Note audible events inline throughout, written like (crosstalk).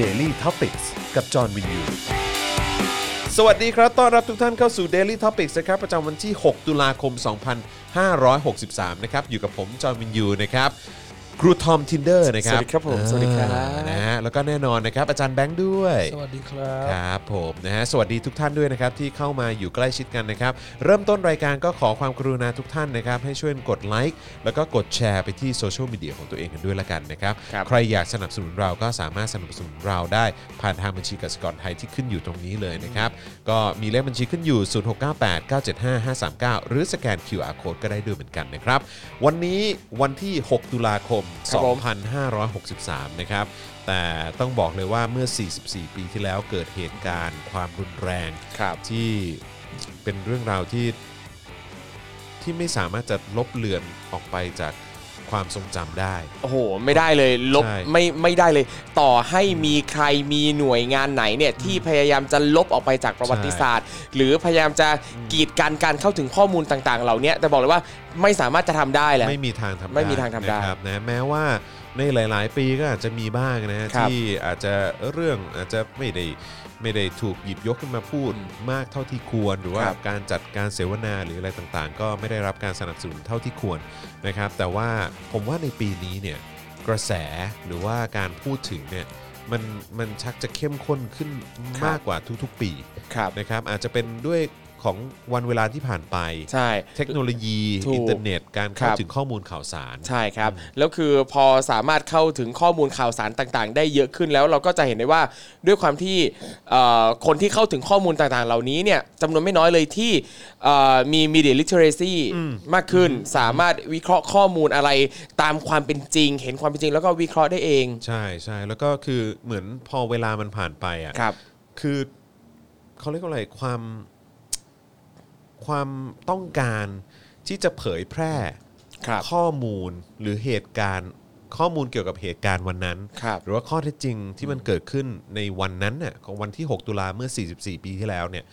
Daily t o p i c กกับจอห์นวินยู สวัสดีครับ ต้อนรับทุกท่านเข้าสู่ Daily Topics นะครับ ประจำวันที่ 6 ตุลาคม 2563 นะครับ อยู่กับผม จอห์นวินยูนะครับ ครูทอมทินเดอร์นะครับ สวัสดีครับผมสวัสดีครับ อ่านะฮะ แล้วก็แน่นอนนะครับ อาจารย์แบงค์ด้วย สวัสดีครั ค บ รับผมนะฮะสวัสดีทุกท่านด้วยนะครับที่เข้ามาอยู่ใกล้ชิดกันนะครับ เริ่มต้นรายการก็ขอความกรุณาทุกท่านนะครับ ให้ช่วยกดไลค์แล้วก็กดแชร์ไปที่โซเชียลมีเดียของตัวเองกันด้วยละกันนะครับ ครับ ใครอยากสนับสนุนเราก็สามารถสนับสนุนเราได้ผ่านทางบัญชีกสิกรไทยที่ขึ้นอยู่ตรงนี้เลยนะครับ ก็มีเลขบัญชีขึ้นอยู่ 0698 975 539 หรือสแกน QR code ก็ได้ด้วยเหมือนกันนะครับ วันนี้วันที่ 6 ตุลาคม ครับผม 2563 นะครับ แต่ต้องบอกเลยว่าเมื่อ 44 ปีที่แล้วเกิดเหตุการณ์ความรุนแรง ครับ ที่เป็นเรื่องราวที่ที่ไม่สามารถจะลบเลือนออกไปจากความทรงจำได้ โอ้โห ไม่ได้เลยลบ ใช่ ไม่ไม่ได้เลย ต่อให้มีใครมีหน่วยงานไหนเนี่ยที่พยายามจะลบออกไปจากประวัติศาสตร์ หรือพยายามจะกีดกันการเข้าถึงข้อมูลต่างๆ เหล่าเนี้ยแต่บอกเลยว่าไม่สามารถจะทำได้แหละ ไม่มีทางทำด้ ไม่มีทางทำได้ นะครับนะแม้ว่าในหลาย ๆ ปีก็อาจจะมีบ้างนะฮะ ครับ ที่อาจจะเรื่องอาจจะไม่ได้ไม่ได้ถูกหยิบยกขึ้นมาพูด อืม มากเท่าที่ควร หรือว่า ครับ การจัดการเสวนาหรืออะไรต่างๆ ก็ไม่ได้รับการสนับสนุนเท่าที่ควรนะครับ แต่ว่าผมว่าในปีนี้เนี่ยกระแสหรือว่าการพูดถึงเนี่ยมันมันชักจะเข้มข้นขึ้น ครับ มากกว่าทุกๆ ปี ครับ นะครับ อาจจะเป็นด้วยของวันเวลาที่ผ่านไป ใช่ เทคโนโลยี ถูก อินเทอร์เน็ต การเข้า ครับ ถึงข้อมูลข่าวสาร ใช่ครับ แล้วคือพอสามารถเข้าถึงข้อมูลข่าวสารต่างๆ ได้เยอะขึ้นแล้วเราก็จะเห็นได้ว่าด้วยความที่เอ่อคนที่เข้าถึงข้อมูลต่างๆ เหล่านี้เนี่ยจำนวนไม่น้อยเลยที่เอ่อมี media literacy มากขึ้น สามารถวิเคราะห์ข้อมูลอะไรตามความเป็นจริง เห็นความเป็นจริงแล้วก็วิเคราะห์ได้เอง ใช่ใช่แล้วก็คือเหมือนพอเวลามันผ่านไปอ่ะ ครับ คือเขาเรียกว่าอะไรความความต้องการที่จะเผยแพร่ ครับ ข้อมูลหรือเหตุการณ์ข้อมูลเกี่ยวกับเหตุการณ์วันนั้น ครับ หรือว่าข้อเท็จจริงที่มันเกิดขึ้นในวันนั้นน่ะของวันที่ 6 ตุลาเมื่อ 44 ปีที่แล้วเนี่ย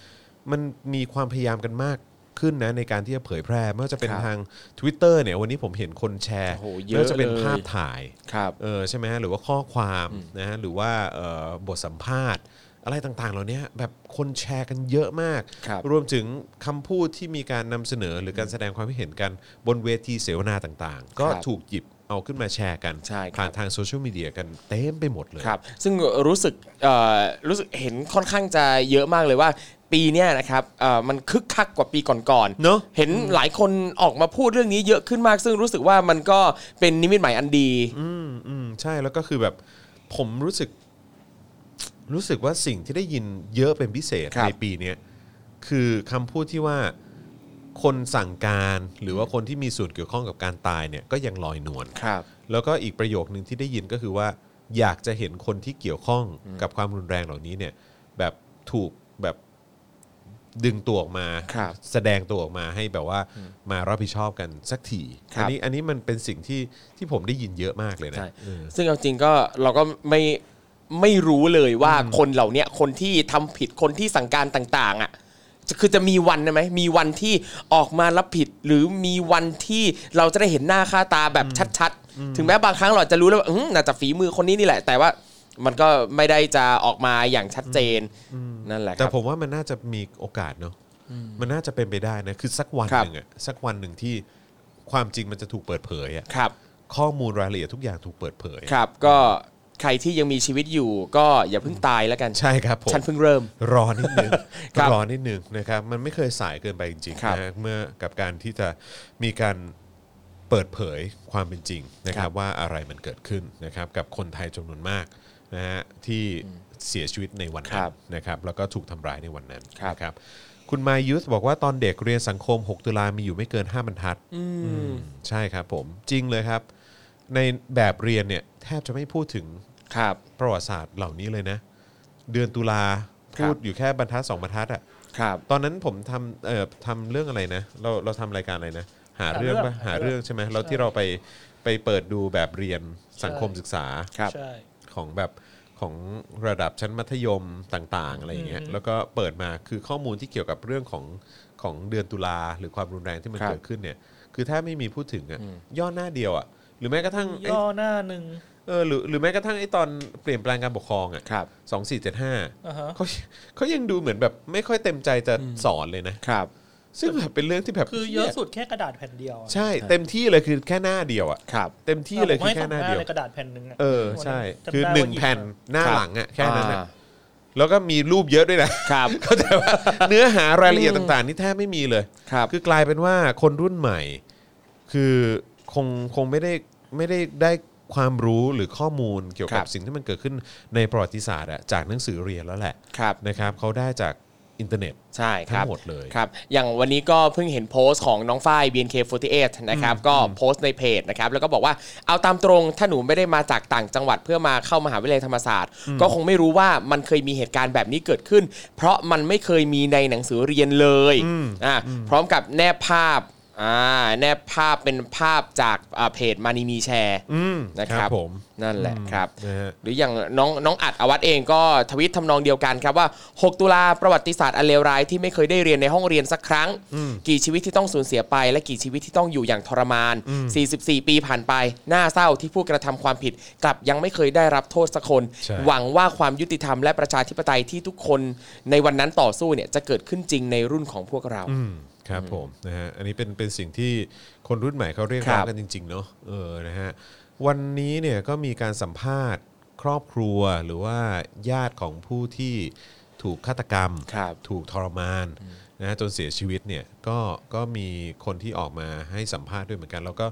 มันมีความพยายามกันมากขึ้นนะในการที่จะเผยแพร่ไม่ว่าจะเป็น ครับ ทาง Twitter เนี่ยวันนี้ผมเห็นคนแชร์ โอ้โหเย ไม่ อะ ว่าจะเป็น เลย ภาพถ่าย ครับ เออใช่ไหมฮะหรือว่าข้อความนะฮะหรือว่าเอ่อบทสัมภาษณ์ อะไรต่างๆ เหล่านี้แบบคนแชร์กันเยอะมาก ครับ วมถึงคำพูดที่มีการนำเสนอหรือการแสดงความคิดเห็นกันบนเวทีเสวนาต่างๆ ก็ ครับ ถูกหยิบเอาขึ้นมาแชร์กัน ใช่ครับ ผ่านทางโซเชียลมีเดียกันเต็มไปหมดเลย ครับ ซึ่งรู้สึกเอ่อรู้สึกเห็นค่อนข้างจะเยอะมากเลยว่า ปีเนี้ยนะครับเอ่อมันคึกคักกว่าปีก่อนๆ เนอะ เห็นหลายคนออกมาพูดเรื่องนี้เยอะขึ้นมาก ซึ่งรู้สึกว่ามันก็เป็นนิมิตหมายอันดี อืมอืมใช่แล้วก็คือแบบผมรู้สึก รู้สึกว่าสิ่งที่ได้ยินเยอะเป็นพิเศษ ครับ ในปีเนี้ยคือคำพูดที่ว่าคนสั่งการหรือว่าคนที่มีส่วนเกี่ยวข้องกับการตายเนี่ยก็ยังลอยนวล ครับ แล้วก็อีกประโยคนึงที่ได้ยินก็คือว่า อยากจะเห็นคนที่เกี่ยวข้องกับความรุนแรงเหล่านี้เนี่ย แบบถูกแบบดึงตัวออกมา ครับ แสดงตัวออกมาให้แบบว่ามารับผิดชอบกันสักที ครับ อันี้อันนี้มันเป็นสิ่งที่ที่ผมได้ยินเยอะมากเลยนะ ใช่ เออ ซึ่งเอาจริงก็เราก็ไม่ไม่รู้เลยว่าคนเหล่าเนี้ยคนที่ทำผิดคนที่สั่งการต่างๆอ่ะจะคือจะมีวันนะไหมมีวันที่ออกมารับผิด หรือมีวันที่เราจะได้เห็นหน้าค่าตาแบบชัดๆ ถึงแม้บางครั้งเราอาจจะรู้แล้วว่าอื้อน่าจะฝีมือคนนี้นี่แหละ แต่ว่ามันก็ไม่ได้จะออกมาอย่างชัดเจนนั่นแหละค แต่ รับ ผมว่ามันน่าจะมีโอกาสเนาะมันน่าจะเป็นไปได้นะคือสักวัน ครับ หนึ่งอะสักวันหนึ่งที่ความจริงมันจะถูกเปิดเผยอะ ครับ ข้อมูลรายละเอียดทุกอย่างถูกเปิดเผยอะ ครับก็ใครที่ยังมีชีวิตอยู่ ก็อย่าเพิ่งตายแล้วกัน ใช่ครับผม ฉันเพิ่งเริ่ม รอนิดนึง ครับ รอนิดนึงนะครับ มันไม่เคยสายเกินไปจริง ครับ ๆนะเมื่อกับการที่จะมีการเปิดเผยความเป็นจริงนะค ค รั รั บบ ว่าอะไรมันเกิดขึ้นนะครับกับคนไทยจำนวนมากนะฮะที่เสียชีวิตในวัน ค นั้ รั น บ นะครับแล้วก็ถูกทำร้ายในวันนั้น ครับ นะครับ คุณมายุทธบอกว่าตอนเด็กเรียนสังคม 6 ตุลามีอยู่ไม่เกิน 5 บรรทัดอืมใช่ครับผมจริงเลยครับ ในแบบเรียนเนี่ยแทบจะไม่พูดถึง ครับ ประวัติศาสตร์เหล่านี้เลยนะ เดือนตุลา ครับ พูดอยู่แค่บรรทัดสองบรรทัดอะ ครับ ตอนนั้นผมทำเอ่อทำเรื่องอะไรนะ เราเราทำรายการอะไรนะ หาเรื่องปะหาเรื่องใช่ไหมเราที่เราไปไปเปิดดูแบบเรียนสังคมศึกษา ครับ ใช่ ของแบบของระดับชั้นมัธยมต่างๆอะไรอย่างเงี้ยแล้วก็เปิดมาคือข้อมูลที่เกี่ยวกับเรื่องของของเดือนตุลาหรือความรุนแรงที่มัน ครับ เกิดขึ้นเนี่ยคือถ้าไม่มีพูดถึงอ่ะย่อหน้าเดียวอ่ะหรือแม้กระทั่งไอ้ ย่อหน้าหนึ่ง เออหรือหรือแม้กระทั่งไอ้ตอนเปลี่ยนแปลงการปกครองอ่ะ ครับ สองสี่เจ็ดห้า อ่าฮะ เขาเขายังดูเหมือนแบบไม่ค่อยเต็มใจจะสอนเลยนะ ครับ ซึ่งแบบเป็นเรื่องที่แบบ คือเยอะสุดแค่กระดาษแผ่นเดียวอะ ใช่ เต็มที่เลยคือแค่หน้าเดียวอ่ะ ครับ เต็มที่เลยคือแค่หน้า ผมให้สง เดียว ลกระดาษแผ่นหนึ่งะ เออใช่ จำได้ คือหนึ่ง ว่ายิ แผ่นหน้าหลังอ่ะแค่นั้น อ่า อะแล้วก็มีรูปเยอะด้วยนะ (laughs) ครับ เข้าใจว่าเนื้อหารายละเอียดต่างๆ นี่แทบไม่มีเลย ครับ คือกลายเป็นว่าคนรุ่นใหม่ คือคงคงไม่ได้ไม่ได้ได้ความรู้หรือข้อมูลเกี่ยวกับครับ สิ่งที่มันเกิดขึ้นในประวัติศาสตร์อะจากหนังสือเรียนแล้วแหละ ครับ นะครับเขาได้จากอินเทอร์เน็ต ใช่ค ทั้ รั ง บ หมดเลย ครับ อย่างวันนี้ก็เพิ่งเห็นโพสต์ของน้องฝ้าย BNK48 นะครับ ก็โพสต์ในเพจนะครับ แล้วก็บอกว่าเอาตามตรง ถ้าหนูไม่ได้มาจากต่างจังหวัดเพื่อมาเข้ามหาวิทยาลัยธรรมศาสตร์ ก็คงไม่รู้ว่ามันเคยมีเหตุการณ์แบบนี้เกิดขึ้น เพราะมันไม่เคยมีในหนังสือเรียนเลยอ่าพร้อมกับแนบภาพอ่าแนบภาพเป็นภาพจากอ่าเพจมานีมีแชร์ อืม นะค ค รั รั บบ ผม นั่นแหละครับ นะฮะ หรืออย่างน้องน้องอัดอวัตเองก็ทวิตทำนองเดียวกันครับว่า 6 ตุลาประวัติศาสตร์อันเลวร้ายที่ไม่เคยได้เรียนในห้องเรียนสักครั้ง กี่ชีวิตที่ต้องสูญเสียไป และกี่ชีวิตที่ต้องอยู่อย่างทรมาน 44 ปีผ่านไป น่าเศร้าที่ผู้กระทำความผิด กลับยังไม่เคยได้รับโทษสักคน ใช่ หวังว่าความยุติธรรมและประชาธิปไตยที่ทุกคนในวันนั้นต่อสู้เนี่ยจะเกิดขึ้นจริงในรุ่นของพวกเรา อืมครับผมนะฮะอันนี้เป็นเป็นสิ่งที่คนรุ่นใหม่เขาเรียก ครั ร้ บ องกันจริง ๆ เนาะเออนะฮะวันนี้เนี่ยก็มีการสัมภาษณ์ครอบครัวหรือว่าญาติของผู้ที่ถูกฆาตกรรม ครับ ถูกทรมานนะฮะจนเสียชีวิตเนี่ยก็ก็มีคนที่ออกมาให้สัมภาษณ์ด้วยเหมือนกัน แล้วก็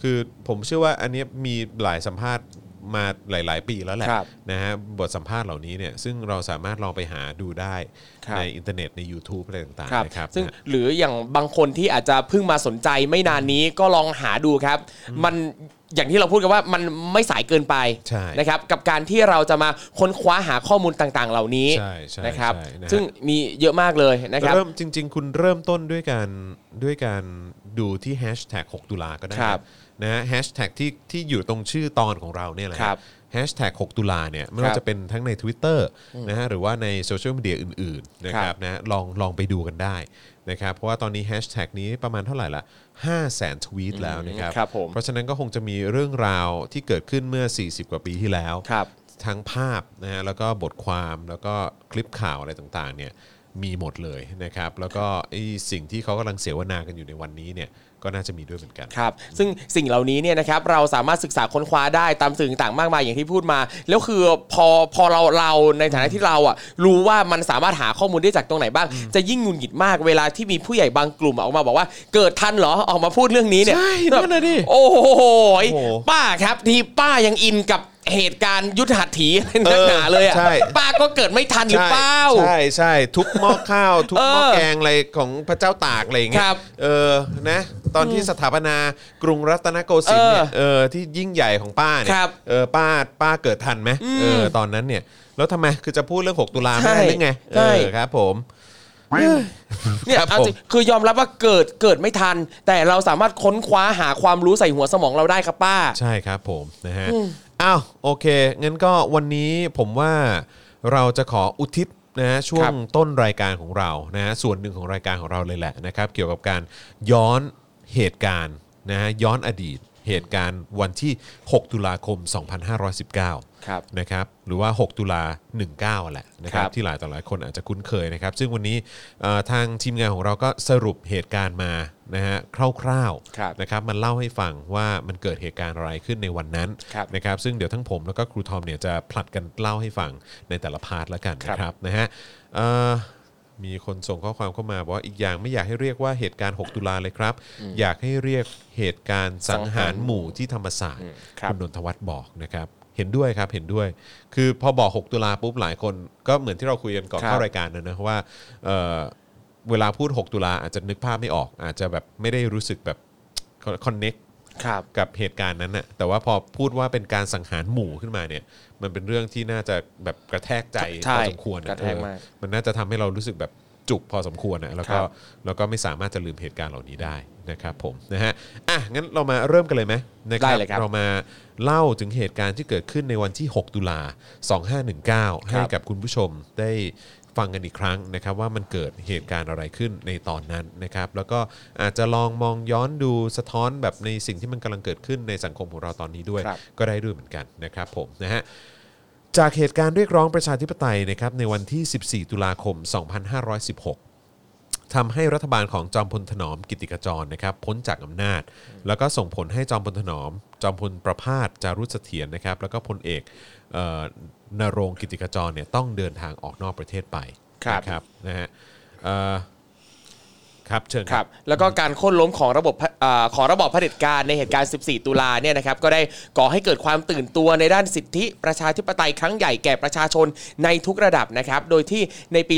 คือผมเชื่อว่าอันเนี้ยมีหลายสัมภาษณ์มาหลาย ๆ ปีแล้วแหละ ครับ นะฮะบทสัมภาษณ์เหล่านี้เนี่ยซึ่งเราสามารถลองไปหาดูได้ ครับ ในอินเทอร์เน็ตใน YouTube อะไรต่าง ครับ ๆนะครับ ซึ่ง นะ หรืออย่างบางคนที่อาจจะเพิ่งมาสนใจไม่นานนี้ก็ลองหาดูครับ มันอย่างที่เราพูดกันว่ามันไม่สายเกินไป ใช่ นะครับ กับการที่เราจะมาค้นคว้าหาข้อมูลต่างๆ เหล่านี้ ใช่ใช่ นะครับ ใช่นะฮะ ซึ่งมีเยอะมากเลยนะครับ เริ่มจริง ๆ คุณเริ่มต้นด้วยการด้วยการดูที่แฮชแท็ก6ตุลาก็ได้ ครับ นะฮะแฮชแท็กที่ที่อยู่ตรงชื่อตอนของเราเนี่ยแหละ ครับ แฮชแท็ก6ตุลาเนี่ยไม่ว่าจะเป็นทั้งใน Twitter นะฮะหรือว่าในโซเชียลมีเดียอื่น ๆ นะค ครั รับบ นะลองลองไปดูกันได้นะครับเพราะว่าตอนนี้แฮชแท็กนี้ประมาณเท่าไหร่ละ5 0 0แสนทวีตแล้วนะครับ ครับผม เพราะฉะนั้นก็คงจะมีเรื่องราวที่เกิดขึ้นเมื่อ 40 กว่าปีที่แล้ว ครับ ทั้งภาพนะฮะแล้วก็บทความแล้วก็คลิปข่าวอะไรต่างๆเนี่ยมีหมดเลยนะครับ แล้วก็ไอ้สิ่งที่เขากำลังเสวนากันอยู่ในวันนี้เนี่ยก็น่าจะมีด้วยเหมือนกัน ครับ ซึ่งสิ่งเหล่านี้เนี่ยนะครับเราสามารถศึกษาค้นคว้าได้ตามสื่อต่างๆมากมายอย่างที่พูดมา แล้วคือพอพอเราเราในฐานะที่เราอ่ะรู้ว่ามันสามารถหาข้อมูลได้จากตรงไหนบ้าง จะยิ่งหงุนหงิดมากเวลาที่มีผู้ใหญ่บางกลุ่มออกมาบอกว่าเกิดทันเหรอออกมาพูดเรื่องนี้เนี่ย ใช่นั่นน่ะดิ โอ้โหย โอ้โห ป้าครับที่ป้ายังอินกับเหตุการณ์ยุทธหัตถีนักหนาเลยอ่ะ ใช่ ป้าก็เกิดไม่ทันหรือเปล่า ใช่ใช่ทุกหม้อข้าว (laughs) ทุกหม้อ เออ แกงอะไรของพระเจ้าตากอะไรอย่างเงี้ ค ย รับ เออนะตอนที่สถาปนากรุงรัตนโกสินทร์เนี่ยเออที่ยิ่งใหญ่ของป้าเนี่ ค ย รับ เออป้าป้าเกิดทันไหมเออตอนนั้นเนี่ยแล้วทำไมคือจะพูดเรื่อง 6 ตุลาไม่ได้หรือไง ใช่ เออครับผม เนี่ย ครับ เอาจริง ผม คือยอมรับว่าเกิดเกิดไม่ทัน แต่เราสามารถค้นคว้าหาความรู้ใส่หัวสมองเราได้ครับป้า ใช่ครับผมนะฮะอ้าวโอเคงั้นก็วันนี้ผมว่าเราจะขออุทิศนะฮะช่ว ครั ง บ ต้นรายการของเรานะฮะส่วนหนึ่งของรายการของเราเลยแหละนะครับ เกี่ยวกับการย้อนเหตุการณ์นะฮะย้อนอดีตเหตุการณ์วันที่ 6 ตุลาคม 2519 ครับ นะครับหรือว่า 6 ตุลา 19แหละนะครับ ครับ ที่หลายต่อหลายคนอาจจะคุ้นเคยนะครับ ซึ่งวันนี้เอ่อทางทีมงานของเราก็สรุปเหตุการณ์มานะฮะคร่าว ครับ ๆ นะครับมันเล่าให้ฟังว่ามันเกิดเหตุการณ์อะไรขึ้นในวันนั้น ครับ นะครับ ซึ่งเดี๋ยวทั้งผมแล้วก็ครูทอมเนี่ยจะผลัดกันเล่าให้ฟังในแต่ละพาร์ทละกัน ครันะบครับนะฮะเอ่อมีคนส่งข้อความเข้ามาบอกว่าอีกอย่างไม่อยากให้เรียกว่าเหตุการณ์ 6 ตุลาเลยครับ อยากให้เรียกเหตุการณ์สังหารหมู่ที่ธรรมศาสตร์ ครับ ณนนทวัฒน์บอกนะครับ เห็นด้วยครับเห็นด้วย คือพอบอก 6 ตุลาปุ๊บหลายคนก็เหมือนที่เราคุยกันก่อน ครับ เข้ารายการนะนะว่าเอ่อเวลาพูด 6 ตุลาอาจจะนึกภาพไม่ออก อาจจะแบบไม่ได้รู้สึกแบบ คอนเน็ก ครับ กับเหตุการณ์นั้นน่ะแต่ว่าพอพูดว่าเป็นการสังหารหมู่ขึ้นมาเนี่ย มันเป็นเรื่องที่น่าจะแบบกระแทกใจ ใช่ พอสมควรน กระแทกมาก เออมันน่าจะทำให้เรารู้สึกแบบจุกพอสมควรนะแล้วก็ ครับ แล้วก็ไม่สามารถจะลืมเหตุการณ์เหล่านี้ได้นะครับผมนะฮะอ่ะงั้นเรามาเริ่มกันเลยไหมนะ ได้เลยครับ เรามาเล่าถึงเหตุการณ์ที่เกิดขึ้นในวันที่ 6 ตุลา2519 ให้กับคุณผู้ชมได้ ฟังกันอีกครั้งนะครับว่ามันเกิดเหตุการณ์อะไรขึ้นในตอนนั้นนะครับ แล้วก็อาจจะลองมองย้อนดูสะท้อนแบบในสิ่งที่มันกำลังเกิดขึ้นในสังคมของเราตอนนี้ด้วย ครับ ก็ได้ด้วยเหมือนกันนะครับผมนะฮะ จากเหตุการณ์เรียกร้องประชาธิปไตยนะครับในวันที่ 14 ตุลาคม 2516ทำให้รัฐบาลของจอมพลถนอมกิติขจรนะครับพ้นจากอำนาจ แล้วก็ส่งผลให้จอมพลถนอม จอมพลประพาสจารุเสถียรนะครับ แล้วก็พลเอกเอ่อนรงค์กิติขจรเนี่ยต้องเดินทางออกนอกประเทศไป ครับ นะครับนะฮะเอ่อครับเชิญ ครับแล้วก็การโค่นล้มของระบบเออของระบอบเผด็จการในเหตุการณ์ 14 ตุลาเนี่ยนะครับก็ได้ก่อให้เกิดความตื่นตัวในด้านสิทธิประชาธิปไตยครั้งใหญ่แก่ประชาชนในทุกระดับนะครับโดยที่ในปี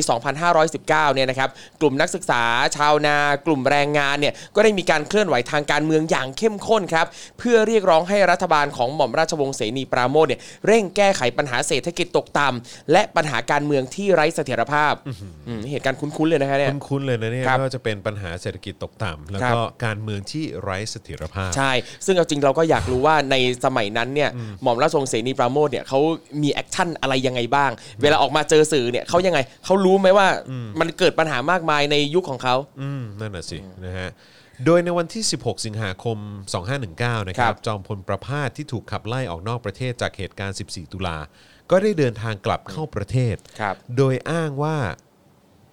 2519 เนี่ยนะครับกลุ่มนักศึกษาชาวนากลุ่มแรงงานเนี่ยก็ได้มีการเคลื่อนไหวทางการเมืองอย่างเข้มข้นครับเพื่อเรียกร้องให้รัฐบาลของหม่อมราชวงศ์เสนีปราโมชเนี่ยเร่งแก้ไขปัญหาเศรษฐกิจตกต่ำและปัญหาการเมืองที่ไร้เสถียรภาพอืมเหตุการณ์คุ้นๆเลยนะคะเนี่ย คุ้นๆเลยนะเนี่ย ครับ ก็จะเป็นปัญหาเศรษฐกิจตกต่ำแล้ว ครับ ก็การเมืองที่ไร้เสถียรภาพ ใช่ ซึ่งเอาจริงเราก็อยากรู้ว่าในสมัยนั้นเนี่ย หม่อมราชวงศ์เสนีปราโมทเนี่ยเขามีแอคชั่นอะไรยังไงบ้าง เวลาออกมาเจอสื่อเนี่ยเขายังไง เขารู้ไหมว่ามันเกิดปัญหามากมายในยุคของเขา อืมนั่นน่ะสินะฮะ โดยในวันที่ 16 สิงหาคม 2519 นะครั ครับ บ จอมพลประพาสที่ถูกขับไล่ออกนอกประเทศจากเหตุการณ์ 14 ตุลา ก็ได้เดินทางกลับเข้าประเทศ ครับ โดยอ้างว่า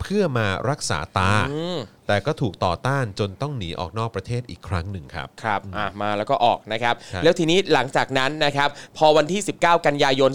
เพื่อมารักษาตา แต่ก็ถูกต่อต้านจนต้องหนีออกนอกประเทศอีกครั้งหนึ่งครับ ครับ อ่ะ มาแล้วก็ออกนะครับ ครับ แล้วทีนี้หลังจากนั้นนะครับ พอวันที่ 19 กันยายน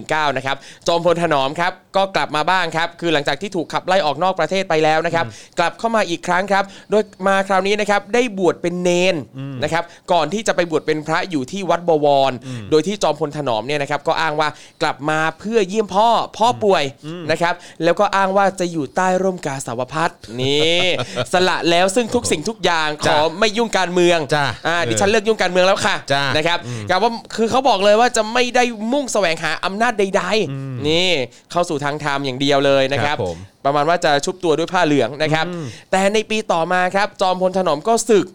2519 นะครับ จอมพลถนอมครับ ก็กลับมาบ้างครับ คือหลังจากที่ถูกขับไล่ออกนอกประเทศไปแล้วนะครับ กลับเข้ามาอีกครั้งครับ โดยมาคราวนี้นะครับ ได้บวชเป็นเนนนะครับ ก่อนที่จะไปบวชเป็นพระอยู่ที่วัดบวร โดยที่จอมพลถนอมเนี่ยนะครับ ก็อ้างว่ากลับมาเพื่อเยี่ยมพ่อ พ่อป่วยนะครับ แล้วก็อ้างว่าจะอยู่ใต้ร่มกาสาวพัฒน์นี่ (laughs) สละแล้วซึ่งทุกสิ่งทุกอย่างขอไม่ยุ่งการเมือง จ้ะ อ่า เออ ดิฉันเลิกยุ่งการเมืองแล้วค่ะ จ้ะ นะครับกล่าวว่าคือเขาบอกเลยว่าจะไม่ได้มุ่งแสวงหาอำนาจใด ๆ นี่เข้าสู่ทางธรรมอย่างเดียวเลยนะครับ ผม ประมาณว่าจะชุบตัวด้วยผ้าเหลืองนะครับ แต่ในปีต่อมาครับ จอมพลถนอมก็ศึก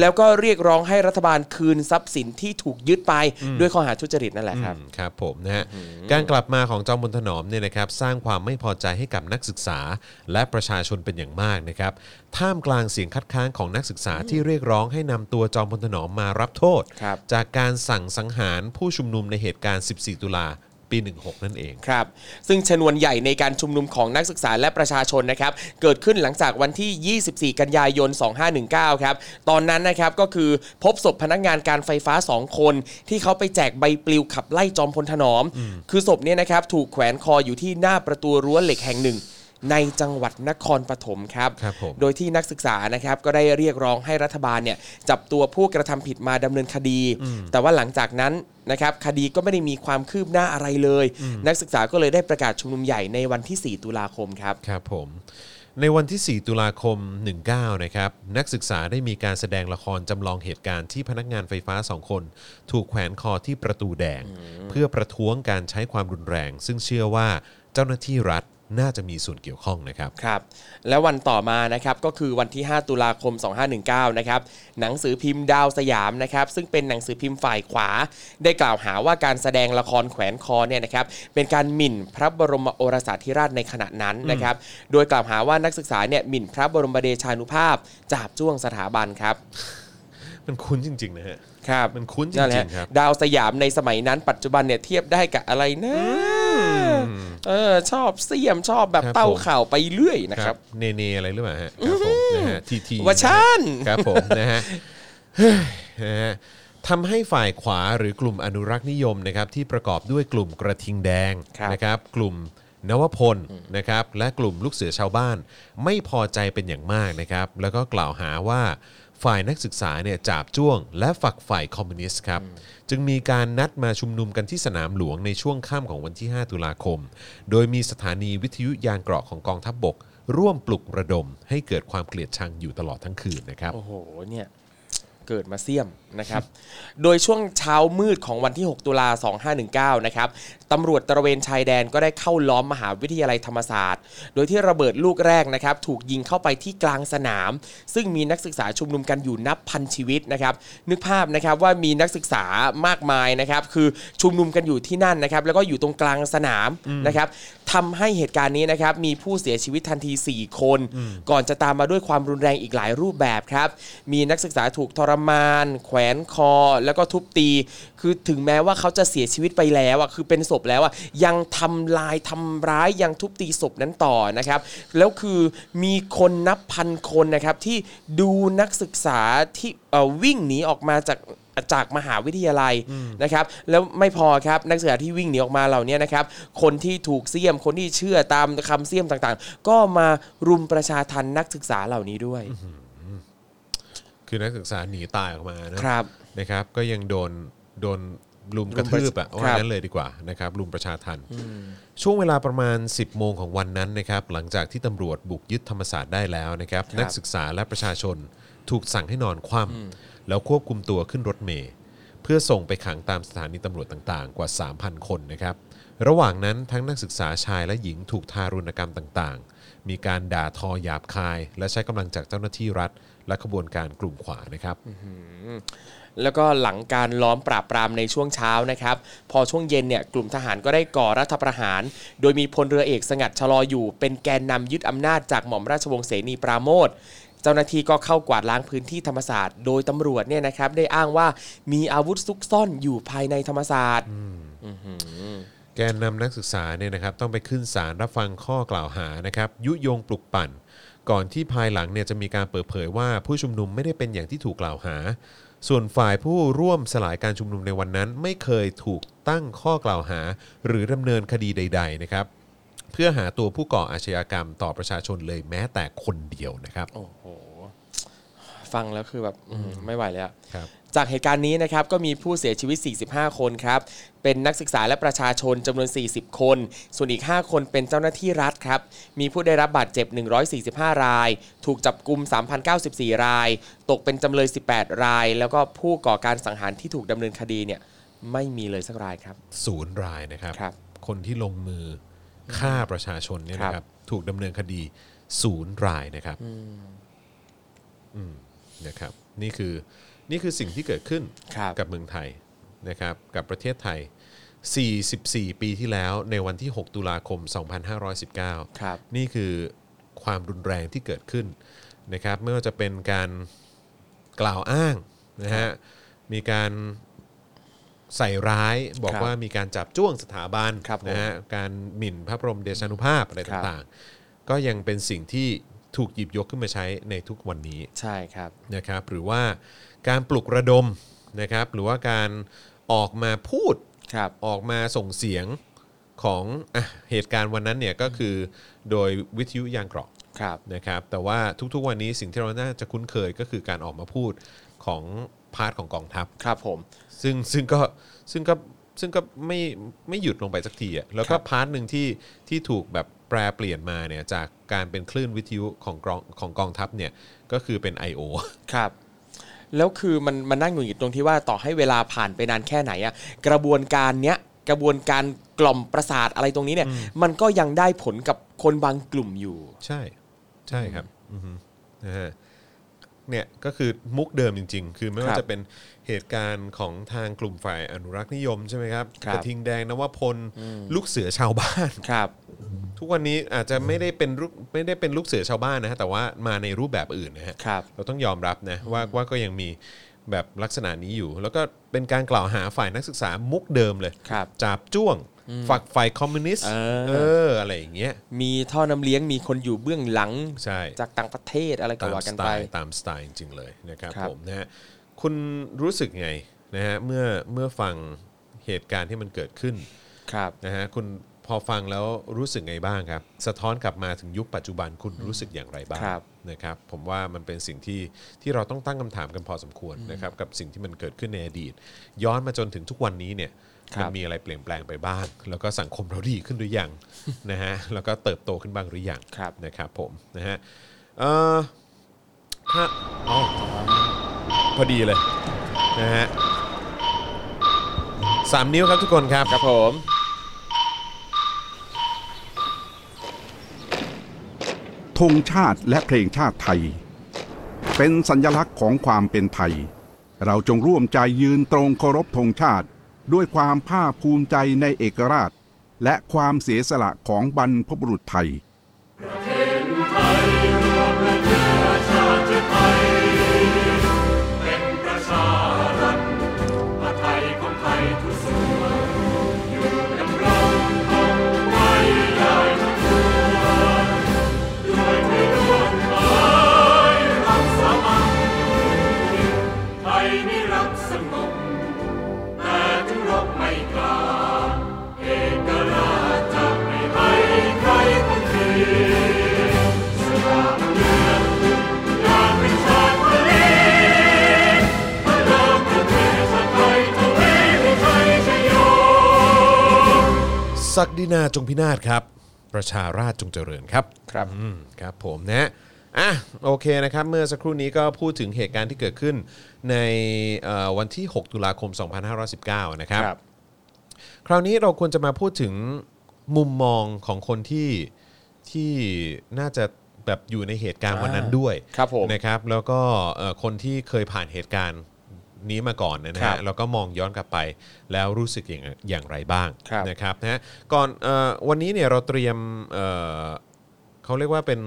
แล้วก็เรียกร้องให้รัฐบาลคืนทรัพย์สินที่ถูกยึดไปด้วยข้อหาทุจริตนั่นแหละครับ อืมครับผมนะฮะการกลับมาของจอมพลถนอมเนี่ยนะครับสร้างความไม่พอใจให้กับนักศึกษา และประชาชนเป็นอย่างมากนะครับท่ามกลางเสียงคัดค้านของนักศึกษาที่เรียกร้องให้นำตัวจอมพลถนอมมารับโทษ ครับ จากการสั่งสังหารผู้ชุมนุมในเหตุการณ์ 14 ตุลาปี 16 นั่นเอง ครับ ซึ่งชนวนใหญ่ในการชุมนุมของนักศึกษาและประชาชนนะครับ เกิดขึ้นหลังจากวันที่ 24 กันยายน 2519 ครับ ตอนนั้นนะครับก็คือพบศพพนักงานการไฟฟ้า 2 คน ที่เขาไปแจกใบปลิวขับไล่จอมพลถนอม คือศพเนี่ยนะครับถูกแขวนคออยู่ที่หน้าประตูรั้วเหล็กแห่งหนึ่ง ในจังหวัดนครปฐมครับ ครับผม โดยที่นักศึกษานะครับก็ได้เรียกร้องให้รัฐบาลเนี่ยจับตัวผู้กระทำผิดมาดำเนินคดี แต่ว่าหลังจากนั้นนะครับคดีก็ไม่ได้มีความคืบหน้าอะไรเลย นักศึกษาก็เลยได้ประกาศชุมนุมใหญ่ในวันที่ 4 ตุลาคมครับ ครับผมในวันที่ 4 ตุลาคม 19 นะครับ นักศึกษาได้มีการแสดงละครจำลองเหตุการณ์ที่พนักงานไฟฟ้าสองคน ถูกแขวนคอที่ประตูแดง เพื่อประท้วงการใช้ความรุนแรง ซึ่งเชื่อว่าเจ้าหน้าที่รัฐน่าจะมีส่วนเกี่ยวข้องนะครับ ครับและวันต่อมานะครับก็คือวันที่ 5 ตุลาคม 2519 นะครับหนังสือพิมพ์ดาวสยามนะครับซึ่งเป็นหนังสือพิมพ์ฝ่ายขวา ได้กล่าวหาว่าการแสดงละครแขวนคอเนี่ยนะครับเป็นการหมิ่นพระบรมโอรสาธิราชในขณะนั้นนะครับโดยกล่าวหาว่านักศึกษาเนี่ยหมิ่นพระบรมเดชานุภาพจาบจ้วงสถาบันครับ มันคุ้นจริง ๆ นะฮะ ครับ มันคุ้นจริงๆ แหละ ครับ ดาวสยามในสมัยนั้นปัจจุบันเนี่ยเทียบได้กับอะไรนะเออชอบเสี่ยมชอบแบบเต้าข่าวไปเรื่อยนะครับ เนเนอะไรหรือเปล่าฮะครับผมนะฮะทีที ว่าฉัน ครับผมนะฮะ (sighs) เฮ้ยนะฮะทำให้ฝ่ายขวาหรือกลุ่มอนุรักษ์นิยมนะครับที่ประกอบด้วยกลุ่มกระทิงแดง ครับ นะครับ กลุ่มนวพลนะครับและกลุ่มลูกเสือชาวบ้าน ไม่พอใจเป็นอย่างมากนะครับ แล้วก็กล่าวหาว่าฝ่ายนักศึกษาเนี่ยจาบจ้วง และฝักฝ่ายคอมมิวนิสต์ครับจึงมีการนัดมาชุมนุมกันที่สนามหลวงในช่วงค่ำของวันที่ 5 ตุลาคม โดยมีสถานีวิทยุยางเกราะของกองทัพบบก ร่วมปลุกระดมให้เกิดความเกลียดชังอยู่ตลอดทั้งคืนนะครับ โอ้โห เนี่ย เกิดมาเสี่ยมนะครับ โดยช่วงเช้ามืดของวันที่ 6 ตุลา 2519 นะครับ ตำรวจตระเวนชายแดนก็ได้เข้าล้อมมหาวิทยาลัยธรรมศาสตร์ โดยที่ระเบิดลูกแรกนะครับ ถูกยิงเข้าไปที่กลางสนาม ซึ่งมีนักศึกษาชุมนุมกันอยู่นับพันชีวิตนะครับ นึกภาพนะครับว่ามีนักศึกษามากมายนะครับ คือชุมนุมกันอยู่ที่นั่นนะครับ แล้วก็อยู่ตรงกลางสนามนะครับ ทำให้เหตุการณ์นี้นะครับมีผู้เสียชีวิตทันที 4 คน ก่อนจะตามมาด้วยความรุนแรงอีกหลายรูปแบบครับ มีนักศึกษาถูกทรมาน แขวนคอ แล้วก็ทุบตี คือถึงแม้ว่าเขาจะเสียชีวิตไปแล้วอ่ะคือเป็นศพแล้วอ่ะยังทำลายทำร้ายยังทุบตีศพนั้นต่อนะครับ แล้วคือมีคนนับพันคนนะครับที่ดูนักศึกษาที่เอ่อวิ่งหนีออกมาจาก จากมหาวิทยาลัยนะครับ แล้วไม่พอครับนักศึกษาที่วิ่งหนีออกมาเหล่านี้นะครับ คนที่ถูกเสียมคนที่เชื่อตามคำเสียมต่างๆ ก็มารุมประชาทันนักศึกษาเหล่านี้ด้วย คือนักศึกษาหนีตายออกมานะครับ นะครับ ก็ยังโดนโดนลุมกระทืบอะ รุมปว่าระชาครับ งั้นเลยดีกว่านะครับลุมประชาทันช่วงเวลาประมาณ 10 โมงของวันนั้นนะครับหลังจากที่ตำรวจบุกยึดธรรมศาสตร์ได้แล้วนะครับ นักศึกษาและประชาชนถูกสั่งให้นอนคว่ำแล้วควบคุมตัวขึ้นรถเมล์เพื่อส่งไปขังตามสถานีตำรวจต่างๆ กว่า 3,000 คนนะครับ ระหว่างนั้นทั้งนักศึกษาชายและหญิงถูกทารุณกรรมต่างๆ มีการด่าทอหยาบคาย และใช้กำลังจากเจ้าหน้าที่รัฐ และขบวนการกลุ่มขวานะครับ แล้วก็หลังการล้อมปราบปรามในช่วงเช้านะครับ พอช่วงเย็นเนี่ยกลุ่มทหารก็ได้ก่อรัฐประหาร โดยมีพลเรือเอกสงัดชะลออยู่ เป็นแกนนำยึดอำนาจจากหม่อมราชวงศ์เสนีปราโมทเจ้าหน้าที่ก็เข้ากวาดล้างพื้นที่ธรรมศาสตร์ โดยตำรวจเนี่ยนะครับได้อ้างว่ามีอาวุธซุกซ่อนอยู่ภายในธรรมศาสตร์ แกนนำนักศึกษาเนี่ยนะครับต้องไปขึ้นศาลรับฟังข้อกล่าวหานะครับยุยงปลุกปั่น ก่อนที่ภายหลังเนี่ยจะมีการเปิดเผยว่าผู้ชุมนุมไม่ได้เป็นอย่างที่ถูกกล่าวหา ส่วนฝ่ายผู้ร่วมสลายการชุมนุมในวันนั้น ไม่เคยถูกตั้งข้อกล่าวหา หรือดำเนินคดีใด ๆ นะครับ เพื่อหาตัวผู้ก่ออาชญากรรมต่อประชาชนเลยแม้แต่คนเดียวนะครับ โอ้โห ฟังแล้วคือแบบอืมไม่ไหวเลยอะ ครับ จากเหตุการณ์นี้นะครับก็มีผู้เสียชีวิต 45 คนครับ เป็นนักศึกษาและประชาชนจำนวน 40 คน ส่วนอีก 5 คนเป็นเจ้าหน้าที่รัฐครับ มีผู้ได้รับบาดเจ็บ 145 ราย ถูกจับกลุ่ม3,094 ราย ตกเป็นจำเลย 18 ราย แล้วก็ผู้ก่อการสังหารที่ถูกดำเนินคดีเนี่ยไม่มีเลยสักรายครับ ศูนย์รายนะครับ ครับ คนที่ลงมือฆ่าประชาชนเนี่ยนะค ครั รับ บ ถูกดำเนินคดีศูนย์รายนะครับอืมนะครับ นี่คือนี่คือสิ่งที่เกิดขึ้น ครับ กับเมืองไทยนะครับ กับประเทศไทย 44 ปีที่แล้วในวันที่ 6 ตุลาคม 2519 ครับ นี่คือความรุนแรงที่เกิดขึ้นนะครับ ไม่ว่าจะเป็นการกล่าวอ้างนะฮะมีการใส่ร้ายบอก ครับ ว่ามีการจับจ้วงสถาบัน ครับผม นะฮะการหมิ่นพระบรมเดชานุภาพอะไร ครับ ต่างๆ ก็ยังเป็นสิ่งที่ถูกหยิบยกขึ้นมาใช้ในทุกวันนี้ ใช่ครับ นะครับหรือว่าการปลุกระดมนะครับหรือว่าการออกมาพูด ครับ ออกมาส่งเสียงของอะเหตุการณ์วันนั้นเนี่ยก็คือโดยวิทยุยางเกราะ ครับ นะครับแต่ว่าทุกๆวันนี้สิ่งที่เราน่าจะคุ้นเคยก็คือการออกมาพูดของพาร์ทของกองทัพ ครับผม ซึ่งซึ่งก็ซึ่งก็ซึ่งก็ไม่ไม่หยุดลงไปสักทีอะแล้วก็ ครับ พาร์ทหนึ่งที่ที่ถูกแบบแปรเปลี่ยนมาเนี่ยจากการเป็นคลื่นวิทยุของกองของกองทัพเนี่ยก็คือเป็น I.O. ครับ แล้วคือมันมันน่าหงุดหงิดตรงที่ว่าต่อให้เวลาผ่านไปนานแค่ไหนอะกระบวนการเนี้ยกระบวนการกล่อมประสาทอะไรตรงนี้เนี่ย มันก็ยังได้ผลกับคนบางกลุ่มอยู่ ใช่ใช่ครับอือฮึนะฮะเนี่ยก็คือมุกเดิมจริง ๆ คือไม่ ครั ว่า บ จะเป็นเหตุการณ์ของทางกลุ่มฝ่ายอนุรักษ์นิยมใช่ไหมครับ ครักบระทิงแดงนวพลลูกเสือชาวบ้าน (laughs) ครับ ทุกวันนี้อาจจะไม่ได้เป็นลูกไม่ได้เป็นลูกเสือชาวบ้านนะฮะแต่ว่ามาในรูปแบบอื่นนะฮะ ครับ เราต้องยอมรับนะว่าว่าก็ยังมีแบบลักษณะนี้อยู่ แล้วก็เป็นการกล่าวหาฝ่ายนักศึกษามุกเดิมเลย ครับ จับจ้วง ฝักฝ่ายคอมมิวนิสต์ เออ เอออะไรอย่างเงี้ย มีท่อน้ำเลี้ยงมีคนอยู่เบื้องหลัง ใช่ จากต่างประเทศอะไรก็ ตาม ว่า ส กัน ไต ไป ล์ตามสไตล์จริงๆเลยนะครับ ครับ ผมนะฮะคุณรู้สึกไงนะฮะเมื่อเมื่อฟังเหตุการณ์ที่มันเกิดขึ้น ครับ นะฮะคุณพอฟังแล้วรู้สึกไงบ้างครับ สะท้อนกลับมาถึงยุคปัจจุบันคุณรู้สึกอย่างไรบ้าง ครับ นะครับ ผมว่ามันเป็นสิ่งที่ที่เราต้องตั้งคำถามกันพอสมควรนะครับกับสิ่งที่มันเกิดขึ้นในอดีต ย้อนมาจนถึงทุกวันนี้เนี่ยมันมีอะไรเปลี่ยนแปลงไปบ้าง แล้วก็สังคมเราดีขึ้นหรือยัง นะฮะแล้วก็เติบโตขึ้นบ้างหรือยัง ครับ นะครับผมนะฮะเอ่อถ้าอ๋อพอดีเลยนะฮะสามนิ้วครับทุกคนครับ ครับผม ธงชาติและเพลงชาติไทย เป็นสัญลักษณ์ของความเป็นไทย เราจงร่วมใจยืนตรงเคารพธงชาติ ด้วยความภาคภูมิใจในเอกราช และความเสียสละของบรรพบุรุษไทย ไทยนิรักสงบแต่ถึงรบไม่กล้า เอกราชจะไม่ให้ใครพ้นทีสยามเมืองอยากเป็นชาติทะเลพระนามประเทศไทยทะเลให้ไทยชโย ศักดินาจงพินาศครับ ประชาราชจงเจริญครับ ครับ อืมครับผมนะอ่ะโอเคนะครับ เมื่อสักครู่นี้ก็พูดถึงเหตุการณ์ที่เกิดขึ้นในเอ่อวันที่ 6 ตุลาคม 2519 นะครับ ครับ คราวนี้เราควรจะมาพูดถึงมุมมองของคนที่ที่น่าจะแบบอยู่ในเหตุการณ์วันนั้นด้วย ครับผม นะครับ แล้วก็เอ่อคนที่เคยผ่านเหตุการณ์นี้มาก่อนนะ ครั ฮะ บ แล้วก็มองย้อนกลับไป แล้วรู้สึกอย่างอย่างไรบ้าง ครับ นะครับนะฮะก่อนเออวันนี้เนี่ยเราเตรียมเอ่อเขาเรียกว่าเป็น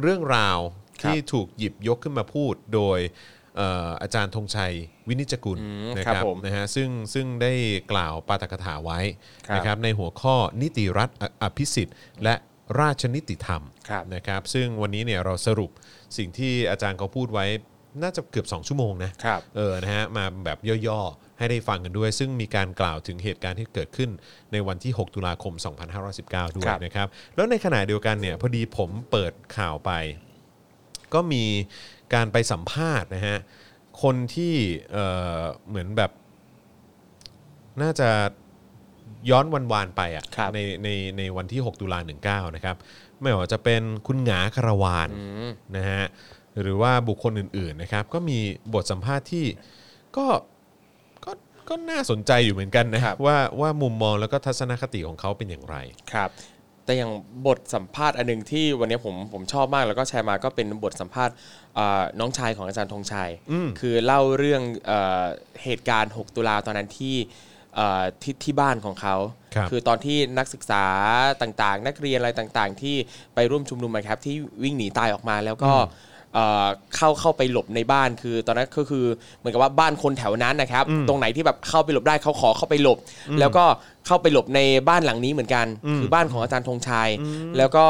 เรื่องราว ครับ ที่ถูกหยิบยกขึ้นมาพูดโดยเอ่ออาจารย์ธงชัยวินิจฉัยกุล อืม นะค ครั รับบ ผม นะฮะซึ่งซึ่งได้กล่าวปาฐกถาไว้ ครับ นะครับในหัวข้อนิติรัฐออภิสิทธิ์และราชนิติธรรม ครับ นะครับซึ่งวันนี้เนี่ยเราสรุปสิ่งที่อาจารย์เขาพูดไว้น่าจะเกือบ 2 ชั่วโมงนะครับเออนะฮะมาแบบย่อๆ ให้ได้ฟังกันด้วย ซึ่งมีการกล่าวถึงเหตุการณ์ที่เกิดขึ้นในวันที่ 6 ตุลาคม 2519 ด้วย ครับ นะครับ แล้วในขณะเดียวกันเนี่ยพอดีผมเปิดข่าวไป ก็มีการไปสัมภาษณ์นะฮะคนที่เอ่อเหมือนแบบน่าจะ ย้อนวันวานไปอ่ะ ครับ ในในในวันที่ 6 ตุลา19 นะครับ ไม่ว่าจะเป็นคุณหงาคารวานนะฮะหรือว่าบุคคลอื่นๆนะครับ ก็มีบทสัมภาษณ์ที่ก็ก็ก็น่าสนใจอยู่เหมือนกันนะครับ ว่าว่ามุมมองแล้วก็ทัศนคติของเขาเป็นอย่างไร ครับ แต่อย่างบทสัมภาษณ์อันหนึ่งที่วันนี้ผมผมชอบมากแล้วก็แชร์มาก็เป็นบทสัมภาษณ์อ่าน้องชายของอาจารย์ธงชัย คือเล่าเรื่องเอ่อเหตุการณ์ 6 ตุลาตอนนั้นที่เอ่อที่ที่บ้านของเขา ครับ อตอนที่นักศึกษาต่างๆ นักเรียนอะไรต่างๆ ที่ไปร่วมชุมนุมอะครับที่วิ่งหนีตายออกมาแล้วก็เอ่อเข้าเข้าไปหลบในบ้านคือตอนนั้นก็คือเหมือนกับว่าบ้านคนแถวนั้นนะครับ ตรงไหนที่แบบเข้าไปหลบได้เขาขอเข้าไปหลบ แล้วก็เข้าไปหลบในบ้านหลังนี้เหมือนกัน คือบ้านของอาจารย์ธงชัย แล้วก็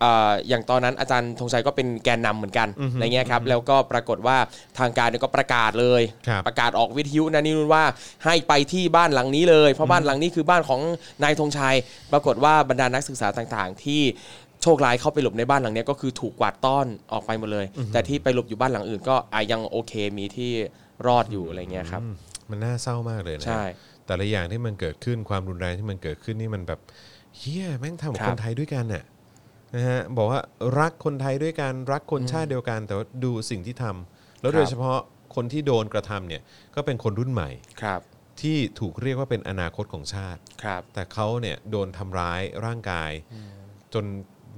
เอ่ออย่างตอนนั้นอาจารย์ธงชัยก็เป็นแกนนำเหมือนกันในเงี้ยครับแล้วก็ปรากฏว่าทางการเนี่ยก็ประกาศเลย ครับ ประกาศออกวิทยุนะนี่นู่นว่าให้ไปที่บ้านหลังนี้เลยเพราะบ้านหลังนี้คือบ้านของนายธงชัย ปรากฏว่าบรรดานักศึกษาต่างๆ ที่โชคร้ายเข้าไปหลบในบ้านหลังเนี้ยก็คือถูกกวาดต้อนออกไปหมดเลย แต่ที่ไปหลบอยู่บ้านหลังอื่น ก็อ่ะยังโอเคมีที่รอดอยู่อะไรเงี้ยครับ อืมมันน่าเศร้ามากเลยนะ ใช่ แต่ละอย่างที่มันเกิดขึ้นความรุนแรงที่มันเกิดขึ้นนี่มันแบบเฮียแม่งทำกับ ครั ค บ นไทยด้วยกันน่ะนะฮะบอกว่ารักคนไทยด้วยกันรักคนชาติเดียวกัน แต่ว่าดูสิ่งที่ทำแล้ว ครับ โดยเฉพาะคนที่โดนกระทำเนี่ยก็เป็นคนรุ่นใหม่ ครับ ที่ถูกเรียกว่าเป็นอนาคตของชาติ ครับ แต่เขาเนี่ยโดนทำร้ายร่างกาย จน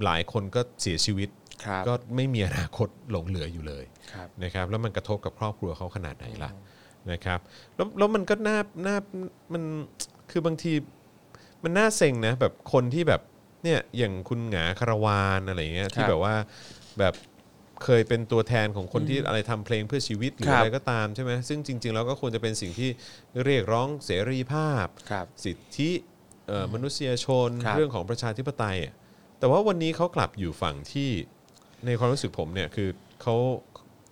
หลายคนก็เสียชีวิต ครับ ก็ไม่มีอนาคตหลงเหลืออยู่เลย ครับ นะครับแล้วมันกระทบกับครอบครัวเขาขนาดไหนล่ะนะครับแล้วแล้วมันก็น่าน่ามันคือบางทีมันน่าเซ็งนะแบบคนที่แบบเนี่ยอย่างคุณหงาคารวานอะไรเงี้ยที่แบบว่าแบบเคยเป็นตัวแทนของคนที่อะไรทำเพลงเพื่อชีวิตหรือ ครับ อะไรก็ตามใช่ไหมซึ่งจริง ๆ แล้วก็ควรจะเป็นสิ่งที่เรียกร้องเสรีภาพ ครับ สิทธิเอ่ออมนุษยชน ครับ เรื่องของประชาธิปไตยอะแต่ว่าวันนี้เขากลับอยู่ฝั่งที่ในความรู้สึกผมเนี่ยคือเขา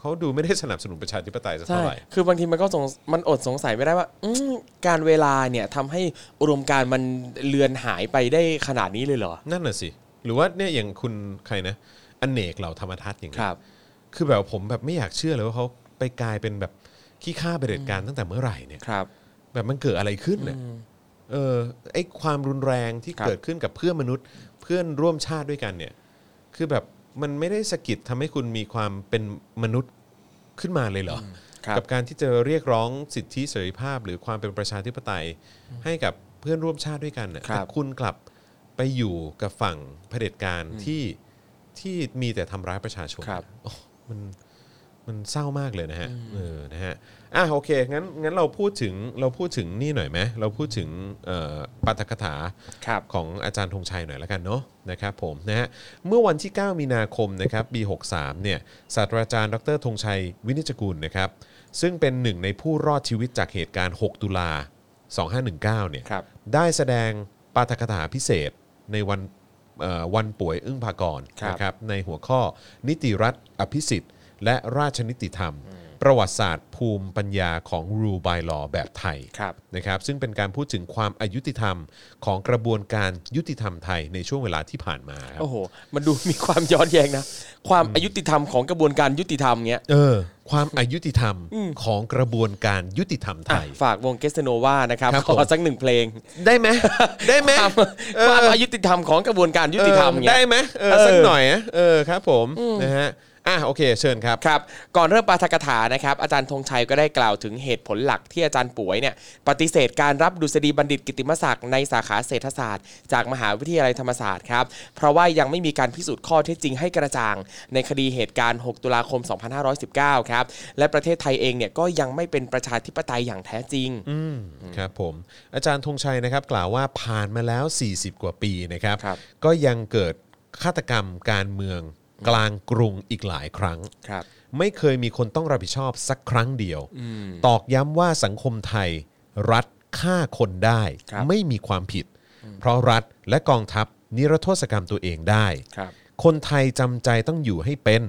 เขาดูไม่ได้สนับสนุนประชาธิปไตยสัก ใช่ เท่าไหร่ คือบางทีมันก็สงมันอดสงสัยไม่ได้ว่าอืมการเวลาเนี่ยทำให้อุดมการณ์มันเลือนหายไปได้ขนาดนี้เลยเหรอ นั่นน่ะสิ หรือว่าเนี่ยอย่างคุณใครนะอเนกเหล่าธรรมทัศน์อย่าง ค เงี้ย รับ คือแบบผมแบบไม่อยากเชื่อเลยว่าเขาไปกลายเป็นแบบขี้ข้าเผด็จการตั้งแต่เมื่อไหร่เนี่ย ครับ แบบมันเกิดอะไรขึ้นเนี่ยเออไอความรุนแรงที่ ครับ เกิดขึ้นกับเพื่อนมนุษย์ เพื่อนร่วมชาติด้วยกันเนี่ย คือแบบมันไม่ได้สะกิดทำให้คุณมีความเป็นมนุษย์ขึ้นมาเลยเหรอ ครับ กับการที่จะเรียกร้องสิทธิเสรีภาพ หรือความเป็นประชาธิปไตยให้กับเพื่อนร่วมชาติด้วยกันเนี่ย ครับ แต่คุณกลับไปอยู่กับฝั่งเผด็จการที่ที่มีแต่ทำร้ายประชาชน ครับ โอ้มัน มันเศร้ามากเลยนะฮะเออนะฮะอ่ะโอเคงั้นงั้นเราพูดถึงเราพูดถึงนี่หน่อยไหมเราพูดถึงเอ่อปาฐกถา ครับ ของอาจารย์ธงชัยหน่อยละกันเนาะนะครับผมนะฮะเมื่อวันที่ 9 มีนาคมนะครับปี 63เนี่ยศาสตราจารย์ดรธงชัยวินิจกุลนะครับซึ่งเป็นหนึ่งในผู้รอดชีวิตจากเหตุการณ์ 6 ตุลา 2519เนี่ย ครับ ได้แสดงปาฐกถาพิเศษในวันเอ่อวันป่วยอึ้งภากร ครับ นะครับในหัวข้อนิติรัฐอภิสิทธิ์ และราชนิติธรรม ประวัติศาสตร์ภูมิปัญญาของรูบายลอแบบไทย ครับ นะครับซึ่งเป็นการพูดถึงความอายุติธรรมของกระบวนการยุติธรรมไทยในช่วงเวลาที่ผ่านมาครับ โอ้โห มันดูมีความย้อนแย้งนะ ความอายุติธรรมของกระบวนการยุติธรรมเนี้ย เออความอายุติธรรมของกระบวนการยุติธรรมไท อ่ะ ย ฝากวงเกสโนวานะครับ ครับ ข ผม อสักหนึ่งเพลง ได้ไหมได้ไหม ความความอายุติธรรมของกระบวนการยุติธรรม เออ เนี้ ได้ ย ไหมเออ เออ สักหน่อยนะเออครับผมนะฮะอ่ะโอเคเชิญครับ ครับก่อนเริ่มปาฐกถานะครับอาจารย์ธงชัยก็ได้กล่าวถึงเหตุผลหลักที่อาจารย์ป่วยเนี่ยปฏิเสธการรับดุษฎีบัณฑิตกิติมศักดิ์ในสาขาเศรษฐศาสตร์ จากมหาวิทยาลัยธรรมศาสตร์ครับเพราะว่ายังไม่มีการพิสูจน์ข้อเท็จจริงให้กระจ่าง ในคดีเหตุการณ์ 6 ตุลาคม 2519 ครับและประเทศไทยเองเนี่ยก็ยังไม่เป็นประชาธิปไตยอย่างแท้จริง ครับผมอาจารย์ธงชัยนะครับกล่าวว่าผ่านมาแล้ว 40 กว่าปีนะครับ ครับ ก็ยังเกิดฆาตกรรมการเมืองกลางกรุงอีกหลายครั้ง ครับ ไม่เคยมีคนต้องรับผิดชอบสักครั้งเดียว ตอกย้ำว่าสังคมไทย รัฐฆ่าคนได้ ครับ ไม่มีความผิด เพราะรัฐและกองทัพนิรโทษกรรมตัวเองได้ ครับ คนไทยจำใจต้องอยู่ให้เป็น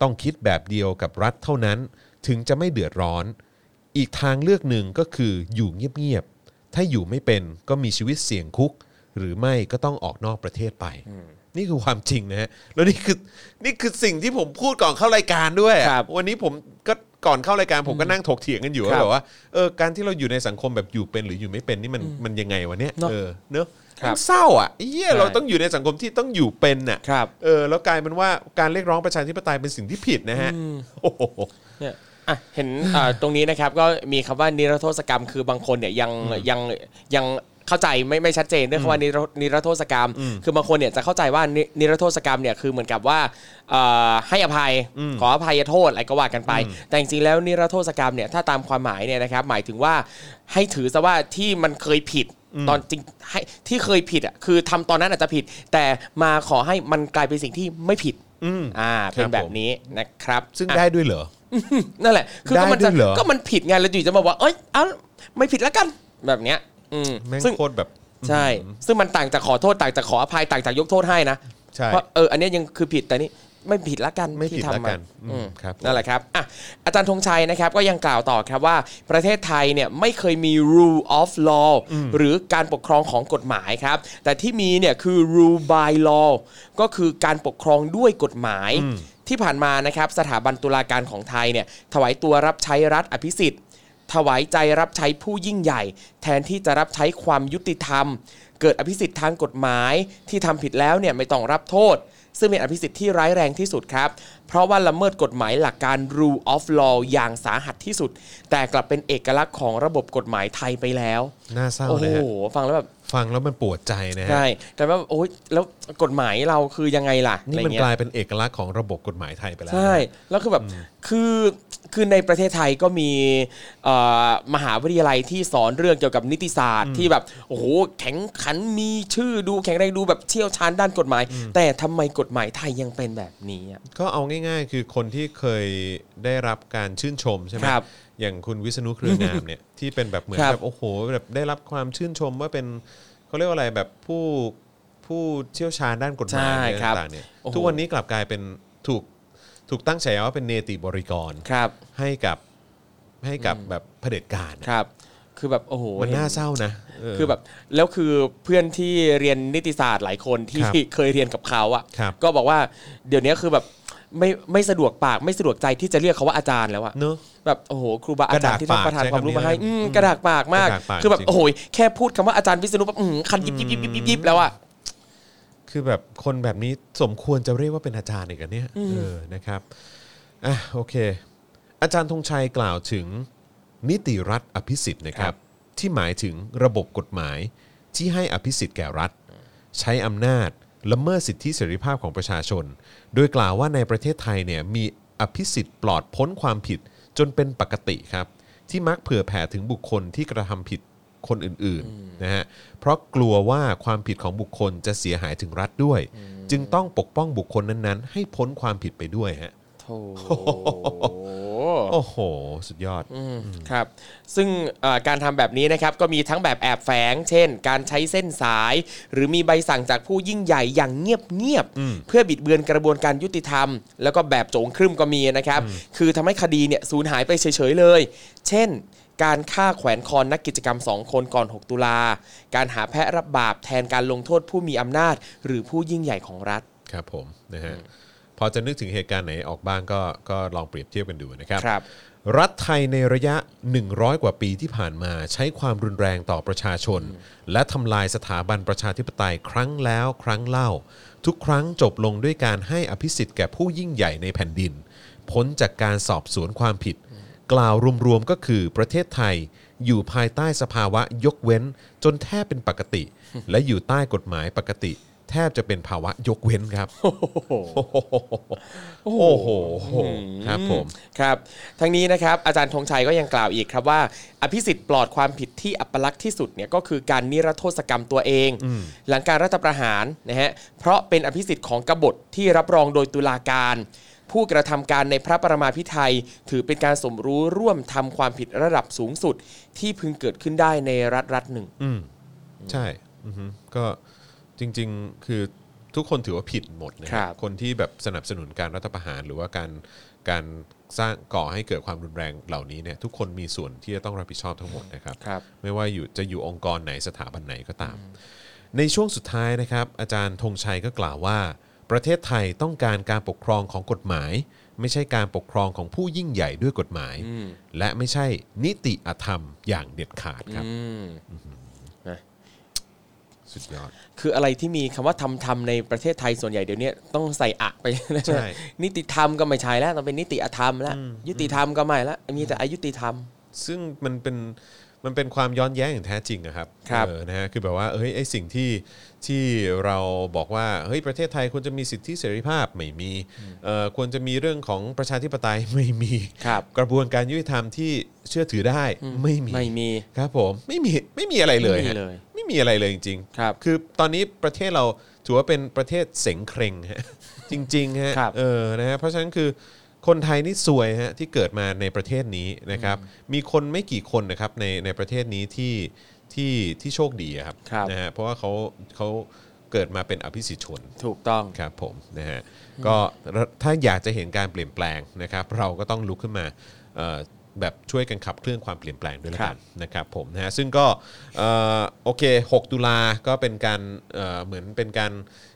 ต้องคิดแบบเดียวกับรัฐเท่านั้น ถึงจะไม่เดือดร้อน อีกทางเลือกหนึ่งก็คืออยู่เงียบๆ ถ้าอยู่ไม่เป็นก็มีชีวิตเสี่ยงคุก หรือไม่ก็ต้องออกนอกประเทศไป นี่คือความจริงนะฮะ แล้วนี่คือนี่คือสิ่งที่ผมพูดก่อนเข้ารายการด้วย ครับ วันนี้ผมก็ก่อนเข้ารายการผมก็นั่งถกเถียงกันอยู่ ครั ว่า บ แบบว่าเออการที่เราอยู่ในสังคมแบบอยู่เป็นหรืออยู่ไม่เป็นนี่มันมันยังไงวะเนี่ย เนอะ เออเนอะ ครับ มันเศร้าอ่ะเฮียเรา ใช่ ต้องอยู่ในสังคมที่ต้องอยู่เป็นน่ะ ครับ เออแล้วกลายเป็นว่าการเรียกร้องประชาธิปไตยเป็นสิ่งที่ผิดนะฮะโอ้โห เนี่ยอ่ะเห็นอ่าตรงนี้นะครับก็มีคำว่านิรโทษกรรมคือบางคนเนี่ยยังยังยังเข้าใจไม่ไม่ชัดเจนเรื่องคำว่านิรนิรโทษกรรม คือบางคนเนี่ยจะเข้าใจว่านินิรโทษกรรมเนี่ยคือเหมือนกับว่าเอ่อให้อภัยขออภัยโทษอะไรก็ว่ากันไป แต่จริงๆแล้วนิรโทษกรรมเนี่ยถ้าตามความหมายเนี่ยนะครับหมายถึงว่าให้ถือซะว่าที่มันเคยผิดตอนจริงให้ที่เคยผิดอ่ะคือทำตอนนั้นอาจจะผิด แต่มาขอให้มันกลายเป็นสิ่งที่ไม่ผิด อืม อ่าเป็ ครั น บ แบบ ผม นี้นะครับ ซึ่ง อ่ะ ได้ด้วยเหรอ นั่นแหละ คือก็มัน ได้ด้ จะ วยเหรอ ก็มันผิดไงแล้วจู่จะมาบอกเอ้ยเอ้าไม่ผิดแล้วกัน แบบเนี้ย อืม แม่ง ซึ่ง โคตรแบบ ใช่ ซึ่งมันต่างจากขอโทษต่างจากขออภัยต่างจากยกโทษให้นะ ใช่ เพราะเอออันเนี้ยยังคือผิดแต่นี่ไม่ผิดละกัน ไม่ผิด ที่ทำ ละกัน มาอืม อืมครับ นั่นแหละครับอ่ะอาจารย์ธงชัยนะครับก็ยังกล่าวต่อครับว่าประเทศไทยเนี่ยไม่เคยมี rule of law หรือการปกครองของกฎหมายครับ แต่ที่มีเนี่ยคือ rule by law ก็คือการปกครองด้วยกฎหมาย ที่ผ่านมานะครับสถาบันตุลาการของไทยเนี่ยถวายตัวรับใช้รัฐอภิสิทธิ์ ถวายใจรับใช้ผู้ยิ่งใหญ่ แทนที่จะรับใช้ความยุติธรรม เกิดอภิสิทธิ์ทางกฎหมาย ที่ทำผิดแล้วเนี่ยไม่ต้องรับโทษ ซึ่งเป็นอภิสิทธิ์ที่ร้ายแรงที่สุดครับ เพราะว่าละเมิดกฎหมายหลักการ rule of law อย่างสาหัสที่สุด แต่กลับเป็นเอกลักษณ์ของระบบกฎหมายไทยไปแล้ว น่าเศร้า โอ้โห นะฮะ ฟังแล้วแบบ ฟังแล้วมันปวดใจนะฮะ ใช่แต่ว่าโอ้ยแล้วกฎหมายเราคือยังไงล่ะ นี่ อะไร มัน เงี้ย กลายเป็นเอกลักษณ์ของระบบกฎหมายไทยไปแล้วนะ ใช่ แล้วคือแบบ คือ คือในประเทศไทยก็มีเอ่อมหาวิทยาลัยที่สอนเรื่องเกี่ยวกับนิติศาสตร์ที่แบบ โอ้โห แข็งขัน มีชื่อดูแข็งแรงดูแบบเชี่ยวชาญด้านกฎหมาย แต่ทำไมกฎหมายไทยยังเป็นแบบนี้อะ ก็เอาง่าย ๆ คือคนที่เคยได้รับการชื่นชมใช่ไหม ครับ อย่างคุณวิษณุเครืองามเนี่ย (laughs) ที่เป็นแบบเหมือน ครับ แบบโอ้โหแบบได้รับความชื่นชมว่าเป็นเขาเรียกว่าอะไรแบบผู้ผู้เชี่ยวชาญด้านกฎหมาย ใช่ อะไร ครับ ต่างๆเนี่ย โอ้โห ทุกวันนี้กลับกลายเป็นถูกถูกตั้งฉายาว่าเป็นเนติบริกร ครับ ให้กับให้กับแบบเผด็จการอะ ครับ คือแบบ โอ้โห มัน เห็ น่าเศร้านะเ คือแบบแล้วคือเพื่อนที่เรียนนิติศาสตร์หลายคนที่ ครับ เคยเรียนกับเขาอ่ะ ครับ ก็บอกว่าเดี๋ยวนี้คือแบบไม่ไม่สะดวกปากไม่สะดวกใจที่จะเรียกเขาว่าอาจารย์แล้วอะ เนอะ แบบโอ้โหครูบาอาจารย์ที่ท่านประทานความรู้มาให้ กระดากปากใช้คำนี้เลยกระดากปาอืมกระดากปากมากก คือแบบ จริง โอ้โหแค่พูดคำว่าอาจารย์วิษณุปั๊บอื้อหือคันยิบยิบยิบยิบยิบยิบแล้วอะ คือแบบคนแบบนี้สมควรจะเรียกว่าเป็นอาจารย์อีกเหรอเนี่ยเออนะครับอ่ะโอเค อาจารย์ธงชัยกล่าวถึงนิติรัฐอภิสิทธิ์นะครับ ที่หมายถึงระบบกฎหมายที่ให้อภิสิทธิ์แก่รัฐ ใช้อำนาจละเมิดสิทธิเสรีภาพของประชาชน โดยกล่าวว่าในประเทศไทยเนี่ยมี อภิสิทธิ์ปลอดพ้นความผิดจนเป็นปกติครับ ที่มักเผื่อแผ่ถึงบุคคลที่กระทำผิดคนอื่นๆนะฮะเพราะกลัวว่าความผิดของบุคคลจะเสียหายถึงรัฐด้วย จึงต้องปกป้องบุคคลนั้นๆ ให้พ้นความผิดไปด้วยฮะ โถ โอ้โห สุดยอด อืมครับ ซึ่งเอ่อการทำแบบนี้นะครับก็มีทั้งแบบแอบแฝง เช่น การใช้เส้นสาย หรือมีใบสั่งจากผู้ยิ่งใหญ่อย่างเงียบ อืม ๆเพื่อบิดเบือนกระบวนการยุติธรรม แล้วก็แบบโจงครึ่มก็มีนะครับ คือทำให้คดีเนี่ยสูญหายไปเฉยๆเลย เช่น การฆ่าแขวนคอนักกิจกรรม 2 คนก่อน 6 ตุลา การหาแพะรับบาปแทนการลงโทษผู้มีอำนาจ หรือผู้ยิ่งใหญ่ของรัฐ ครับผมนะฮะพอจะนึกถึงเหตุการณ์ไหนออกบ้างก็ก็ลองเปรียบเทียบกันดูนะครับ ครับ รัฐไทยในระยะ 100 กว่าปีที่ผ่านมาใช้ความรุนแรงต่อประชาชน และทำลายสถาบันประชาธิปไตยครั้งแล้วครั้งเล่า ทุกครั้งจบลงด้วยการให้อภิสิทธิ์แก่ผู้ยิ่งใหญ่ในแผ่นดิน พ้นจากการสอบสวนความผิด กล่าวรวมๆก็คือประเทศไทย อยู่ภายใต้สภาวะยกเว้น จนแทบเป็นปกติ และอยู่ใต้กฎหมายปกติ แทบจะเป็นภาวะยกเว้นครับ โอ้โหครับผม ครับทั้งนี้นะครับอาจารย์ธงชัยก็ยังกล่าวอีกครับว่า อภิสิทธิ์ปลอดความผิดที่อัปลักษณ์ที่สุดเนี่ยก็คือการนิรโทษกรรมตัวเอง หลังการรัฐประหารนะฮะเพราะเป็นอภิสิทธิ์ของกบฏที่รับรองโดยตุลาการ ผู้กระทำการในพระประมาพิไทย ถือเป็นการสมรู้ร่วมทำความผิดระดับสูงสุด ที่พึงเกิดขึ้นได้ในรัฐรัฐหนึ่ง อืมใช่อือฮึก็จริงๆคือทุกคนถือว่าผิดหมดนะค ครั รับบ คนที่แบบสนับสนุนการรัฐประหาร หรือว่าการการสร้างก่อให้เกิดความรุนแรงเหล่านี้เนี่ยทุกคนมีส่วนที่จะต้องรับผิดชอบทั้งหมดนะครับ ครับ ไม่ว่าอยู่จะอยู่องค์กรไหนสถาบันไหนก็ตาม ในช่วงสุดท้ายนะครับ อาจารย์ธงชัยก็กล่าวว่า ประเทศไทยต้องการการปกครองของกฎหมาย ไม่ใช่การปกครองของผู้ยิ่งใหญ่ด้วยกฎหมาย และไม่ใช่นิติอธรรมอย่างเด็ดขาดครับ อืม สุดยอด คืออะไรที่มีคำว่าทำทำในประเทศไทยส่วนใหญ่เดี๋ยวนี้ต้องใส่อะไปนะ ใช่ (laughs) นิติธรรมก็ไม่ใช่แล้วต้องเป็นนิติอธรรมแล้วยุติธรรมก็ไม่แล้วมีแต่อายุติธรรม ซึ่งมันเป็นมันเป็นความย้อนแย้งอย่างแท้จริงอะครับ ครับ เออนะฮะคือแบบว่าเอ้ยไอสิ่งที่ที่เราบอกว่าเฮ้ยประเทศไทยควรจะมีสิทธิเสรีภาพไม่มีเอ่อควรจะมีเรื่องของประชาธิปไตย (laughs) ไม่มี ครับ กระบวนการยุติธรรมที่เชื่อถือได้ไม่มี ไม่มี ครับผมไม่มีไม่มีอะไรเลย ไม่มี ฮะ เลย ไม่มีอะไรเลยจริงๆ ครับ คือตอนนี้ประเทศเราถือว่าเป็นประเทศเสงเคร่งฮะ (laughs) จริงๆฮะ ครับ เออ นะฮะ เพราะฉะนั้นคือคนไทยนี่ซวยฮะที่เกิดมาในประเทศนี้นะครับ มีคนไม่กี่คนนะครับในในประเทศนี้ที่ที่ที่โชคดีอะครับ ครับ นะฮะ เพราะว่าเขาเขาเกิดมาเป็นอภิสิทธิชน ถูกต้อง ครับผมนะฮะก็ถ้าอยากจะเห็นการเปลี่ยนแปลงนะครับ เราก็ต้องลุกขึ้นมาเอ่อแบบช่วยกันขับเคลื่อนความเปลี่ยนแปลงด้วยละกันนะครับผมนะฮะซึ่งก็เอ่อโอเค 6 ตุลาก็เป็นการเอ่อเหมือนเป็นการ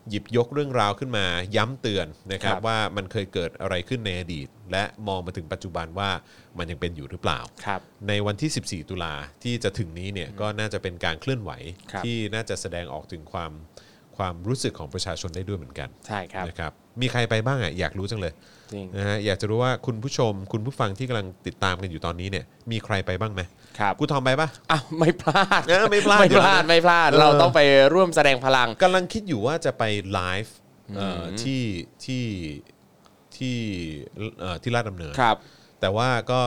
หยิบยกเรื่องราวขึ้นมาย้ำเตือนนะครับ ครับ ว่ามันเคยเกิดอะไรขึ้นในอดีต และมองมาถึงปัจจุบันว่ามันยังเป็นอยู่หรือเปล่า ครับ ในวันที่ 14 ตุลาที่จะถึงนี้เนี่ยก็น่าจะเป็นการเคลื่อนไหว ครับ ที่น่าจะแสดงออกถึงความความรู้สึกของประชาชนได้ด้วยเหมือนกัน ใช่ครับ นะครับมีใครไปบ้างอ่ะอยากรู้จังเลย จริง นะฮะอยากจะรู้ว่าคุณผู้ชม คุณผู้ฟังที่กำลังติดตามกันอยู่ตอนนี้เนี่ยมีใครไปบ้างไหม ครับ กูทอมไปปะ อ้าวไม่พลาด เออไม่พลาด ไม่ เดี๋ยว พลาด นะ ไม่พลาด เออ เราต้องไปร่วมแสดงพลัง กำลังคิดอยู่ว่าจะไปไลฟ์เอ่ออที่ที่ที่เอ่อที่ลาดดำเนิน ครับ แต่ว่าก็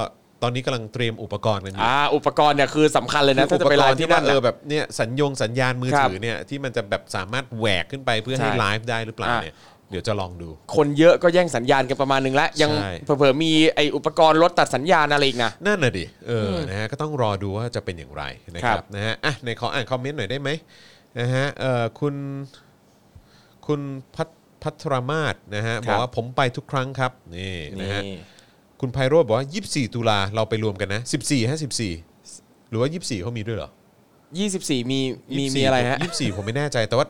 ตอนนี้กำลังเตรียมอุปกรณ์กันอยู่ อ่าอุปกรณ์เนี่ยคือสำคัญเลยนะ อุ ถ้าจะ ป ไป ก ไล ร ฟ์ ณ์ที่ ที่ ว่า นั่น เออ น่ะ แบบเนี่ยสัญญงสัญญาณมือ ครับ ถือเนี่ยที่มันจะแบบสามารถแหวกขึ้นไปเพื่อ ใช่ ให้ไลฟ์ได้หรือเปล่า อ่ะ เนี่ยเดี๋ยวจะลองดู คนเยอะก็แย่งสัญญาณกันประมาณหนึงแล้ว ยัง ใช่ เผลอๆมีไออุปกรณ์ลดตัดสัญญาณอะไรอีกนะ นั่นน่ะดิ เออ นะฮะ ก็ต้องรอดูว่าจะเป็นอย่างไรนะค ครั รับบ นะฮะ อ่ะในขออ่านคอมเมนต์หน่อยได้ไหมนะฮะ เอ่อ คุณ คุณพัทพัทรมาศนะฮะ บอกว่าผมไปทุกครั้งครับ นี่นะฮะ นี่ คุณไพโรธบอกว่า 24 ตุลาเราไปรวมกันนะ 14ฮะ14 หรือว่า 24เขามีด้วยเหรอ 24 มีมี 24 มีอะไรฮะ ผม24 ผมไม่แน่ใจ แต่ว่า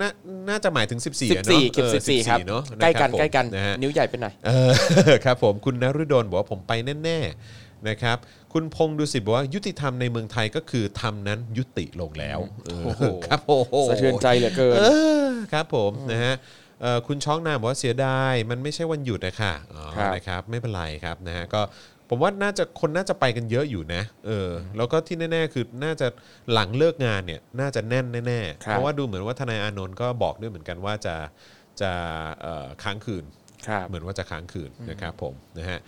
น่าน่าจะหมายถึง 14อะเนอะ 14เก็บ เออ 14 ครับ เนอะะ ใกล้กัน ครับผม ใกล้กัน นะฮะ นิ้วใหญ่ไปหน่อย เออ (laughs) ครับผมคุณนฤดลบอกว่าผมไปแน่ๆนะครับ คุณพงษ์ดูสิตบอกว่ายุติธรรมในเมืองไทยก็คือธรรมนั้นยุติลงแล้วเออ โอ้โห ครับโอ้โห สะเทือนใจเหลือเกิน เออครับผมนะฮะเอ่อคุณช้องนามบอกว่าเสียดายมันไม่ใช่วันหยุดนะค่ะอ๋อ ครับ นะครับไม่เป็นไรครับนะฮะก็ผมว่าน่าจะคนน่าจะไปกันเยอะอยู่นะเออแล้วก็ที่แน่ ๆ คือน่าจะหลังเลิกงานเนี่ยน่าจะแน่นแน่ๆ คเพรับราะว่าดูเหมือนว่าทนายอานนท์ก็บอกด้วยเหมือนกันว่าจะจะเอ่อค้างคืน ครับ เหมือนว่าจะค้างคืนนะครับผมนะฮะ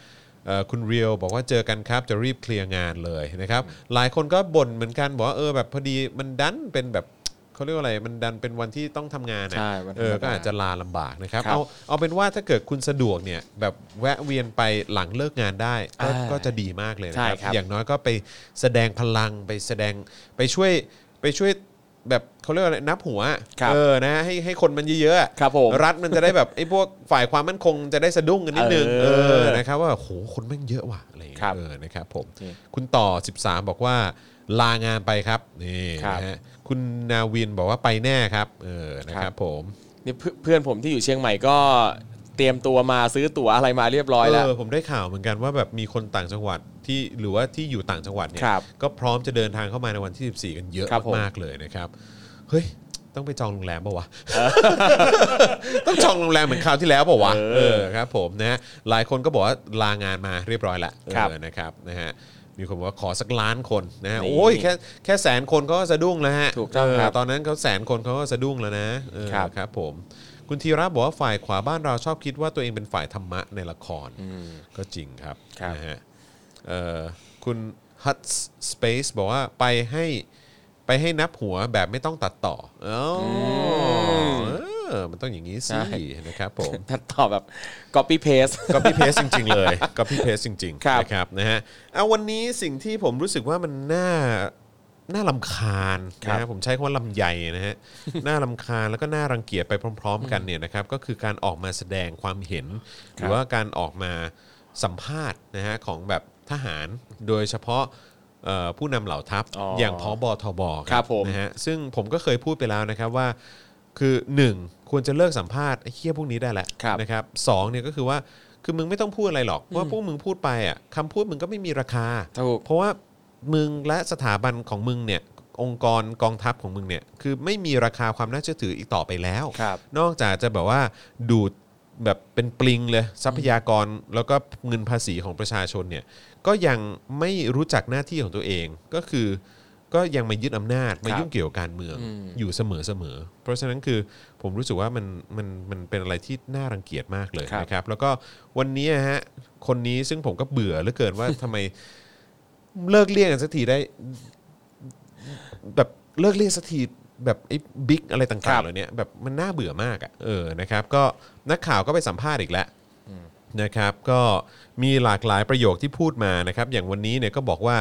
เอ่อคุณเรียวบอกว่าเจอกันครับจะรีบเคลียร์งานเลยนะครับ หลายคนก็บ่นเหมือนกันบอกว่าเออแบบพอดีมันดันเป็นแบบเขาเรียกว่าอะไรมันดันเป็นวันที่ต้องทำงานอะ ใช่วันธรรมดา เออก็อาจจะลาลำบากนะครับ ครับ เอาเอาเป็นว่าถ้าเกิดคุณสะดวกเนี่ยแบบแวะเวียนไปหลังเลิกงานได้ก็ อ่า ก็จะดีมากเลยนะครั ใช่ครับ อย่างน้อยก็ไปแสดงพลังไปแสดงไปช่วยไปช่วยแบบเขาเรียกว่าอะไรนับหัวอะ ครับ เออนะให้ให้คนมันเยอะๆอะ ครับผม รัฐมันจะได้แบบไอ้พวกฝ่ายความมั่นคงจะได้สะดุ้งกันนิดนึง เอ เอ อ อนะครับว่าโหคนแม่งเยอะว่ะอะไรอย่างเงี้ ครั ย บ เออนะครับผม จริง คุณต่อ 13 บอกว่าลางานไปครับนี่ ครับ นะฮะคุณนาวินบอกว่าไปแน่ครับเออนะค ครั รับบ ผม นี่เพื่อนเพื่อนผมที่อยู่เชียงใหม่ก็เตรียมตัวมาซื้อตั๋วอะไรมาเรียบร้อยแล้ว เออผมได้ข่าวเหมือนกันว่าแบบมีคนต่างจังหวัดที่หรือว่าที่อยู่ต่างจังหวัดเนี่ย ครับ ก็พร้อมจะเดินทางเข้ามาในวันที่ 14 กันเยอะ ครับผม มากๆเลยนะครับเฮ้ยต้องไปจองโรงแรมปะ (laughs) วะ ต้องจองโรงแรมเหมือนคราวที่แล้วเปล่าวะเออครับผมนะฮะหลายคนก็บอกว่าลางานมาเรียบร้อยละ ครับ เออนะครับนะฮะมีคนบอกว่าขอสักล้านคนนะฮะ นี่ โอ้ยแค่แค่แสนคนเขาก็สะดุ้งแล้วฮะ ถูกต้องครับ เตอนนั้นเขาแสนคนเขาก็สะดุ้งแล้วนะเออ ครับ ครับผมคุณธีระบอกว่าฝ่ายขวาบ้านเราชอบคิดว่าตัวเองเป็นฝ่ายธรรมะในละคร ก็จริงครับ ครับ นะฮะเอ่อคุณฮัตสเปซบอกว่าไปให้ไปให้นับหัวแบบไม่ต้องตัดต่ออาวเออมันต้องอย่างนี้สินะครับผม ตัดต่อแบบ copy paste ก็พี่เพสจริง ๆ เลยก็พี่เพสจริง ครับ ๆนะครับนะฮะเอาวันนี้สิ่งที่ผมรู้สึกว่ามันน่าน่าลำคาญ ครับ นะฮะผมใช้คำว่าลำใหญ่นะฮะ น่าลำคาญแล้วก็น่ารังเกียจไปพร้อม ๆ กันเนี่ยนะครับก็คือการออกมาแสดงความเห็น หรือว่าการออกมาสัมภาษณ์นะฮะของแบบทหารโดยเฉพาะเอ่อผู้นำเหล่าทัพ อ๋อ อย่างพบทบ ครับผม นะฮะซึ่งผมก็เคยพูดไปแล้วนะครับว่า คือ 1 ควรจะเลิกสัมภาษณ์ไอ้เคี้ยพวกนี้ได้แล้ว ครับ นะครับสองเนี่ยก็คือว่าคือมึงไม่ต้องพูดอะไรหรอกว่าพวกมึงพูดไปอ่ะคำพูดมึงก็ไม่มีราคา ถูก เพราะว่ามึงและสถาบันของมึงเนี่ยองค์กรกองทัพของมึงเนี่ยคือไม่มีราคาความน่าเชื่อถืออีกต่อไปแล้ว ครับ นอกจากจะแบบว่าดูดแบบเป็นปลิงเลยทรัพยากรแล้วก็เงินภาษีของประชาชนเนี่ยก็ยังไม่รู้จักหน้าที่ของตัวเองก็คือ ก็ยังมายึดอำนาจมา ครับ ยุ่งเกี่ยวกับการเมือง อืม อยู่เสมอเสมอเพราะฉะนั้นคือผมรู้สึกว่ามันมันมันเป็นอะไรที่น่ารังเกียจมากเลยนะครับ แล้วก็วันนี้ฮะคนนี้ซึ่งผมก็เบื่อเหลือเกินว่าทำไม (laughs) เลิกเรียกกันสักทีได้ แบบเลิกเรียกสักทีแบบไอ้บิ๊กอะไร ครั ต่างๆ บ เหล่านี้แบบมันน่าเบื่อมากอะ่ะเออนะครับ ก็นักข่าวก็ไปสัมภาษณ์อีกแล้วนะครับ ก็มีหลากหลายประโยคที่พูดมานะครับ อย่างวันนี้เนี่ยก็บอกว่า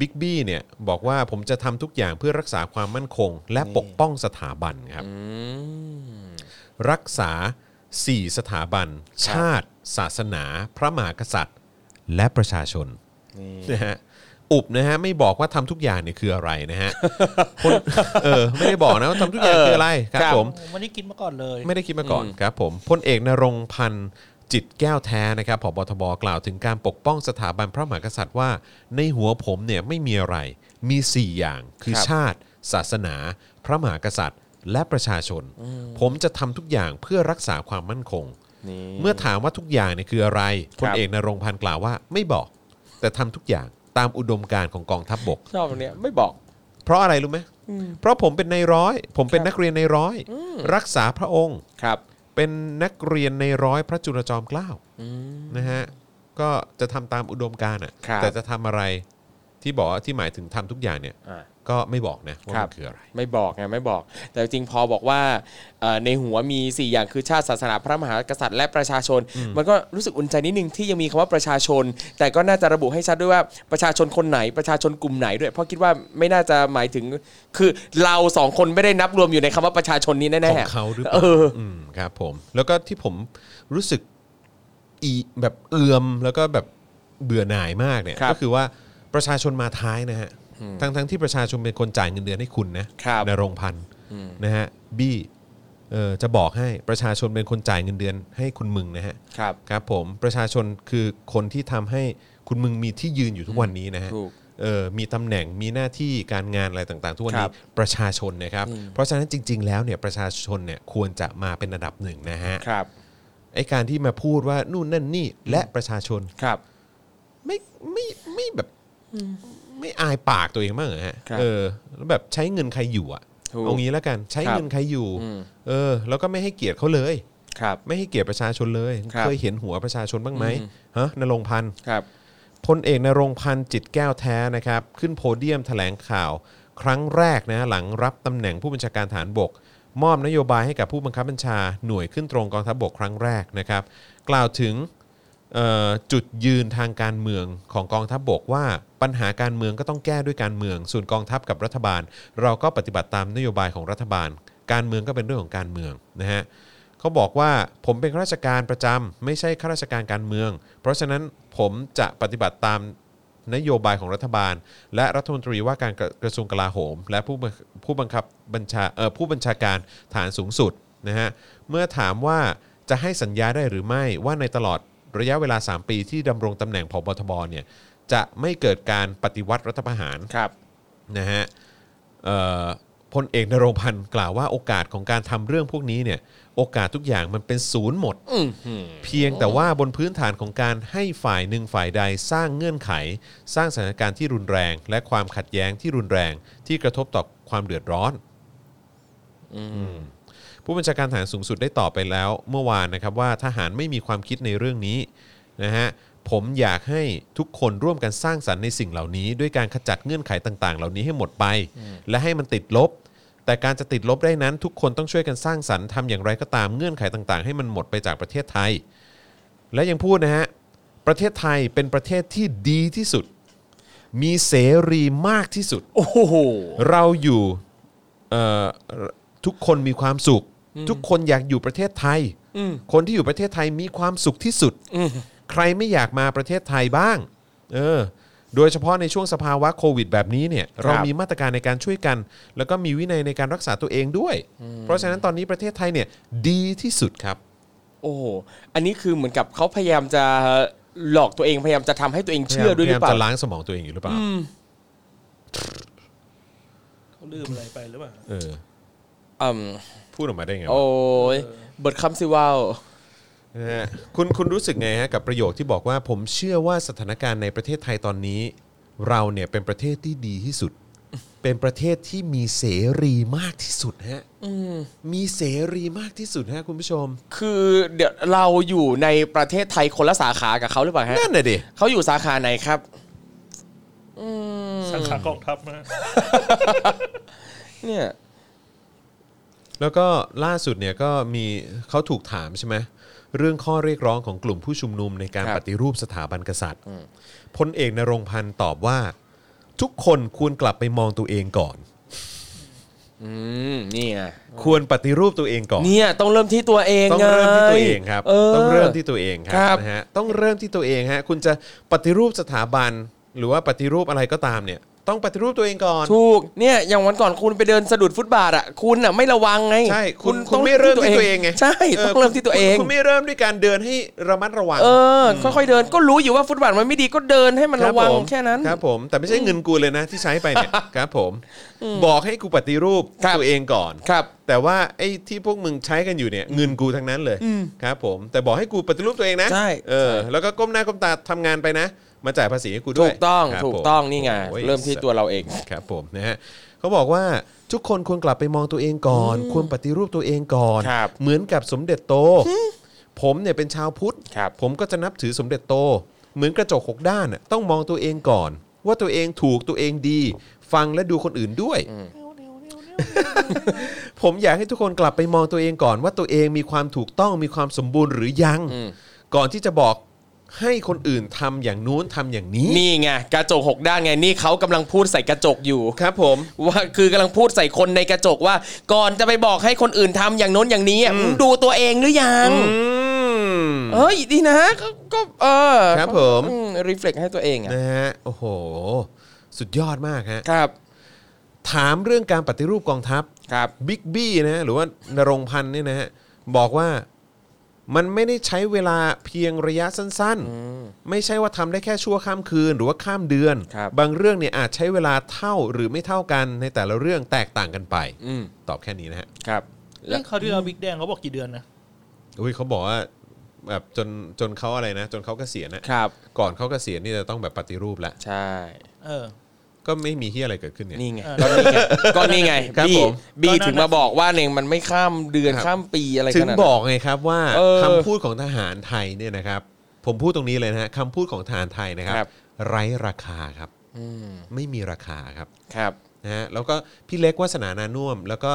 บิ๊กบี้เนี่ยบอกว่าผมจะทำทุกอย่างเพื่อรักษาความมั่นคง และปกป้องสถาบันครับ รักษา 4 สถาบัน ชาติ ศาสนา พระมหากษัตริย์ และประชาชนนะฮะอุบนะฮะไม่บอกว่าทำทุกอย่างเนี่ยคืออะไรนะฮะ (laughs) คนเออไม่ได้บอกนะว่าทำทุกอย่างคืออะไรครับ ครับ ผม ผมไม่ได้กินมาก่อนเลย ไม่ได้คิดมาก่อนครับผมพลเอกนรงค์พันธ์จิตรแก้วแท้นะครับผบทบกล่าวถึงการปกป้องสถาบันพระมหากษัตริย์ว่า ในหัวผมเนี่ยไม่มีอะไร มี 4 อย่างคือ ครับ ชาติ ศาสนา พระมหากษัตริย์ และประชาชน ผมจะทำทุกอย่างเพื่อรักษาความมั่นคง นี่ เมื่อถามว่าทุกอย่างเนี่ยคืออะไรพ ครั ล บ เอกนรงค์พันธ์กล่าวว่าไม่บอก แต่ทำทุกอย่างตามอุดมการณ์ของกองทัพบก ชอบตรงเนี้ยไม่บอก เพราะอะไรรู้ไหมเพราะผมเป็นในายร้อย ผมเป็นนักเรียนในายร้อย รักษาพระองค์ ครับ เป็นนักเรียนในร้อยพระจุลจอมเกล้านะฮะก็จะทำตามอุดมการณ์อ่ะ ครับ แต่จะทำอะไรที่บอกว่าที่หมายถึงทำทุกอย่างเนี่ย อ่า ก็ไม่บอกนะว่า ครั มั บ นคืออะไร ไม่บอกไงไม่บอก แต่จริงพอบอกว่าเอ่อในหัวมี 4 อย่างคือชาติศาสนาพระมหากษัตริย์และประชาชน มันก็รู้สึกอุ่นใจนิดนึงที่ยังมีคำว่าประชาชน แต่ก็น่าจะระบุให้ชัดด้วยว่าประชาชนคนไหนประชาชนกลุ่มไหนด้วย เพราะคิดว่าไม่น่าจะหมายถึง คือเราสองคนไม่ได้นับรวมอยู่ในคำว่าประชาชนนี้แน่ๆ ของเขาหรือเปล่ามครับผม แล้วก็ที่ผมรู้สึกอีแบบเอือมแล้วก็แบบเบื่อหน่ายมากเนี่ย ครับ ก็คือว่าประชาชนมาท้ายนะฮะทั้งทั้งที่ประชาชนเป็นคนจ่ายเงินเดือนให้คุณนะครับ นรงค์พันธ์นะฮะบี้เออจะบอกให้ประชาชนเป็นคนจ่ายเงินเดือนให้คุณมึงนะฮะ ครับ ครับผมประชาชนคือคนที่ทำให้คุณมึงมีที่ยืนอยู่ทุกวันนี้นะฮะ ถูก เออมีตำแหน่งมีหน้าที่การงานอะไรต่างๆทุกวัน ค นี้ รับ ประชาชนนะครับ เพราะฉะนั้นจริง ๆ แล้วเนี่ยประชาชนเนี่ยควรจะมาเป็นระดับหนึ่งนะฮะ ครับ ไอการที่มาพูดว่านู่นนั่นนี่และประชาชน ครับ ไม่ไม่ไม่แบบไม่อายปากตัวเองบ้างเหรอฮะ ครับ เออแล้วแบบใช้เงินใครอยู่อะ ถูก เอางี้แล้วกันใช้ ครับ เงินใครอยู่ อืม เออแล้วก็ไม่ให้เกียรติเขาเลย ครับ ไม่ให้เกียรติประชาชนเลย ครับ เคยเห็นหัวประชาชนบ้างไหมฮะนรงค์พันธ์ ครับ พลเอกนรงค์พันธ์จิตรแก้วแท้นะครับ ขึ้นโพเดียมแถลงข่าว ครั้งแรกนะหลังรับตำแหน่งผู้บัญชาการฐานบก มอบนโยบายให้กับผู้บังคับบัญชาหน่วยขึ้นตรงกองทัพบกครั้งแรกนะครับ กล่าวถึงเอ่อจุดยืนทางการเมืองของกองทัพบกว่าปัญหาการเมืองก็ต้องแก้ด้วยการเมือง ส่วนกองทัพกับรัฐบาล เราก็ปฏิบัติตามนโยบายของรัฐบาล การเมืองก็เป็นเรื่องของการเมืองนะฮะ เขาบอกว่าผมเป็นข้าราชการประจำไม่ใช่ข้าราชการการเมือง เพราะฉะนั้นผมจะปฏิบัติตามนโยบายของรัฐบาล และรัฐมนตรีว่าการกระกระทรวงกลาโหม และผู้บังผู้บังคับบัญชาเอ่อผู้บัญชาการฐานสูงสุดนะฮะเมื่อถามว่าจะให้สัญญาได้หรือไม่ว่าในตลอดระยะเวลา 3 ปีที่ดำรงตำแหน่งผบทบเนี่ยจะไม่เกิดการปฏิวัติรัฐประหาร ครับ นะฮะเอ่อพลเอกนรงค์พันธ์กล่าวว่าโอกาสของการทำเรื่องพวกนี้เนี่ยโอกาสทุกอย่างมันเป็นศูนย์หมด เพียงแต่ว่าบนพื้นฐานของการให้ฝ่ายหนึ่งฝ่ายใดสร้างเงื่อนไข สร้างสถานการณ์ที่รุนแรง และความขัดแย้งที่รุนแรงที่กระทบต่อความเดือดร้อน ผู้บัญชาการทหารสูงสุดได้ตอบไปแล้ว เมื่อวานนะครับว่าทหารไม่มีความคิดในเรื่องนี้นะฮะผมอยากให้ทุกคนร่วมกันสร้างสรรค์ในสิ่งเหล่านี้ ด้วยการขจัดเงื่อนไขต่างๆ เหล่านี้ให้หมดไป และให้มันติดลบ แต่การจะติดลบได้นั้น ทุกคนต้องช่วยกันสร้างสรรค์ทำอย่างไรก็ตามเงื่อนไขต่างๆ ให้มันหมดไปจากประเทศไทย และยังพูดนะฮะประเทศไทยเป็นประเทศที่ดีที่สุด มีเสรีมากที่สุด โอ้โห เราอยู่เอ่อทุกคนมีความสุข ทุกคนอยากอยู่ประเทศไทย คนที่อยู่ประเทศไทยมีความสุขที่สุด ใครไม่อยากมาประเทศไทยบ้างเออโดยเฉพาะในช่วงสภาวะโควิดแบบนี้เนี่ยเรามีมาตรการในการช่วยกัน แล้วก็มีวินัยในการรักษาตัวเองด้วย เพราะฉะนั้นตอนนี้ประเทศไทยเนี่ยดีที่สุดครับ โอ้โห อันนี้คือเหมือนกับเขาพยายามจะหลอกตัวเองพยายามจะทำให้ตัวเองเชื่อด้วยหรือเป พยายล่ามจะล้างสมองตัวเองอยู่หรือเปล่า เขาลืมอะไรไปหรือเปล่า เออ อืม พูดออกมาได้ไงวะ โอ้ยเบิร์ดคัมซิว่าว นะฮะคุณคุณรู้สึกไงฮะกับประโยคที่บอกว่าผมเชื่อว่าสถานการณ์ในประเทศไทยตอนนี้ เราเนี่ยเป็นประเทศที่ดีที่สุด เป็นประเทศที่มีเสรีมากที่สุดฮะมีเสรีมากที่สุดฮะคุณผู้ชม คือเดี๋ยวเราอยู่ในประเทศไทยคนละสาขากับเขาหรือเปล่าฮะ นั่นน่ะดิ เขาอยู่สาขาไหนครับ สังขากองทัพนะ เนี่ย แล้วก็ล่าสุดเนี่ยก็มีเขาถูกถามใช่ไหมเรื่องข้อเรียกร้องของกลุ่มผู้ชุมนุมในการ ครับ ปฏิรูปสถาบันกษัตริย์พลเอกนรงค์พันธ์ตอบว่า ทุกคนควรกลับไปมองตัวเองก่อน อืมเนี่ย ควรปฏิรูปตัวเองก่อน เนี่ยต้องเริ่มที่ตัวเอง ต้องเริ่มที่ตัวเองครับ ไ ต้องเริ่มที่ตัวเองค ครั รับบ นะฮะต้องเริ่มที่ตัวเองฮะคุณจะปฏิรูปสถาบัน หรือว่าปฏิรูปอะไรก็ตามเนี่ย ต้องปฏิรูปตัวเองก่อน ถูกเนี่ยอย่างวันก่อนคุณไปเดินสะดุดฟุตบาทอ่ะคุณอ่ะไม่ระวังไง ใช่คุณคุณไม่เริ่มที่ตัวเองไง ใช่ต้องเริ่มที่ตัวเอง คุณคุณไม่เริ่มด้วยการเดินให้ระมัดระวัง เออ ค่อยๆเดินก็รู้อยู่ว่าฟุตบาทมันไม่ดีก็เดินให้มัน รับ ระวัง ผม แค่นั้น ครับผมแต่ไม่ใช่เงินกูเลยนะที่ใช้ไปเนี่ย ครับผม บอกให้กูปฏิรูป ครับ ตัวเองก่อน ครับ แต่ว่าไอ้ที่พวกมึงใช้กันอยู่เนี่ยเงินกูทั้งนั้นเลยครับผม แต่บอกให้กูปฏิรูปตัวเองนะ ใช่ เออ แล้วก็ก้มหน้าก้มตาทำงานไปนะ มาจ่ายภาษีให้กูด้ ถู วย กต้อง ครับ ถูก ผม ต้องนี่ไง โอ้ย เริ่มที่ตัวเราเอง ครับผมนะฮะเขาบอกว่าทุกคนควรกลับไปมองตัวเองก่อน ควรปฏิรูปตัวเองก่อน ครับ เหมือนกับสมเด็จโต ผมเนี่ยเป็นชาวพุทธ ครับ ผมก็จะนับถือสมเด็จโต เหมือนกระจกหกด้านน่ะต้องมองตัวเองก่อน ว่าตัวเองถูกตัวเองดี ฟังและดูคนอื่นด้วย ผมอยากให้ทุกคนกลับไปมองตัวเองก่อนว่าตัวเองมีความถูกต้องมีความสมบูรณ์หรือยัง ก่อนที่จะบอกให้คนอื่นทำอย่างนู้นทำอย่างนี้ นี่ไงกระจกหกด้านไงนี่เขากำลังพูดใส่กระจกอยู่ ครับผม ว่าคือกำลังพูดใส่คนในกระจกว่า ก่อนจะไปบอกให้คนอื่นทำอย่างโน้นอย่างนี้อ่ะมึงดูตัวเองหรือยัง อืม เอ้ยดีนะก็ก็เออ ครับผม รีเฟล็กให้ตัวเองอ่ะ นะฮะโอ้โห สุดยอดมากฮะ ครับ ถามเรื่องการปฏิรูปกองทัพ ครับ บิ๊กบี้นะฮะหรือว่านรงค์พันธ์เนี่ยนะฮะบอกว่ามันไม่ได้ใช้เวลาเพียงระยะสั้นๆ ไม่ใช่ว่าทำได้แค่ชั่วข้ามคืน หรือว่าข้ามเดือน ครับ บางเรื่องเนี่ยอาจใช้เวลาเท่าหรือไม่เท่ากันในแต่ละเรื่องแตกต่างกันไป อืม ตอบแค่นี้นะฮะ ครับแล้ว เรื่องเขาวที่เราบิ๊กแดงเขาบอกกี่เดือนนะ อุ้ยเขาบอกว่าแบบจนจนเขาอะไรนะ จนเขาเกษียณนะครับ ก่อนเขาเกษียณนี่จะต้องแบบปฏิรูปละ ใช่ เออ ก็ไม่มีที่อะไรเกิดขึ้นเนี่ย นี่ไงก็นี่ไงก็นี่ไง ครับ บี ผม บีถึงมาบอกว่าเนี่ยมันไม่ข้ามเดือน ครับ ข้ามปีอะไร ถึ ข ง นาด บอกไงครับว่า เออ คำพูดของทหารไทยเนี่ยนะครับ ผมพูดตรงนี้เลยนะฮะคำพูดของทหารไทยนะครับ ครับ ไร้ราคาครับ อืม ไม่มีราคาครับ ครับ นะฮะแล้วก็พี่เล็กวาสนานานุ่วม แล้วก็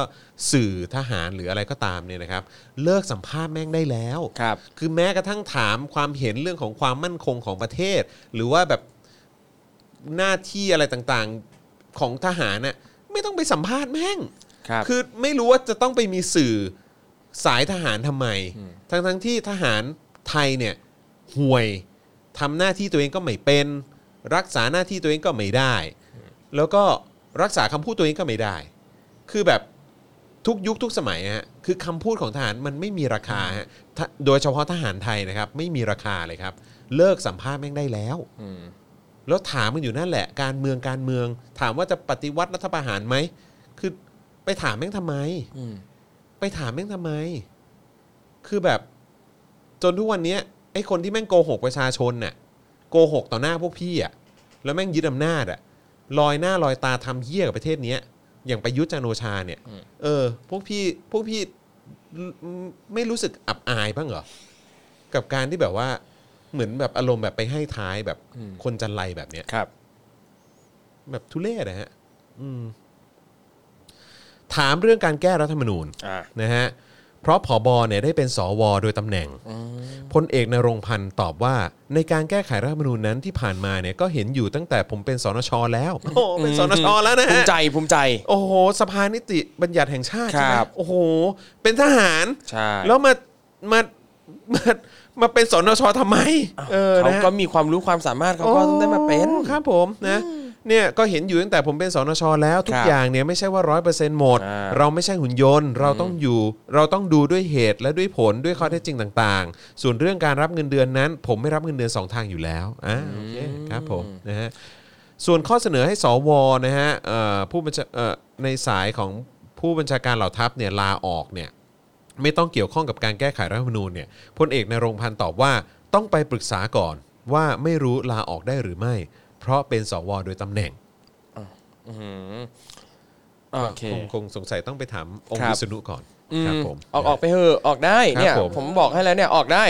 สื่อทหารหรืออะไรก็ตามเนี่ยนะครับ เลิกสัมภาษณ์แม่งได้แล้ว ครับ คือแม้กระทั่งถามความเห็นเรื่องของความมั่นคงของประเทศ หรือว่าแบบหน้าที่อะไรต่างๆของทหารน่ะไม่ต้องไปสัมภาษณ์แม่ง ครับ คือไม่รู้ว่าจะต้องไปมีสื่อสายทหารทำไม ทั้งทั้งๆที่ทหารไทยเนี่ยห่วยทำหน้าที่ตัวเองก็ไม่เป็น รักษาหน้าที่ตัวเองก็ไม่ได้ แล้วก็รักษาคำพูดตัวเองก็ไม่ได้ คือแบบทุกยุคทุกสมัยฮะคือคำพูดของทหารมันไม่มีราคาฮะถ้าโดยเฉพาะทหารไทยนะครับ ไม่มีราคาเลยครับ เลิกสัมภาษณ์แม่งได้แล้ว อืม แล้วถามมันอยู่นั่นแหละ การเมืองการเมือง ถามว่าจะปฏิวัติรัฐประหารไหม คือไปถามแม่งทำไม อืม ไปถามแม่งทำไม คือแบบจนทุกวันเนี้ยไอ้คนที่แม่งโกหกประชาชนน่ะโกหกต่อหน้าพวกพี่อ่ะแล้วแม่งยึดอำนาจอ่ะลอยหน้าลอยตาทำเหี้ยกับประเทศเนี้ยอย่างประยุทธ์จันทร์โอชาเนี่ย อืม เออ พวกพี่พวกพี่อืมไม่รู้สึกอับอายบ้างเหรอ กับการที่แบบว่าเหมือนแบบอารมณ์แบบไปให้ท้ายแบบคนจันไรแบบเนี้ย ครับ แบบทุเรศนะฮะอืมถามเรื่องการแก้รัฐธรรมนูญ อ่า นะฮะ เพราะผอบอเนี่ยได้เป็นสวโดยตำแหน่ง พลเอกนรงค์พันธ์ตอบว่า ในการแก้ไขรัฐธรรมนูญนั้นที่ผ่านมาเนี่ยก็เห็นอยู่ตั้งแต่ผมเป็นสนชแล้ว โอ้เป็นสนชแล้วนะ ภู ฮะ มิใจภูมิใจ โอ้โห สภานิติบัญญัติแห่งชาติใช่ไหม ครับ โอ้โห เป็นทหาร ใช่ แล้วมามามามาเป็นสนชทำไม เออ เขา นะฮะ ก็มีความรู้ความสามารถเขาก็ได้มาเป็น โอ้ครับผมนะเนี่ยก็เห็นอยู่ตั้งแต่ผมเป็นสนชแล้วทุ ค ก รับ อย่างเนี่ยไม่ใช่ว่าร้อยเปอร์เซ็นต์หมด อ่า เราไม่ใช่หุ่นยนต์ เราต้องอยู่ เราต้องดูด้วยเหตุและด้วยผลด้วยข้อเท็จจริงต่างๆ ส่วนเรื่องการรับเงินเดือนนั้น ผมไม่รับเงินเดือนสองทางอยู่แล้วอ่าโอเคครับผมนะฮะส่วนข้อเสนอให้สวนะฮะเอ่อผู้บัญชาเอ่อในสายของผู้บัญชาการเหล่าทัพเนี่ยลาออกเนี่ย ไม่ต้องเกี่ยวข้องกับการแก้ไขรัฐธรรมนูญเนี่ยพลเอกนรงค์พันธ์ตอบว่าต้องไปปรึกษาก่อนว่าไม่รู้ลาออกได้หรือไม่ เพราะเป็นสวโดยตำแหน่ง โอเค งคงสงสัยต้องไปถามอง ค ค์ รับ วิษณุก่อนครับผม ออกออกไปเถอะออกได้เนี่คยรับผม ผมบอกให้แล้วเนี่ยออกได้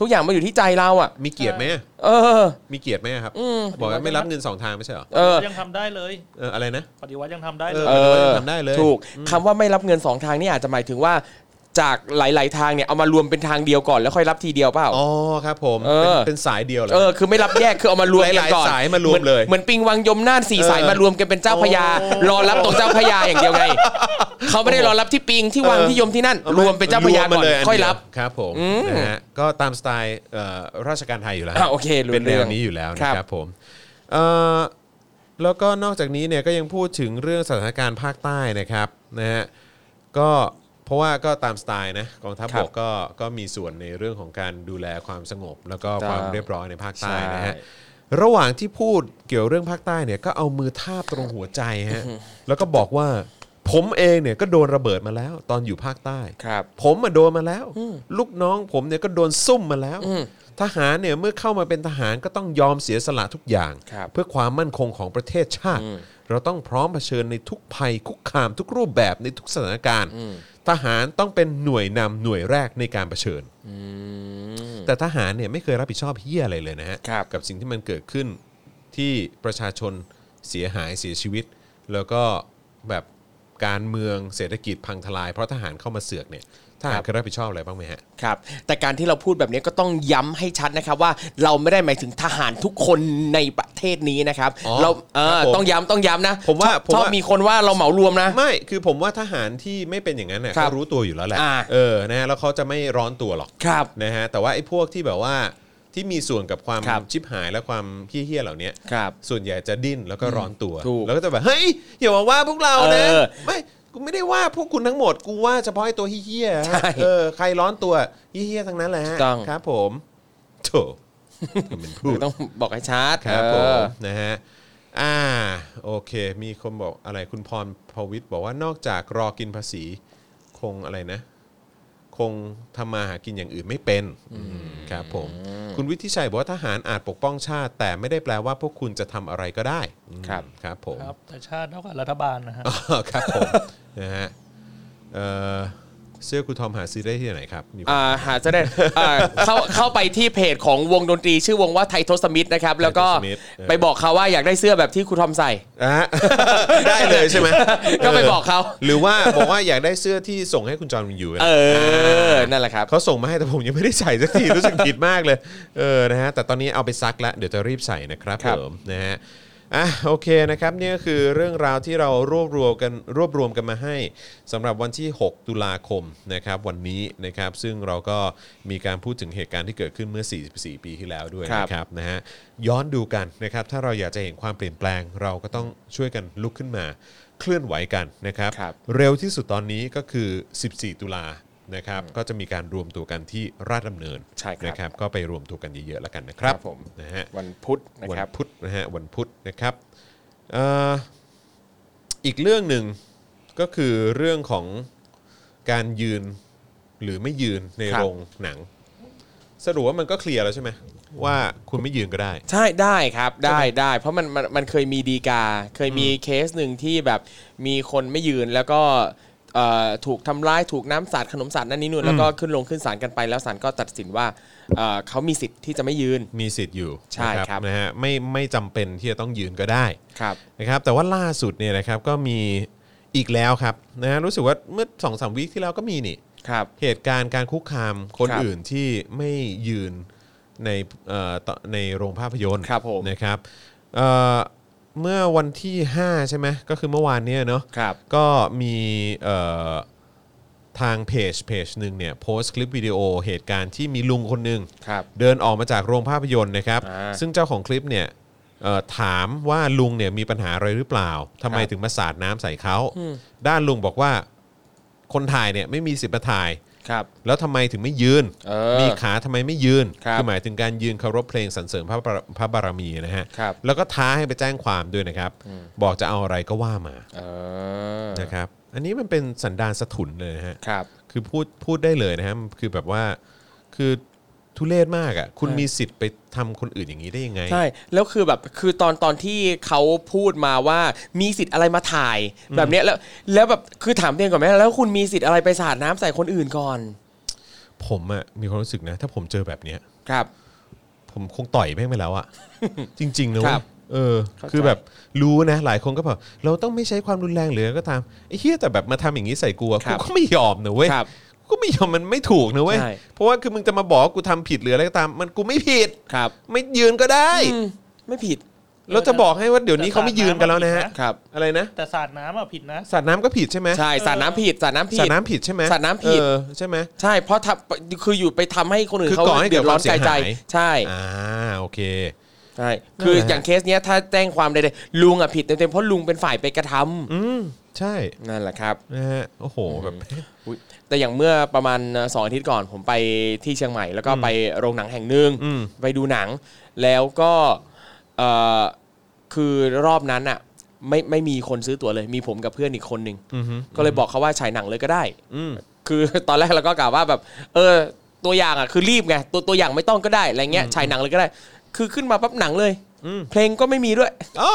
ทุกอย่างมันอยู่ที่ใจเราอ่ะ มีเกียรติไหมอะ เออ มีเกียรติไหมอะครับ อืม บอกว่าไม่รับเงินสองทางไม่ใช่เหรอ เออ ยังทำได้เลย เอออะไรนะ ปฏิวัติยังทำได้เลย เออ ทำได้เลย ถูกคำว่าไม่รับเงินสองทางนี่อาจจะหมายถึงว่าจากหลาย ๆ ทางเนี่ยเอามารวมเป็นทางเดียวก่อนแล้วค่อยรับทีเดียวเปล่า อ๋อครับผม เออ เป็นเป็นสายเดียวเหรอ เออคือไม่รับแยกคือเอามารวม ห กัน ลายๆ ก่อน สายมารวม หอน เลย เหมือนปิงวังยมน่านสี่ เออ สายมารวมกันเป็นเจ้าพญา โอ้ รอรับตรงเจ้าพญาอย่างเดียวไงเขาไม่ได้รอรับที่ปิงที่วัง เออ ที่ยมที่นั่น รวมเป็นเจ้าพญารวมก่อนมเลอัน ค่อย เดีว รับ ครับผม อืม นะฮะก็ตามสไตล์เอ่อราชการไทยอยู่แล้ว อ่ะโอเครู้ เป็นแน เรื่ ว อง นี้อยู่แล้วนะ ครับ ครับผมเอ่อแล้วก็นอกจากนี้เนี่ยก็ยังพูดถึงเรื่องสถานการณ์ภาคใต้นะครับนะฮะก็เพราะว่าก็ตามสไตล์นะกองทัพบกก็ก็มีส่วนในเรื่องของการดูแลความสงบ แล้วก็ความเรียบร้อยในภาคใต้นะฮะ ระหว่างที่พูดเกี่ยวเรื่องภาคใต้เนี่ยก็เอามือทาบตรงหัวใจฮะแล้วก็บอกว่า ผมเองเนี่ยก็โดนระเบิดมาแล้ว ตอนอยู่ภาคใต้ ครับ ผมมาโดนมาแล้ว ลูกน้องผมเนี่ยก็โดนซุ่มมาแล้ว ทหารเนี่ยเมื่อเข้ามาเป็นทหารก็ต้องยอมเสียสละทุกอย่าง ครับ เพื่อความมั่นคงของประเทศชาติ เราต้องพร้อมเผชิญในทุกภัยคุกคามทุกรูปแบบในทุกสถานการณ์ ทหารต้องเป็นหน่วยนำหน่วยแรกในการเผชิญ แต่ทหารเนี่ยไม่เคยรับผิดชอบเฮียอะไรเลยนะฮะ ครับ กับสิ่งที่มันเกิดขึ้นที่ประชาชนเสียหายเสียชีวิต แล้วก็แบบการเมืองเศรษฐกิจพังทลาย เพราะทหารเข้ามาเสือกเนี่ยทหารเคยรับผิดชอบอะไรบ้างไหมฮะ ครับแต่การที่เราพูดแบบนี้ก็ต้องย้ำให้ชัดนะครับว่าเราไม่ได้หมายถึงทหารทุกคนในประเทศนี้นะครับ อ๋อ เราคเอรั อบ ผม ต้องย้ำต้องย้ำนะ ผมว่า ชอบ ผม ชอบ ว่ามี มีคนว่าเราเหมารวมนะ ไม่คือผมว่าทหารที่ไม่เป็นอย่างนั้นเนี่ย ครับ เขารู้ตัวอยู่แล้วแหละ อ่า เออนะฮะแล้วเขาจะไม่ร้อนตัวหรอก ครับ นะฮะแต่ว่าไอ้พวกที่แบบว่าที่มีส่วนกับความ ครับ ชิบหายและความเฮี้ยๆเหล่าเนี้ย ครับ ส่วนใหญ่จะดิ้นแล้วก็ร้อนตัว ถูก แล้วก็จะแบบเฮ้ยอย่ามาว่าพวกเรานะ เออ ไม่กูไม่ได้ว่าพวกคุณทั้งหมดกูว่าเฉพาะไอ้ตัวเฮี้ยๆ ใช่ ฮะเออใครร้อนตัวเฮี้ยๆทั้งนั้นแหละฮะ ถูกต้อง ครับ ผม โถทำเป็นพูด ต้องบอกให้ชัด ครับผ เอ ม อ นะฮะอ่าโอเค มีคนบอกอะไรคุณพรพวิทย์บอกว่านอกจากรอกินภาษี คงอะไรนะ ค คงทำมาหากินอย่างอื่นไม่เป็นครับผม คุณวิทิชัยบอกว่าทหารอาจปกป้องชาติ แต่ไม่ได้แปลว่าพวกคุณจะทำอะไรก็ได้อืม ครับ ครับผม ครับ แต่ชาติเท่ากับรัฐบาลนะฮะ อ๋อครับผม (laughs) นะฮะเอ่อเสื้อคุณทอมหาซื้อได้ที่ไหนครับมีคน อ่าหา (laughs) จะได้อ่าเข้าเข้าไปที่เพจของวงดนตรี ชื่อวงว่าไททอสมิธนะครับ แล้วก็ Titus Smith เออ ไปบอกเขาว่าอยากได้เสื้อแบบที่ครูทอมใส่ อ่ะ ได้เลยใช่ไหม ก็ไปบอกเขา หรือว่าบอกว่าอยากได้เสื้อที่ส่งให้คุณจอห์นวินยูนะ เออ นั่นแหละครับ เขาส่งมาให้แต่ผมยังไม่ได้ใส่สักที รู้สึกผิดมากเลยเออนะฮะแต่ตอนนี้เอาไปซักแล้วเดี๋ยวจะรีบใส่นะครับ ครับ ผมนะฮะอ่ะโอเคนะครับนี่ก็คือเรื่องราวที่เรารวบรวมกันรวบรวมกันมาให้สำหรับวันที่ 6 ตุลาคมนะครับวันนี้นะครับซึ่งเราก็มีการพูดถึงเหตุการณ์ที่เกิดขึ้นเมื่อ 44 ปีที่แล้วด้วยนะครับนะฮะย้อนดูกันนะครับถ้าเราอยากจะเห็นความเปลี่ยนแปลงเราก็ต้องช่วยกันลุกขึ้นมาเคลื่อนไหวกันนะครับ ครับ เร็วที่สุดตอนนี้ก็คือ 14 ตุลานะครับ ก็จะมีการรวมตัวกันที่ราชดำเนิน ใช่ครับ นะครับ ก็ไปรวมตัวกันเยอะๆแล้วกันนะครับ ครับผม นะฮะ วันพุธนะ วัน ครับ พุธนะฮะวันพุธนะครับเอ่ออีกเรื่องหนึ่งก็คือเรื่องของการยืนหรือไม่ยืนใน ครับ โรงหนัง สรุปว่ามันก็เคลียร์แล้วใช่ไหมว่าคุณไม่ยืนก็ได้ ใช่ได้ครับได้ได้เพราะมันมันมันเคยมีดีกา เคยมีเคสหนึ่งที่แบบมีคนไม่ยืนแล้วก็เอ่อถูกทำร้ายถูกน้ำสาดขนมสาดนั่นนี่นู่นแล้วก็ขึ้นลงขึ้นศาลกันไปแล้วศาลก็ตัดสินว่าเอ่อเขามีสิทธิ์ที่จะไม่ยืน มีสิทธิ์อยู่ ใช่ นะครับ นะฮะไม่ไม่จำเป็นที่จะต้องยืนก็ได้ ครับ นะครับแต่ว่าล่าสุดเนี่ยนะครับก็มีอีกแล้วครับนะฮะรู้สึกว่าเมื่อสองสามวีคที่แล้วก็มีนี่ ครับ เหตุการณ์การคุกคามคน ครับ อื่นที่ไม่ยืนในเอ่อต่อในโรงภาพยนตร์ ครับผม นะครับเอ่อเมื่อวันที่ 5 ใช่ไหมก็คือเมื่อวานเนี่ยเนาะ ครับ ก็มีเอ่อทางเพจเพจหนึ่งเนี่ยโพสต์คลิปวิดีโอเหตุการณ์ที่มีลุงคนหนึ่ง ครับ เดินออกมาจากโรงภาพยนตร์นะครับ อ่า ซึ่งเจ้าของคลิปเนี่ยเอ่อถามว่าลุงเนี่ยมีปัญหาอะไรหรือเปล่าทำไม ครับ ถึงมาสาดน้ำใส่เขาด้านลุงบอกว่าคนถ่ายเนี่ยไม่มีสิทธิ์มาถ่าย ครับ แล้วทำไมถึงไม่ยืน เออ มีขาทำไมไม่ยืน ครับ อหมายถึงการยืนเคารพเพลงสรรเสริญพระบารพระบารมีนะฮะ ครับ แล้วก็ท้าให้ไปแจ้งความด้วยนะครับ บอกจะเอาอะไรก็ว่ามา เออ นะครับอันนี้มันเป็นสันดานสถุนเลยนะฮะ ครับ คือพูดพูดได้เลยนะฮะมันคือแบบว่าคือทุเรศมากอะ่ะคุณ ใช่ มีสิทธิ์ไปทำคนอื่นอย่างนี้ได้ยังไง ใช่แล้วคือแบบคือตอนตอนที่เขาพูดมาว่ามีสิทธิ์อะไรมาถ่าย แบบเนี้ยแล้วแล้วแบบคือถามตัวเองก่อนไหมแล้วคุณมีสิทธิ์อะไรไปสาดน้ำใส่คนอื่นก่อน ผมอะ่ะมีความรู้สึกนะ ถ้าผมเจอแบบเนี้ย ครับ ผมคงต่อยแม่งไป (laughs) แล้วอะ่ะ จริงๆนะ ค เว้ รั ย บ เออ เข้าใจ คือแบบรู้นะหลายคนก็บอกเราต้องไม่ใช้ความรุนแรงหรืออะไรก็ตามไอ้เฮียแต่แบบมาทำอย่างนี้ใส่กูอะกูก็ไม่ยอมนะเว้ย ครับ กูไม่ยอมมันไม่ถูกนะเว้ย ใช่ เพราะว่าคือมึงจะมาบอกว่ากูทำผิดหรืออะไรก็ตาม มันกูไม่ผิด ครับ ไม่ยืนก็ได้ อืมไม่ผิด แล้วจะบอกให้ว่าเดี๋ยวนี้เขาไม่ยืนกันแล้วนะฮะ ครับ อะไรนะ แต่สาดน้ำอ่ะผิดนะ สาดน้ำก็ผิดใช่ไหม ใช่สาดน้ำผิดสาดน้ำผิ สา ด ดน้ำผิดใช่ไหม สาดน้ำผิด เออใช่ไหม ใช่เพราะทำคืออยู่ไปทำให้คนอื่น คือ เขา ก่อให้เกิ เดื ด อดร้อน ความเสี กาย ย ใจ หาย ใช่ อ่าโอเค ใช่คือ นั่นแหละ อย่างเคสเนี้ยถ้าแจ้งความใดๆลุงอ่ะผิดเต็มๆเพราะลุงเป็นฝ่ายไปกระทำ อืมใช่ นั่นแหละครับ นะฮะโอ้โหแบบ (laughs) อุ๊ยแต่อย่างเมื่อประมาณเอ่อสองอาทิตย์ก่อนผมไปที่เชียงใหม่ แล้วก็ไปโรงหนังแห่งหนึ่ง อืม ไปดูหนัง แล้วก็เอ่อคือรอบนั้นอะไม่ไม่มีคนซื้อตั๋วเลย มีผมกับเพื่อนอีกคนหนึ่ง อืม ก็เลยบอกเขาว่าฉายหนังเลยก็ได้ อืม คือ (laughs) ตอนแรกเราก็กล่าวว่าแบบเออตัวอย่างอะคือรีบไงตัวตัวอย่างไม่ต้องก็ได้อะไรเงี้ยฉายหนังเลยก็ได้ คือขึ้นมาปั๊บหนังเลย อืม เพลงก็ไม่มีด้วย (laughs) อ๋อ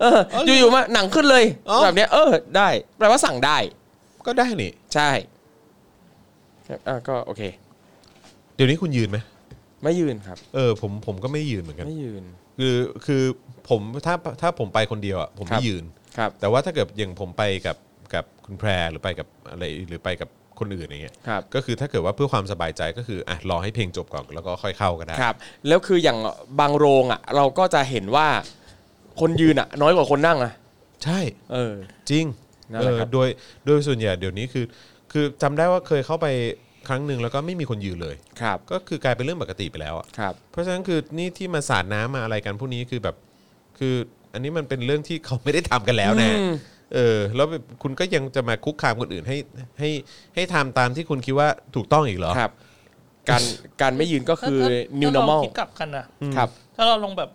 เออ อยู่ๆมาหนังขึ้นเลย อ๋อ แบบเนี้ยเออได้แปลว่าสั่งได้ ก็ได้นี่ ใช่เอ่อก็โอเค เดี๋ยวนี้คุณยืนไหม ไม่ยืนครับ เออผมผมก็ไม่ยืนเหมือนกัน ไม่ยืน คือคือผมถ้าถ้าผมไปคนเดียวอ่ะผม ครั ไม่ บ ยืน ครับ แต่ว่าถ้าเกิดอย่างผมไปกับกับคุณแพรหรือไปกับอะไรหรือไปกับคนอื่นอย่างเงี้ย ครับ ก็คือถ้าเกิดว่าเพื่อความสบายใจก็คืออ่ะรอให้เพลงจบก่อนแล้วก็ค่อยเข้าก็ได้ ครับ แล้วคืออย่างบางโรงอ่ะ เราก็จะเห็นว่าคนยืนอ่ะ น้อยกว่าคนนั่งอ่ะ ใช่ เออ จริง นั่น เอ แหละ อ ครับ โดยโดยส่วนใหญ่เดี๋ยวนี้คือ คือจำได้ว่าเคยเข้าไปครั้งหนึ่งแล้วก็ไม่มีคนยืนเลย ครับ ก็คือกลายเป็นเรื่องปกติไปแล้วอะ ครับ เพราะฉะนั้นคือนี่ที่มาสาดน้ำมาอะไรกันพวกนี้คือแบบคืออันนี้มันเป็นเรื่องที่เขาไม่ได้ทำกันแล้วนะ อืม เออแล้วแบบคุณก็ยังจะมาคุกคามคนอื่นให้ให้ให้ทำตามที่คุณคิดว่าถูกต้องอีกเหรอ ครับ (laughs) การการไม่ยืนก็คือ ถ้า new ถ้าเรา normal คิดกลับกันนะครับ ถ้าเราลงแบบ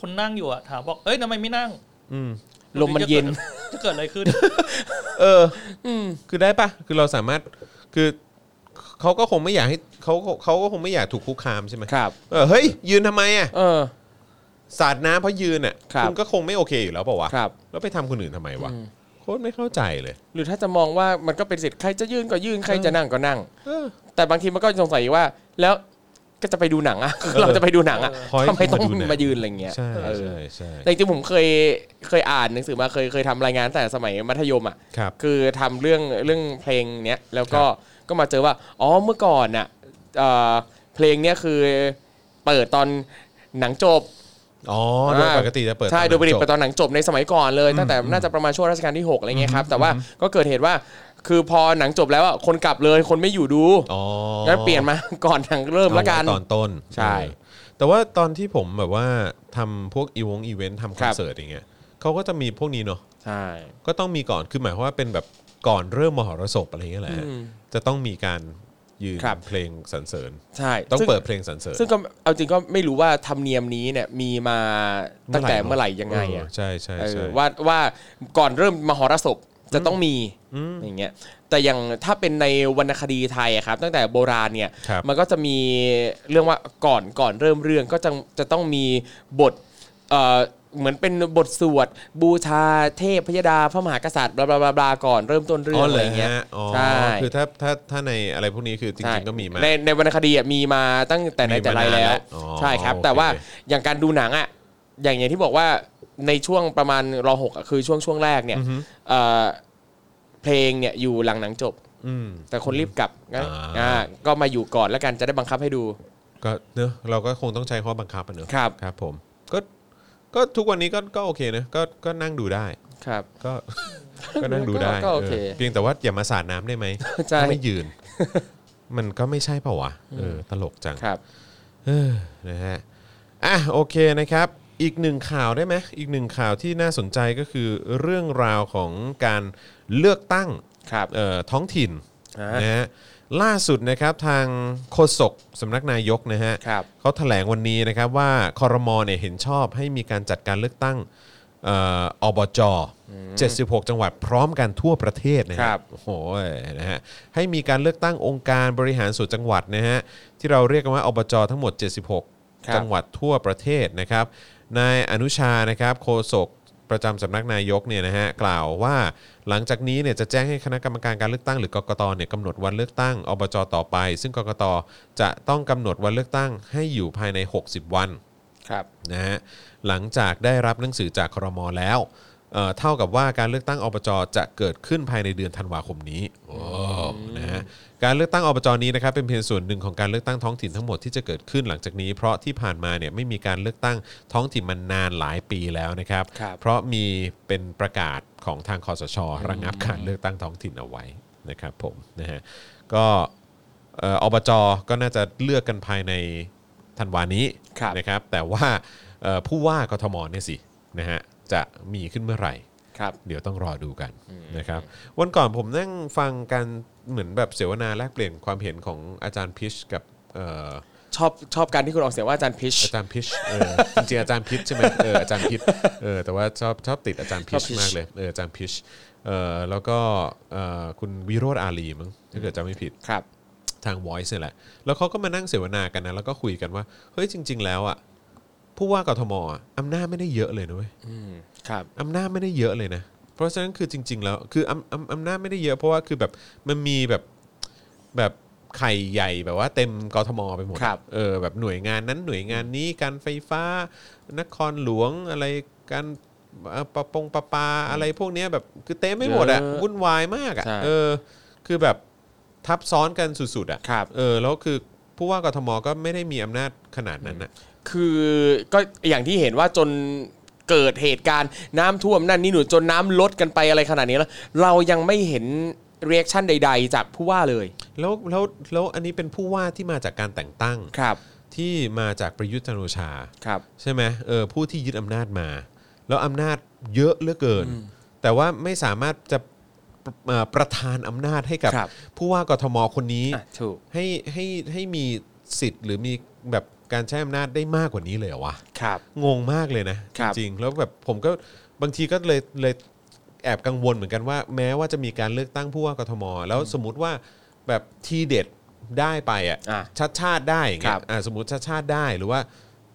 คนนั่งอยู่อะถามบอกเอ้ยทำไมไม่นั่ง อืม ลมมันเย็น (laughs) จะเกิดอะไรขึ้น เอออคือได้ปะคือเราสามารถคือ เขาก็คงไม่อยากให้เขาเขาก็คงไม่อยากถูกคุกคามใช่ไหม ครับ เออเฮ้ย ยืนทำไมอ่ะ เออ สาดน้ำเพราะยืนอ่ะ ครับ ณก็คงไม่โอเคอยู่แล้วเปล่าวะ ครับ แล้วไปทำคนอื่นทำไมวะโคตรไม่เข้าใจเลย หรือถ้าจะมองว่ามันก็เป็นสิทธิ์ใครจะยื่นก็ยื่นใครจะนั่งก็นั่ง เออ แต่บางทีมันก็สงสัยว่า แล้วก็จะไปดูหนังอะคือ (laughs) เราจะไปดูหนังอะ พอยต์ ทำไมต้อง คือมาดูหนัง มายืนอะไรเงี้ย ใช่ เออ ใช่ใช่ แต่จริงๆผมเคยเคยอ่านหนังสือมาเคยเคยทำรายงานตั้งแต่สมัยมัธยมอะ ครับ คือทำเรื่องเรื่องเพลงเนี้ยแล้วก็ก็มาเจอว่าอ๋อเมื่อก่อนน่ะเอ่อเพลงเนี้ยคือเปิดตอนหนังจบ อ๋อโดยปกติจะเปิด ใช่ ตอน โดยปกติ จบ เปิดตอนหนังจบในสมัยก่อนเลยตั้งแต่น่าจะประมาณช่วงรัชกาลที่หกอะไรเงี้ยครับแต่ว่าก็เกิดเหตุว่าคือพอหนังจบแล้วอ่ะคนกลับเลยคนไม่อยู่ดู อ๋อ ก็เปลี่ยนมา ก่อนหนังเริ่มละกัน เอาไว้ตอนต้น ใช่ เออแต่ว่าตอนที่ผมแบบว่าทำพวกอีวงอีเวนต์ทำค ครั อน บ เสิร์ตอย่างเงี้ยเขาก็จะมีพวกนี้เนาะ ใช่ ก็ต้องมีก่อนคือหมายความว่าเป็นแบบก่อนเริ่มมหรสพอะไรเงี้ยแหละ อืม จะต้องมีการยืน ครับ เพลงสรรเสริญ ใช่ ต้อง ซึ่ เปิดเพลงสรรเสริญ ซึ่งก็เอาจริงก็ไม่รู้ว่าธรรมเนียมนี้เนี่ยมีมาตั้งแต่เมื่อไหร่ยังไง เ อะ ใช่ใช่ เออ ใช่ ว่าว่าก่อนเริ่มมหรสพจะต้องมีอย่างเงี้ยแต่อย่างถ้าเป็นในวรรณคดีไทยอะครับ ตั้งแต่โบราณเนี่ย ครับ มันก็จะมีเรื่องว่าก่อนก่อนเริ่มเรื่องก็จะจะต้องมีบทเอ่อเหมือนเป็นบทสวดบูชาเทพพยดาพระมหากษัตริย์บลาบลาบลาบลาก่อนเริ่มต้นเรื่ อ๋ อองอะ เล ไร ย เงี้ย ฮะอ๋อ ใช่ คือถ้าถ้าถ้าในอะไรพวกนี้คือจ ใช่ ริงๆก็มีมา ในในวรรณคดีอะมีมาตั้งแต่ไหนแต่ไร มีมานานแล้ แล้ว ว อ๋อ ใช่ครับ โอเค แต่ว่า อย่างการดูหนังอะอย่างอย่างที่บอกว่าในช่วงประมาณรอหกอะคือช่วงช่วงแรกเนี่ยเอ่อเพลงเนี่ยอยู่หลังหนังจบ อืม แต่คนรีบกลับงั้น อ่า อ่าก็มาอยู่ก่อนแล้วกันจะได้บังคับให้ดู ก็เนอะเราก็คงต้องใช้ข้อบังคับอะเนอะ ครับ ครับผมก็ก็ทุกวันนี้ก็ก็โอเคนะก็ก็นั่งดูได้ ครับ ก็ (laughs) ก็นั่งดูได้ ก็โอเค เออเพียงแต่ว่าอย่ามาสาดน้ำได้ไหม ใช่ ถ้าไม่ (laughs) ยืน มันก็ไม่ใช่เปล่าวะเออตลกจัง ครับ เออนะฮะอ่ะโอเคนะครับ อีกหนึ่งข่าวได้ไหมอีกหนึ่งข่าวที่น่าสนใจก็คือเรื่องราวของการเลือกตั้ง ครับ เอ่อท้องถิ่น อ่าน นะฮะล่าสุดนะครับทางโฆษกสำนักนายกนะฮะ ครับ เขาแถลงวันนี้นะครับว่าคอรมอเนี่ยเห็นชอบให้มีการจัดการเลือกตั้งเอ่ออบจ 76 จังหวัดพร้อมกันทั่วประเทศนะฮะ ครับ โอ้โหนะฮะให้มีการเลือกตั้งองค์การบริหารส่วนจังหวัดนะฮะที่เราเรียกกันว่าอบจ ทั้งหมด 76 จังหวัดทั่วประเทศนะครับนายอนุชานะครับโฆษกประจำสำนักนายกเนี่ยนะฮะกล่าวว่าหลังจากนี้เนี่ยจะแจ้งให้คณะกรรมการการเลือกตั้งหรือกกตเนี่ยกำหนดวันเลือกตั้งอบจต่อไป ซึ่งกกตจะต้องกำหนดวันเลือกตั้งให้อยู่ภายใน 60 วัน ครับ นะฮะหลังจากได้รับหนังสือจากครมแล้วเอ่อเท่ากับว่าการเลือกตั้งอบจจะเกิดขึ้นภายในเดือนธันวาคมนี้โอ้นะฮะการเลือกตั้งอบจนี้นะครับเป็นเพียงส่วนหนึ่งของการเลือกตั้งท้องถิ่นทั้งหมดที่จะเกิดขึ้นหลังจากนี้ เพราะที่ผ่านมาเนี่ยไม่มีการเลือกตั้งท้องถิ่นมานานหลายปีแล้วนะครับ ครับ เพราะมีเป็นประกาศของทางคอสชระงับการเลือกตั้งท้องถิ่นเอาไว้นะครับผมนะฮะก็เอ่ออบจก็น่าจะเลือกกันภายในธันวานี้ ครับ นะครับแต่ว่าเอ่อผู้ว่ากทมเนี่ยสินะฮะจะมีขึ้นเมื่อไหร่ ครับ เดี๋ยวต้องรอดูกันนะครับวันก่อนผมนั่งฟังการเหมือนแบบเสวนาแลกเปลี่ยนความเห็นของอาจารย์พิชกับเอ่อ ชอบชอบการที่คุณออกเสียงว่าอาจารย์พิช อาจารย์พิชเออจริงๆอาจารย์พิชใช่ไหมเอออาจารย์พิชเออแต่ว่าชอบชอบติดอาจารย์พิ ชอ ช บ Pitch มากเลยเอออาจารย์พิชเออแล้วก็เอ่อคุณวิโรธอาลีมั้งถ้าเกิดจำไม่ผิด ครับ ทาง Voice เนี่ยแหละ แล้วเขาก็มานั่งเสวนากันนะ แล้วก็คุยกันว่า เฮ้ย จริง ๆ แล้วอ่ะ ผู้ว่ากทมอะอำนาจไม่ได้เยอะเลยนะเว้ย อืมครับ อำนาจไม่ได้เยอะเลยนะ เพราะฉะนั้นคือจริง ๆ แล้ว คืออำอำอำนาจไม่ได้เยอะ เพราะว่าคือแบบ มันมีแบบ แบบไข่ใหญ่แบบว่าเต็มกทมไปหมด ครับ เออ แบบหน่วยงานนั้นหน่วยงานนี้ การไฟฟ้า นครหลวง อะไร การเอ่อประปงประปา อะไรพวกเนี้ยแบบ คือเต็มไม่หมดอะ เยอะ วุ่นวายมากอะ ใช่ เออ คือแบบทับซ้อนกันสุดๆอะ ครับ เออแล้วคือผู้ว่ากทมก็ไม่ได้มีอำนาจขนาดนั้นนะ คือก็อย่างที่เห็นว่าจนเกิดเหตุการณ์น้ำท่วมนั่นนี่หนูจนน้ำลดกันไปอะไรขนาดนี้แล้ว เรายังไม่เห็นเรีแอคชั่นใด ๆ จากผู้ว่าเลย แล้วแล้วแล้วอันนี้เป็นผู้ว่าที่มาจากการแต่งตั้ง ครับ ที่มาจากประยุทธ์จันทร์โอชา ครับ ใช่ไหมเออผู้ที่ยึดอำนาจมา แล้วอำนาจเยอะเหลือเกิน แต่ว่าไม่สามารถจะปรเอ่อประทานอำนาจให้กับ ครับ ผู้ว่ากทมคนนี้ อ่ะถูก ให้ให้ให้มีสิทธิ์หรือมีแบบการใช้อำนาจได้มากกว่านี้เลยเหรอวะ ครับ งงมากเลยนะครับจริงๆแล้วแบบผมก็บางทีก็เลยเลยแอบกังวลเหมือนกันว่า แม้ว่าจะมีการเลือกตั้งผู้ว่ากทม แล้วสมมติว่าแบบทีเด็ด ได้ไปอ่ะ อ่ะ ชาติชาติได้อย่างเงี้ คยรับ อ่ะสมมติชาติชาติได้หรือว่า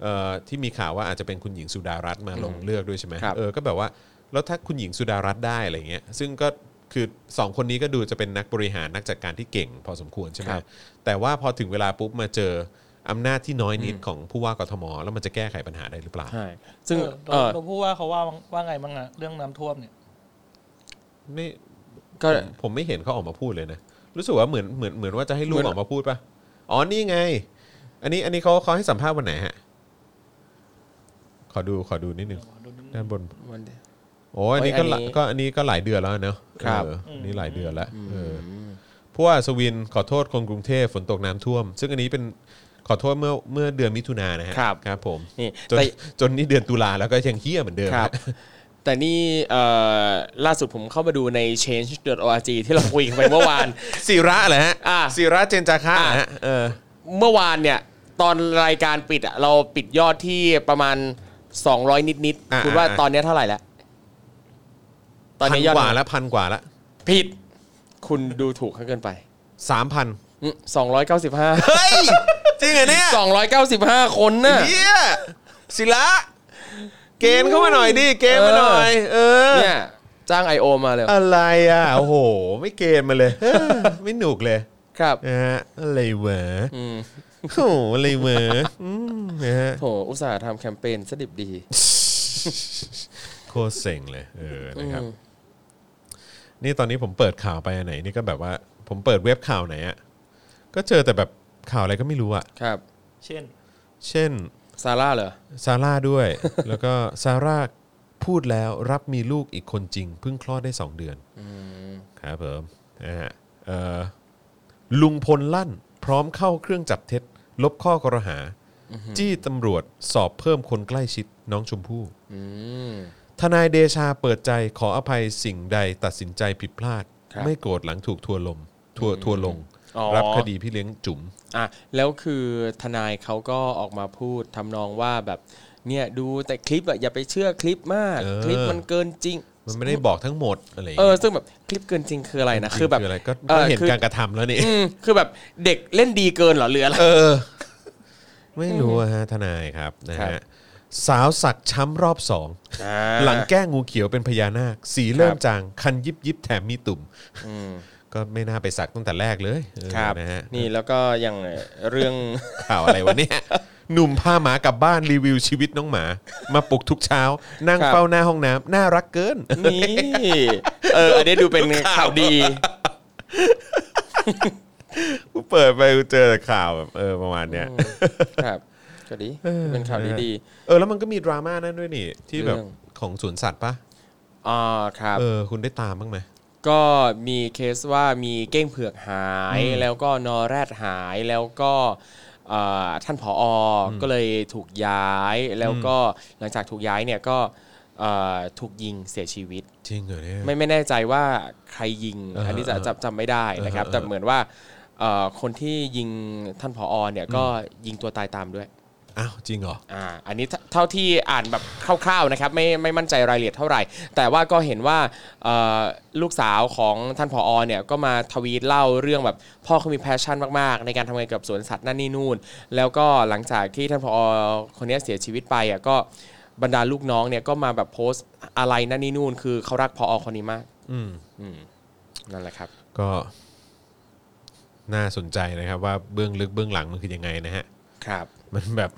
เอ่อที่มีข่าวว่าอาจจะเป็นคุณหญิงสุดารัตน์มาลงเลือกด้วยใช่ไหม ครับ เออก็แบบว่าแล้วถ้าคุณหญิงสุดารัตน์ได้อะไรเงี้ยซึ่งก็คือสองคนนี้ก็ดูจะเป็นนักบริหารนักจัดการที่เก่งพอสมควรใช่ไหม ครับ แต่ว่าพอถึงเวลาปุ๊บมาเจออำนาจที่น้อยนิดของผู้ว่ากทม แล้วมันจะแก้ไขปัญหาได้หรือเปล่า ใช่ซึ่ง เอ เอ อ อ เราพูดว่าเขาว่าว่าไงบ้างอะเรื่องน้ำท่วมเนี่ย ไม่ ก็ ผมไม่เห็นเขาออกมาพูดเลยนะ รู้สึกว่าเหมือนเหมือนเหมือนว่าจะให้ลูก เหมืออนอกมาพูดปะอ๋อนี่ไง อันนี้อันนี้เขาเขาให้สัมภาษณ์วันไหนฮะ ขอดูขอดูนิดนึงด้านบน มัน โอ้ยอันนี้ก็หลาย อันนี้ ก็อันนี้ก็หลายเดือนแล้วเนอะ ครับ เอออันนี่หลายเดือนแล้วเออผู้ว่าสวินขอโทษคนกรุงเทพฝนตกน้ำท่วม ซึ่งอันนี้เป็นขอโทษเมื่อเมื่อเดือนมิถุนายนนะฮะ ครับ ครับผม นี่ จน แต่ จนนี่เดือนตุลาแล้วก็ยังเฮี้ยเหมือนเดิม ครับ (laughs) แต่นี่เอ่อล่าสุดผมเข้ามาดูใน change.org ที่เราคุยกันไปเมื่อวาน ศิระเหรอฮะ อ่า ศิระเจนจาคะเหรอฮะเออ เมื่อวานเนี่ย ตอนรายการปิดอะเราปิดยอดที่ประมาณ 200 นิดนิดๆ อ่า คุณว่า อ่า ตอนเนี้ยเท่าไหร่แล้ว ตอน พัน นี้ยอด กว่าละพันกว่าละ ผิด คุณดูถูกเขาเกินไป สามพัน สองร้อยเก้าสิบห้า เฮ้ย จริงเหรอเนี่ย สองร้อยเก้าสิบห้าคนน่ะ เยี่ยศิระเกณฑ์เข้ามาหน่อยดิเกณฑ์มาหน่อย เออ เนี่ย จ้างไอโอมาเลย อะไรอ่ะ โอ้โห ไม่เกณฑ์มาเลยเออไม่หนุกเลย ครับ นะฮะอะไรเหวอ อืม โอ้โหอะไรเหวออืมนะฮะ โหอุตส่าห์ทำแคมเปญสดิบดี โคตรเซ็งเลยเออนะครับ นี่ตอนนี้ผมเปิดข่าวไปอันไหนนี่ก็แบบว่า ผมเปิดเว็บข่าวไหนอ่ะก็เจอแต่แบบข่าวอะไรก็ไม่รู้อ่ะ ครับ เช่น เช่น ซาร่าเหรอ ซาร่าด้วย (laughs) แล้วก็ซาร่าพูดแล้วรับมีลูกอีกคนจริงเพิ่งคลอดได้ 2 เดือนครับผมนะฮะเอ่อลุงพลลั่น พร้อมเข้าเครื่องจับเท็จ ลบข้อกรหา จี้ตำรวจสอบเพิ่มคนใกล้ชิดน้องชมพู่ทนายเดชาเปิดใจขออภัยสิ่งใดตัดสินใจผิดพลาด ครับ ไม่โกรธหลังถูกทัวร์ลมทัวร์ทัวร์ลง อ๋อ รับคดีพี่เลี้ยงจุ๋ม อ่ะแล้วคือทนายเขาก็ออกมาพูดทำนองว่าแบบเนี่ยดูแต่คลิปอะอย่าไปเชื่อคลิปมาก เออ คลิปมันเกินจริง มันไม่ได้บอกทั้งหมดอะไรอย่าง เอ เงี้ อย ซึ่งแบบคลิปเกินจริงคืออะไรนะ จริง คือแบบ อะไรก็ อ ก็ อ เห็น คือ การกระทำแล้วนี่ อืมคือแบบเด็กเล่นดีเกินเหรอหรืออะไร เออ ไม่รู้อะฮะทนายครับนะ ครั ฮะ บ สาวสักช้ำรอบสอง อ่า หลังแก้งูเขียวเป็นพญานาค สีเริ่มครับ จาง คันยิบยิบแถมมีตุ่ม ก็ไม่น่าไปสักตั้งแต่แรกเลยเออ ครับ นะฮะ นี่แล้วก็อย่างเรื่อง (laughs) ข่าวอะไรวะ (laughs) เนี่ย หนุ่มพาหมากลับบ้านรีวิวชีวิตน้องหมา มาปลุกทุกเช้า นั่ง ครับ เฝ้าหน้าห้องน้ำน่ารักเกิน นี่เอออันนี้ดูเป็นข่าวดี กูเปิดไปกูเจอแต่ข่าวแบบเออประมาณเนี้ย ครับก็ดีเป็นข่าวดี เออแล้วมันก็มีดราม่านั่นด้วยนี่ ที่แบบ เรื่อง ของสวนสัตว์ปะ ๆอ่าครับ เออคุณได้ตามบ้างไหม ก็มีเคสว่ามีเก้งเผือกหาย แล้วก็นอแรดหายแล้วก็เอ่อท่านผออก็เลยถูกย้ายแล้วก็หลังจากถูกย้ายเนี่ยก็เอ่อถูกยิงเสียชีวิต จริงเหรอเนี่ย ไม่ไม่แน่ใจว่าใครยิง เอออั อันนี้จะ เออ จำจำไม่ได้นะครับ เออเออ แต่เหมือนว่าเอ่อคนที่ยิงท่านผออเนี่ยก็ยิงตัวตายตามด้วย อ้าวจริงเหรอ อ่าอันนี้เท่าเท่าที่อ่านแบบคร่าวๆนะครับไม่ไม่มั่นใจรายละเอียดเท่าไหร่ แต่ว่าก็เห็นว่าเอ่อลูกสาวของท่านผออเนี่ยก็มาทวีตเล่าเรื่องแบบพ่อเขามีแพชชั่นมากๆ ในการทำงานกับสวนสัตว์นั่นนี่นู่น แล้วก็หลังจากที่ท่านผออคนเนี้ยเสียชีวิตไปอ่ะก็บรรดาลูกน้องเนี่ยก็มาแบบโพสต์อะไรนั่นนี่นู่น คือเขารักผออคนนี้มาก อืม อืมนั่นแหละครับ ก็ น่าสนใจนะครับ ว่าเบื้องลึกเบื้องหลังมันคือยังไงนะฮะ ครับ มันแบบ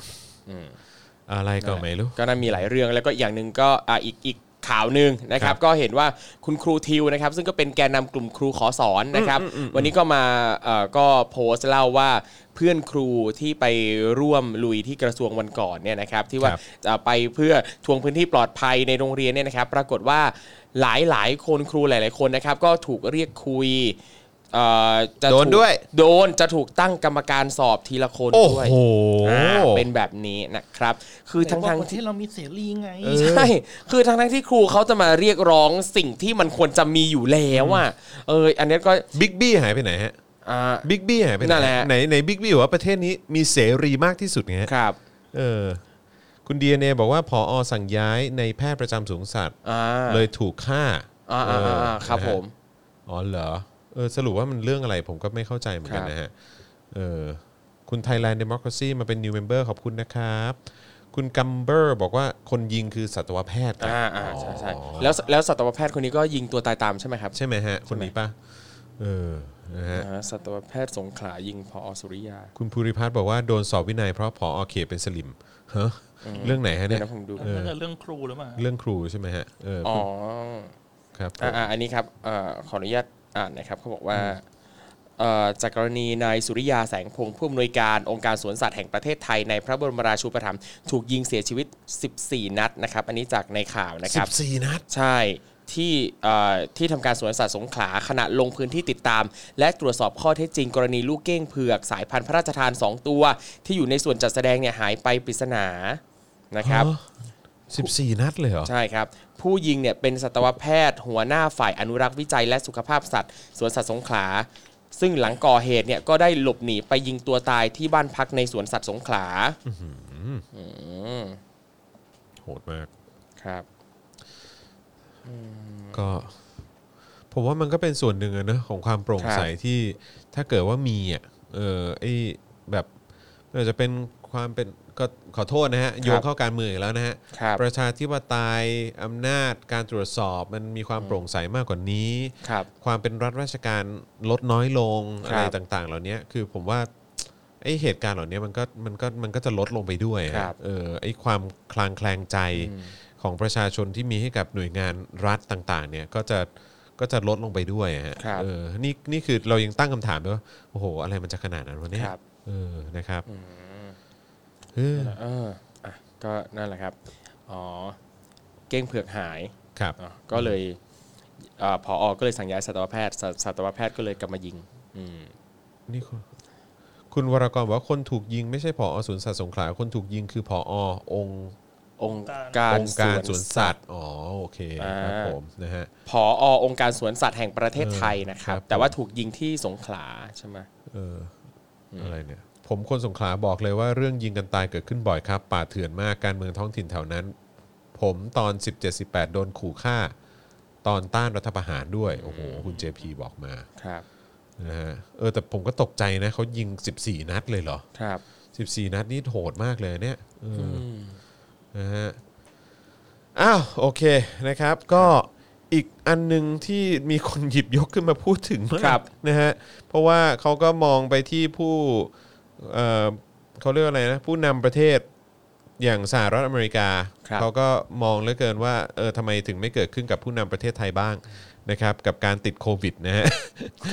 อืม อะไรก็ไม่รู้ ก็น่ามีหลายเรื่องแล้วก็อีกอย่างหนึ่งก็อ่าอีกอีกข่าวหนึ่งนะครั ครับ บ ก็เห็นว่าคุณครูทิวนะครับ ซึ่งก็เป็นแกนนำกลุ่มครูขอสอนนะครับ วันนี้ก็มาเอ่อก็โพสต์เล่าว่าเพื่อนครูที่ไปร่วมลุยที่กระทรวงวันก่อนเนี่ยนะครับ ที่ว่า ครับ จะไปเพื่อทวงพื้นที่ปลอดภัยในโรงเรียนเนี่ยนะครับ ปรากฏว่าหลายหลายๆคนครูหลาย ๆ คนนะครับ ก็ถูกเรียกคุยเอ่อจะ โดน ถูก ด้วย โดนจะถูกตั้งกรรมการสอบทีละคน โอ้ ด้วย โห อ่าเป็นแบบนี้นะครับ คือทั้งทั้ง ประเทศเรามีเสรีไง ใช่ คือทั้งทั้งที่ครูเขาจะมาเรียกร้องสิ่งที่มันควรจะมีอยู่แล้วอ่ะ เออ อันเนี้ยก็ บิ๊กบี้หายไปไหนฮะ อ่า บิ๊กบี้หายไปไห นั่ น นแหละ ไหนไหนบิ๊กบี้บอกว่าประเทศนี้มีเสรีมากที่สุดไงฮะ ครับ เออ คุณดีเอบอกว่าพออสั่งย้ายในแพทย์ประจำสูงสัตว์ อ่า เลยถูกฆ่า อ่าอ่า เออ อ่า อ่า ครับผม อ๋อเหรอเออสรุปว่ามันเรื่องอะไรผมก็ไม่เข้าใจเหมือนกัน ครับ นะฮะ เออคุณ Thailand Democracy มาเป็น new member ขอบคุณนะครับ คุณกัมเบอร์บอกว่าคนยิงคือสัตวแพทย์ครับ อ่าอ่าใช่ใช่แล้วแล้วสัตวแพทย์คนนี้ก็ยิงตัวตายตามใช่ไหมครับ ใช่ไหมฮะ คนนี้ปะเออนะฮะ อ่าสัตวแพทย์สงขลายิงพอสุริยา คุณภูริพัฒน์บอกว่าโดนสอบวินัยเพราะผออเขตเป็นสลิมฮะเรื่องไหนฮะ เดี๋ เนี่ย วย นะผมดู น่าจะเรื่องครูหรือเปล่า เรื่องครูใช่ไหมฮะเออ อ๋อ ครับผม อ่าอ่าอันนี้ครับเอ่อขออนุญาตอ่านนะครับเขาบอกว่าเอ่อจากกรณีนายสุริยาแสงพงศ์ผู้อำนวยการองค์การสวนสัตว์แห่งประเทศไทยในพระบรมราชูปถัมภ์ถูกยิงเสียชีวิต 14 นัดนะครับ อันนี้จากในข่าวนะครับ 14 นัด ใช่ที่เอ่อที่ทำการสวนสัตว์สงขลาขณะลงพื้นที่ติดตาม และตรวจสอบข้อเท็จจริงกรณีลูกเก้งเผือก สายพันธุ์พระราชทาน 2 ตัว ที่อยู่ในส่วนจัดแสดงเนี่ยหายไปปริศนานะครับ 14 นัดเลยเหรอ ใช่ครับ ผู้ยิงเนี่ยเป็นสัตวแพทย์ หัวหน้าฝ่ายอนุรักษ์วิจัยและสุขภาพสัตว์สวนสัตว์สงขลา ซึ่งหลังก่อเหตุเนี่ยก็ได้หลบหนีไปยิงตัวตายที่บ้านพักในสวนสัตว์สงขลา โหดมาก ครับ ก็ ผมว่ามันก็เป็นส่วนหนึ่งอะเนอะของความโปร่งใสที่ถ้าเกิดว่ามีอ่ะเออไอแบบไม่ว่าจะเป็นความเป็นก็ขอโทษนะฮะ โยงเข้าการเมืองอีกแล้วนะฮะ ครับ ประชาธิปไตยอำนาจการตรวจสอบมันมีความโปร่งใสมากกว่านี้ ครับ ความเป็นรัฐราชการลดน้อยลง ครับ อะไรต่าง ๆ เหล่านี้คือผมว่าไอเหตุการณ์เหล่านี้มันก็มันก็มันก็จะลดลงไปด้วยฮะ ครับ เออไอความคลางแคลงใจของประชาชนที่มีให้กับหน่วยงานรัฐต่าง ๆ เนี่ยก็จะก็จะลดลงไปด้วยฮะ ครับ เออนี่นี่คือเรายังตั้งคำถามด้วยว่าโอ้โห อะไรมันจะขนาดนั้นวะเนี่ย ครับ เออนะครับเออ เอออ่ะก็นั่นแหละครับ อ๋อ เก้งเผือกหาย ครับ อ๋อก็เลยเออผอก็เลยสั่งย้ายสัตวแพทย์สัตสัตวแพทย์ก็เลยกลับมายิง อืม นี่คุณคุณวรกรบอกว่าคนถูกยิงไม่ใช่ผอสวนสัตว์สงขลาคนถูกยิงคือผอองค์ องค์การ องค์การสวนสัตว์ อ๋อ โอเค อ่า ครับผมนะฮะ ผอองค์การสวนสัตว์แห่งประเทศไทยนะครัครับบ แต่ว่าถูกยิงที่สงขลาใช่ไหม เออออะไรเนี่ย ผมคนสงขลาบอกเลยว่าเรื่องยิงกันตายเกิดขึ้นบ่อยครับ ป่าเถื่อนมาก การเมืองท้องถิ่นแถวนั้น ผมตอน 17-18 โดนขู่ฆ่า ตอนต้านรัฐประหารด้วย โอ้โห คุณ JP บอกมา ครับ นะฮะ เออ แต่ผมก็ตกใจนะ เขายิง 14 นัดเลยเหรอ ครับ 14 นัดนี่โหดมากเลยเนี่ยเอออนะฮะ อ้าว โอเคนะครับ ก็อีกอันหนึ่งที่มีคนหยิบยกขึ้นมาพูดถึงมาก ครับ นะฮะ เพราะว่าเขาก็มองไปที่ผู้เอ่อเขาเรียกว่าอะไรนะ ผู้นำประเทศอย่างสหรัฐอเมริกา ครับ เขาก็มองเหลือเกินว่าเออทำไมถึงไม่เกิดขึ้นกับผู้นำประเทศไทยบ้างนะครับ กับการติดโควิดนะฮะ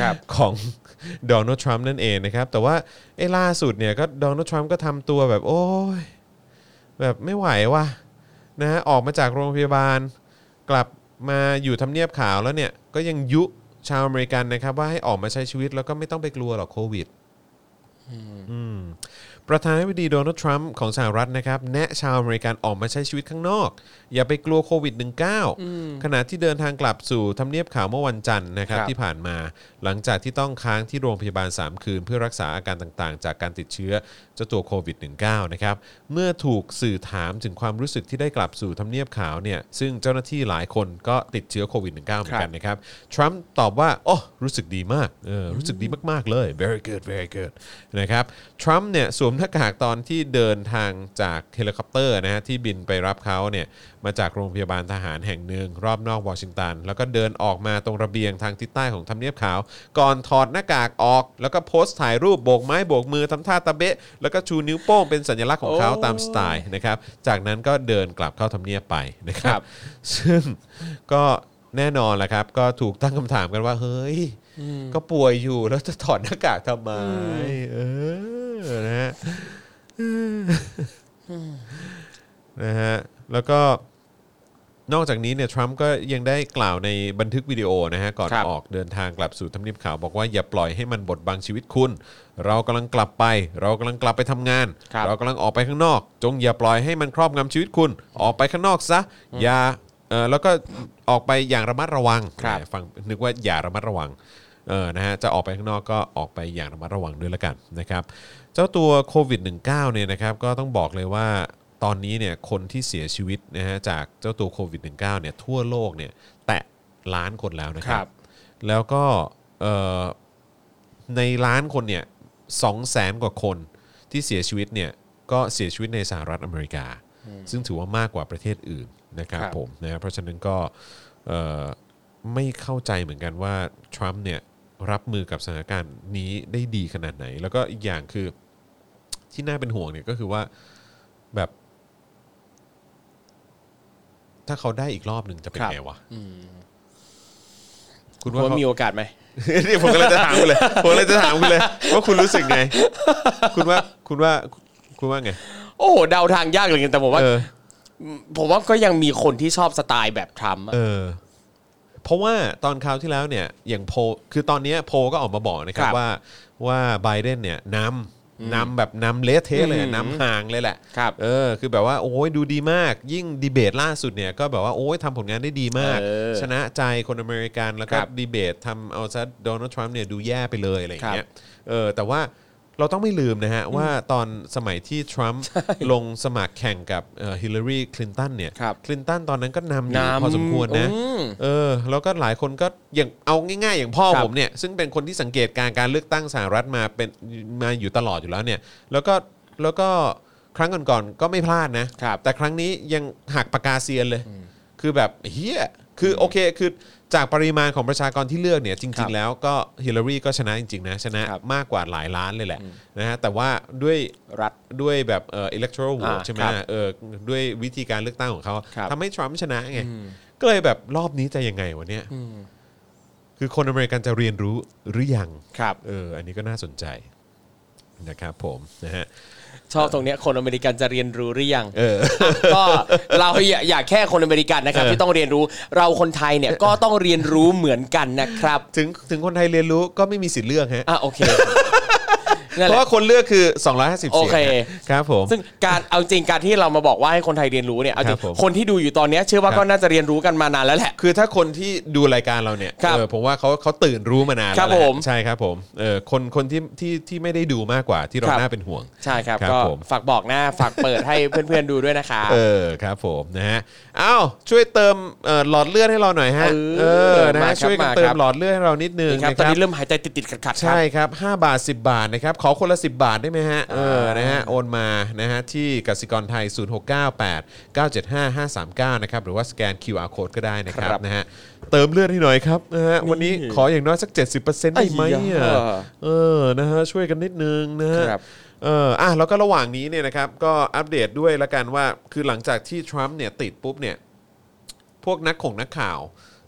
ครับ ของ (laughs) โดนัลด์ทรัมป์นั่นเองนะครับ แต่ว่าไอ้ล่าสุดเนี่ยก็โดนัลด์ทรัมป์ก็ทำตัวแบบโอ้ย แบบไม่ไหวว่ะนะฮะออกมาจากโรงพยาบาล กลับมาอยู่ทำเนียบขาวแล้วเนี่ย ก็ยังยุชาวอเมริกันนะครับ ว่าให้ออกมาใช้ชีวิตแล้วก็ไม่ต้องไปกลัวหรอกโควิดอืมประธานาธิบดีโดนัลด์ทรัมป์ของสหรัฐนะครับ แนะชาวอเมริกันออกมาใช้ชีวิตข้างนอก อย่าไปกลัวโควิด -19 ขณะที่เดินทางกลับสู่ทำเนียบขาวเมื่อวันจันทร์นะครับ ครับ ที่ผ่านมา หลังจากที่ต้องค้างที่โรงพยาบาล 3 คืน เพื่อรักษาอาการต่างๆ จากการติดเชื้อเจ้าตัวโควิด -19 นะครับ เมื่อถูกสื่อถามถึงความรู้สึกที่ได้กลับสู่ทำเนียบขาวเนี่ยซึ่งเจ้าหน้าที่หลายคนก็ติดเชื้อโควิด -19 เหมือนกันนะครับ ทรัมป์ตอบว่าโอ้รู้สึกดีมากเออรู้สึกดีมาก ๆ เลย very good very good นะครับ ทรัมป์เนี่ยสวมหน้ากากตอนที่เดินทางจากเฮลิคอปเตอร์นะฮะที่บินไปรับเขาเนี่ยมาจากโรงพยาบาลทหารแห่งหนึ่งรอบนอกวอชิงตัน แล้วก็เดินออกมาตรงระเบียงทางทิศใต้ของทำเนียบขาว ก่อนถอดหน้ากากออก แล้วก็โพสต์ถ่ายรูปโบกไม้โบกมือทำท่าตะเบะ แล้วก็ชูนิ้วโป้งเป็นสัญลักษณ์ของเขา โอ้ ตามสไตล์นะครับจากนั้นก็เดินกลับเข้าทำเนียบไปนะครับ ซึ่งก็แน่นอนแหละครับ ก็ถูกตั้งคำถามกันว่า เฮ้ย ก็ป่วยอยู่แล้วจะถอดหน้ากากทำไม เออนะฮะนะฮะแล้วก็นอกจากนี้เนี่ยทรัมป์ก็ยังได้กล่าวในบันทึกวิดีโอนะฮะ ก่อน ครับ ออกเดินทางกลับสู่ทำเนียบขาว บอกว่าอย่าปล่อยให้มันบดบังชีวิตคุณ เรากำลังกลับไป เรากำลังกลับไปทำงาน ครับ เรากำลังออกไปข้างนอก จงอย่าปล่อยให้มันครอบงำชีวิตคุณ ออกไปข้างนอกซะอย่าเอ่อแล้วก็ออกไปอย่างระมัดระวัง ครับ แหมฟังนึกว่าอย่าระมัดระวังเออนะฮะจะออกไปข้างนอกก็ออกไปอย่างระมัดระวังด้วยละกันนะครับ เจ้าตัวโควิด -19 เนี่ยนะครับก็ต้องบอกเลยว่าตอนนี้เนี่ยคนที่เสียชีวิตนะฮะจากเจ้าตัวโควิด -19 เนี่ยทั่วโลกเนี่ยแตะล้านคนแล้วนะค ค รั รับ บ แล้วก็เอ่อในล้านคนเนี่ย 2 0 0 0 0 กว่าคนที่เสียชีวิตเนี่ยก็เสียชีวิตในสหรัฐอเมริกา ซึ่งถือว่ามากกว่าประเทศอื่นนะครับ ครับ ผมนะเพราะฉะนั้นก็เอ่อไม่เข้าใจเหมือนกันว่าทรัมป์เนี่ยรับมือกับสถานการณ์นี้ได้ดีขนาดไหน แล้วก็อีกอย่างคือที่น่าเป็นห่วงเนี่ยก็คือว่าแบบ ถ้าเขาได้อีกรอบหนึ่งจะเป็นไงวะคุณว่า ว่า เขา มีโอกาสไหม (laughs) นี่ผมกำลังจะถามคุณเลย ผมกำลังจะถามคุณเลย ว่าคุณรู้สึกไง คุณว่าคุณว่าคุณว่าไง โอ้โหเดาทางยากเหลยกันแต่ผมว่า เออ ผมว่าก็ยังมีคนที่ชอบสไตล์แบบทรัมป์อะ เออ เพราะว่าตอนคราวที่แล้วเนี่ย อย่างโพลคือตอนเนี้ยโพลก็ออกมาบอกนะครั ครับ บ ว่าว่าไบเดนเนี่ยนำนำแบบนำเละเทะเลยอะ อืม นำห่างเลยแหละ ครับ เออ คือแบบว่าโอ้ยดูดีมาก ยิ่งดีเบตล่าสุดเนี่ย ก็แบบว่าโอ้ยทำผลงานได้ดีมาก เออ ชนะใจคนอเมริกันแล้วก็ ครับ ดีเบตทำเอาซะโดนัลด์ทรัมป์เนี่ยดูแย่ไปเลยอะไรอย่างเงี้ย เออแต่ว่าเราต้องไม่ลืมนะฮะ ว่าตอนสมัยที่ทรัมป์ลงสมัครแข่งกับฮิลลารีคลินตันเนี่ย ครับ คลินตันตอนนั้นก็นำอยู่ นำ พอสมควรนะ อืม เออแล้วก็หลายคนก็อย่างเอาง่ายๆ อย่างพ่อ ครับ ผมเนี่ย ซึ่งเป็นคนที่สังเกตการณ์การเลือกตั้งสหรัฐมาเป็นมาอยู่ตลอดอยู่แล้วเนี่ย แล้วก็แล้วก็ครั้งก่อนๆก็ไม่พลาดนะ ครับ แต่ครั้งนี้ยังหักปากกาเซียนเลย คือแบบเฮียคือโอเคคือจากปริมาณของประชากรที่เลือกเนี่ยจ ครั ริง บ ๆ แล้วก็ฮิลลารีก็ชนะจริง ๆ นะ ชนะครับมากกว่าหลายล้านเลยแหละนะฮะแต่ว่าด้วย รัฐ ด้วยแบบเอ่อ electoral vote อ่า ใช่ไหม ครับ เออด้วยวิธีการเลือกตั้งของเขา ครับ ทำให้ทรัมป์ชนะไง ก็เลยแบบรอบนี้จะยังไงวะเนี่ยคือคนอเมริกันจะเรียนรู้หรือยัง ครับ เอออันนี้ก็น่าสนใจนะครับผมนะฮะ ชอบตรงเนี้ยคนอเมริกันจะเรียนรู้หรือยัง เออ ก็เราอย่าอย่าแค่คนอเมริกันนะครับ ที่ต้องเรียนรู้เราคนไทย (laughs) เนี่ยก็ต้องเรียนรู้เหมือนกันนะครับ ถึงถึงคนไทยเรียนรู้ก็ไม่มีสิทธิ์เลือกฮะ อ่ะโอเคนั่น เพ แห ราะ ละ ว่าคนเลือกคือ 250 เสียง โอเค ครับผม ซึ่งการเอาจริงการที่เรามาบอกว่าให้คนไทยเรียนรู้เนี่ยเอาจคริง รับผม คนที่ดูอยู่ตอนเนี้ยเชื่อว่า ครั ก็ บ น่าจะเรียนรู้กันมานานแล้วแหละ คือถ้าคนที่ดูรายการเราเนี่ย ครับ เออผมว่าเขาเขาตื่นรู้มานานแล้ว ครับ แหละ ผม ใช่ครับผมเออคนคนที่ที่ที่ไม่ได้ดูมากกว่าที่เรา ครับ น่าเป็นห่วง ใช่ครับ ครับ ก็ ผม ฝากบอกหน้าฝากเปิดให้เพื่อนๆดูด้วยนะคะ เออครับผมนะฮะอ้าวช่วยเติมเอ่อหลอดเลือดให้เราหน่อยฮะ เออ นะ มา ฮะ ครับ ช่วยกัน มา เติม ครับ หลอดเลือดให้เรานิดนึง นี่ครับ นะ ตอน ครับ นี้เริ่มหายใจติดๆขัดๆครับ ใช่ครับ 5 บาท 10 บาทนะครับ ขอคนละ 10 บาทได้ไหมฮะเออนะฮะโอนมานะฮะที่กสิกรไทย 0698 975 539 นะครับ หรือว่าสแกน QR code ก็ได้นะครับ ครับ นะฮะเติมเลือดให้หน่อยครับนะฮะวันนี้ขออย่างน้อยสัก 70%ได้ไหม ไอ้ อ่ะ ยา เออนะฮะช่วยกันนิดนึงนะฮะ ครับ เอออ่ะแล้วก็ระหว่างนี้เนี่ยนะครับก็อัปเดตด้วยละกันว่าคือหลังจากที่ทรัมป์เนี่ยติดปุ๊บเนี่ย พวกนักข่งนักข่าว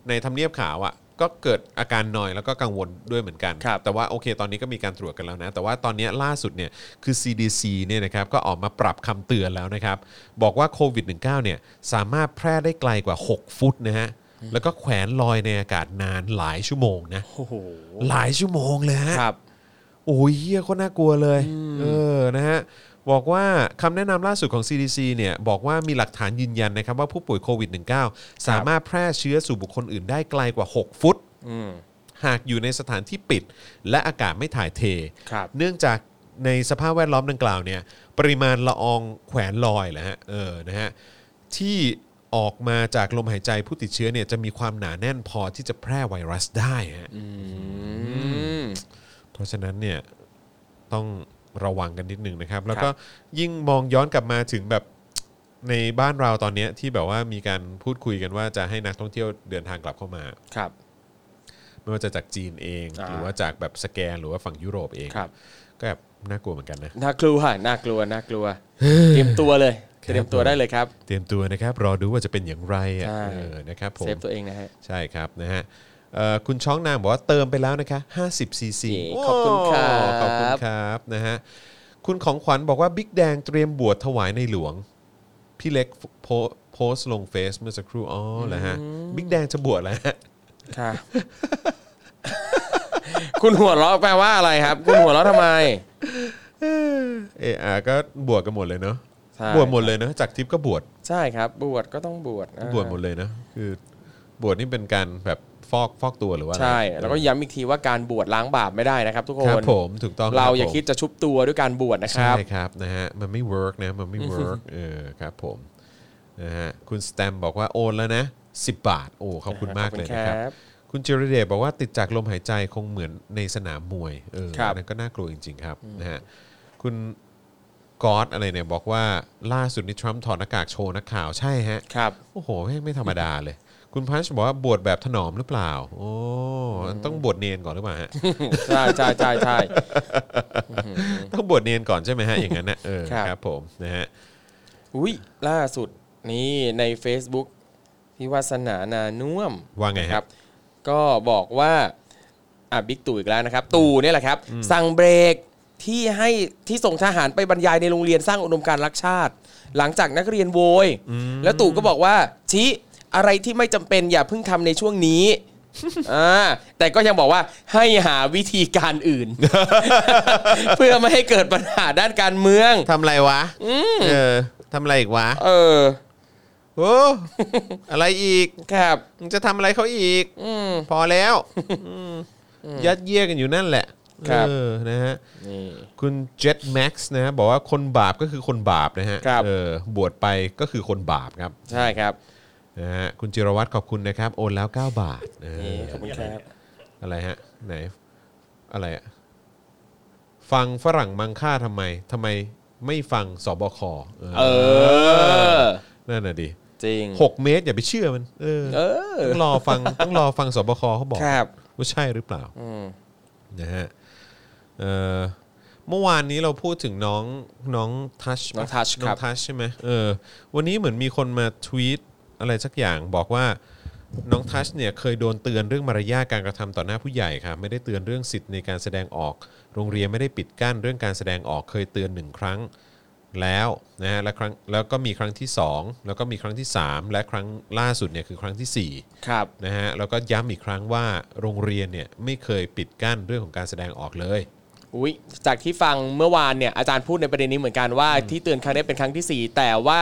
ในทำเนียบขาวอะ่ะก็เกิดอาการหน่อยแล้วก็กังวลด้วยเหมือนกัน ครับ แต่ว่าโอเค ตอนนี้ก็มีการตรวจกันแล้วนะ แต่ว่าตอนนี้ล่าสุดเนี่ยคือ CDC เนี่ยนะครับก็ออกมาปรับคำเตือนแล้วนะครับ บอกว่าโควิด -19 เนี่ยสามารถแพร่ได้ไกลกว่า 6 ฟุตนะฮะ แล้วก็แขวนลอยในอากาศนานหลายชั่วโมงนะหลายชั่วโมงเลยฮะ ครับ โอ้ยเฮียโคนน่ากลัวเลย เออ นะฮะ บอกว่าคำแนะนำล่าสุดของ CDC เนี่ยบอกว่ามีหลักฐานยืนยันนะครับว่าผู้ป่วยโควิด -19 สามารถแพร่เชื้อสู่บุคคลอื่นได้ไกลกว่า 6 ฟุต หากอยู่ในสถานที่ปิด และอากาศไม่ถ่ายเท ครับ เนื่องจากในสภาพแวดล้อมดังกล่าวเนี่ยปริมาณละอองแขวนลอยแหละฮะเออนะฮะที่ออกมาจากลมหายใจผู้ติดเชื้อเนี่ยจะมีความหนาแน่นพอที่จะแพร่ไวรัสได้ฮะ เพราะฉะนั้นเนี่ยต้องระวังกันนิดนึงนะครับ แล้วก็ยิ่งมองย้อนกลับมาถึงแบบในบ้านเราตอนเนี้ยที่แบบว่ามีการพูดคุยกันว่าจะให้นักท่องเที่ยวเดินทางกลับเข้ามา ครับ ไม่ว่าจะจากจีนเอง อ่า หรือว่าจากแบบสแกนหรือว่าฝั่งยุโรปเอง ครับ ก็แบบน่ากลัวเหมือนกันนะ น่ากลัวฮะน่ากลัวน่ากลัว เตรียมตัวเลย ครับ เตรียมตัวได้เลยครับ เตรียมตัวนะครับ รอดูว่าจะเป็นอย่างไรอ่ะ ใช่ เออนะครับผม เซฟตัวเองนะฮะ ใช่ครับนะฮะเอ่อคุณช้องนางบอกว่าเติมไปแล้วนะคะ 50 ซีซี เย้ขอบคุณครับ ขอบคุณครับนะฮะคุณของขวัญบอกว่าบิ๊กแดงเตรียมบวชถวายในหลวง พี่เล็กโพโพสต์ลงเฟซเมื่อสักครู่อ๋อเหรอฮะบิ๊กแดงจะบวชแล้วฮะ ครับ (laughs) คุณหัวเราะแปลว่าอะไรครับ คุณหัวเราะทำไม เอออาก็บวชกันหมดเลยเนาะ ใช่ บวชหมดเลยเนาะจากทิปก็บวช ใช่ครับ บวชก็ต้องบวชอ่า บวชหมดเลยนะคือบวชนี่เป็นการแบบฟอกฟอกตัวหรือว่าอะไร ใช่ แล้วก็ย้ำอีกทีว่าการบวชล้างบาปไม่ได้นะครับ ทุกค ครับ น ผมถูกต้อง เรา บ อย่า ผม คิดจะชุบตัวด้วยการบวชนะค ใช่ รับ ครับนะฮะมันไม่เวิร์กนะมันไม่เวิร์กเออครับผมนะฮะคุณสแตมบอกว่าโอนแล้วนะ 10 บาท โอ้ขอบคุณมากเลยนะครับ ขอบคุณครับ คุณจิรเดชบอกว่าติดจากลมหายใจคงเหมือนในสนามมวยเออ ครับ อันนั้นก็น่ากลัวจริง ๆ ครับนะฮะคุณกอดอะไรเนี่ยบอกว่าล่าสุดนี่ทรัมป์ถอดหน้ากากโชว์นักข่าวใช่ฮะ ครับ (laughs) โอ้โหแม่งไม่ธรรมดาเลย คุณพัชบอกว่าบวชแบบถนอมหรือเปล่า โอ้ต้องบวชเนนก่อนหรือเปล่าฮะ ใช่ใช่ใช่ใช่ ต้องบวชเนนก่อนใช่ไหมฮะ อย่างนั้นนะเออ ครับ ครับผมนะฮะ อุ้ยล่าสุดนี่ใน Facebook พี่วาสนานานุ่วม ว่าไงฮะ ครับ ก็บอกว่าอ่ะบิ๊กตู่อีกแล้วนะครับ ตู่เนี่ยแหละครับ สั่งเบรกที่ให้ที่ส่งทหารไปบรรยายในโรงเรียนสร้างอุดมการณ์รักชาติ หลังจากนักเรียนโวย แล้วตู่ก็บอกว่าชี้อะไรที่ไม่จำเป็นอย่าเพิ่งทำในช่วงนี้ (laughs) อ่าแต่ก็ยังบอกว่าให้หาวิธีการ (laughs) อื่น (laughs) เพื่อไม่ให้เกิดปัญหาด้านการเมือง ทำอะไรวะเออทำอะไรอีกวะ เออ โอ้ (laughs) อะไรอีก ครับ มึงจะทำอะไรเขาอีก อืม พอแล้วยัดเยียดกันอยู่นั่นแหละ ครับ เออนะฮะ นี่ คุณ Jet Max นะฮะบอกว่าคนบาปก็คือคนบาปนะฮะ ครับ เออบวชไปก็คือคนบาปครับ ใช่ครับ นะฮะคุณจิรวัตรขอบคุณนะครับ โอนแล้ว 9 บาทเออ นี่ขอบคุณครับ อะไรฮะ ไหน อะไรอะฟังฝรั่งมังค่าทำไมทำไมไม่ฟังสบคเออ เออ นั่นน่ะดิ จริง 6เมตรอย่าไปเชื่อมัน เออ เออ ต้องรอฟังต้องรอฟังสบคเขาบอก ครับ ว่าใช่หรือเปล่า อืม นะฮะเออเมื่อวานนี้เราพูดถึงน้องน้องทัช น้องทัช น้อ ครับ งทัชใช่ไหมเออวันนี้เหมือนมีคนมาทวีตอะไรสักอย่างบอกว่า น้องทัชเนี่ยเคยโดนเตือนเรื่องมารยาทการกระทำต่อหน้าผู้ใหญ่ค่ะไม่ได้เตือนเรื่องสิทธิ์ในการแสดงออก โรงเรียนไม่ได้ปิดกั้นเรื่องการแสดงออกเคยเตือนหนึ่งครั้งแล้วนะฮะและครั้งแล้วก็มีครั้งที่สองแล้วก็มีครั้งที่สามและครั้งล่าสุดเนี่ยคือครั้งที่สี่ ครับ นะฮะแล้วก็ย้ำอีกครั้งว่าโรงเรียนเนี่ยไม่เคยปิดกั้นเรื่องของการแสดงออกเลย อุ้ยจากที่ฟังเมื่อวานเนี่ยอาจารย์พูดในประเด็นนี้เหมือนกันว่าที่เตือนครั้งนี้เป็นครั้งที่ 4 แต่ว่า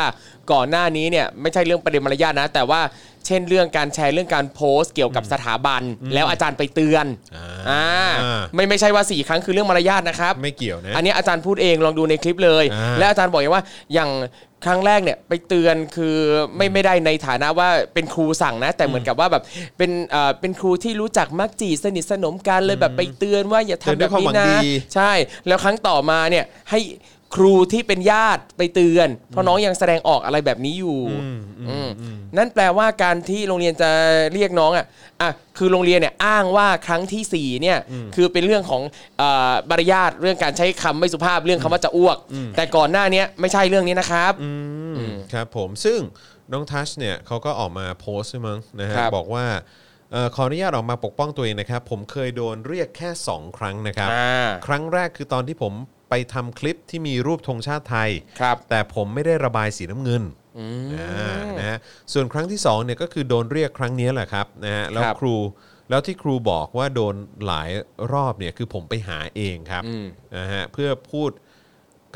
ก่อนหน้านี้เนี่ยไม่ใช่เรื่องประเด็นมารยาทนะ แต่ว่าเช่นเรื่องการแชร์เรื่องการโพสต์เกี่ยวกับสถาบัน แล้วอาจารย์ไปเตือน อ่า อ่าไม่ไม่ใช่ว่า 4 ครั้งคือเรื่องมารยาทนะครับ ไม่เกี่ยวนะ อันนี้อาจารย์พูดเองลองดูในคลิปเลย อ่า และอาจารย์บอกอย่างว่าอย่างครั้งแรกเนี่ยไปเตือนคือไม่ไม่ได้ในฐานะว่าเป็นครูสั่งนะ แต่เหมือนกับว่าแบบเป็นเอ่อเป็นครูที่รู้จักมักจีสนิทสนมกันเลยแบบไปเตือนว่าอย่าทำแบบนี้นะใช่ แล้วครั้งต่อมาเนี่ยให้ครูที่เป็นญาติไปเตือน เพราะน้องยังแสดงออกอะไรแบบนี้อยู่อืมนั่นแปลว่าการที่โรงเรียนจะเรียกน้องอ่ะอ่ะคือโรงเรียนเนี่ยอ้างว่าครั้งที่สี่เนี่ยคือเป็นเรื่องของเอ่อบารยาทเรื่องการใช้คำไม่สุภาพเรื่องคำว่าจะอ้วก แต่ก่อนหน้าเนี้ยไม่ใช่เรื่องนี้นะครับ ครับผมซึ่งน้องทัชเนี่ยเขาก็ออกมาโพสต์ใช่มั้งนะฮะ ครับ บอกว่าเอ่อขออนุญาตออกมาปกป้องตัวเองนะครับ ผมเคยโดนเรียกแค่ 2 ครั้งนะครับ อ่า ครั้งแรกคือตอนที่ผมไปทำคลิปที่มีรูปธงชาติไทย ครับ แต่ผมไม่ได้ระบายสีน้ำเงินอ่านะฮะส่วนครั้งที่2เนี่ยก็คือโดนเรียกครั้งนี้แหละครับนะฮะแล้ว ครับ ครูแล้วที่ครูบอกว่าโดนหลายรอบเนี่ยคือผมไปหาเองครับ อืม นะฮะเพื่อพูด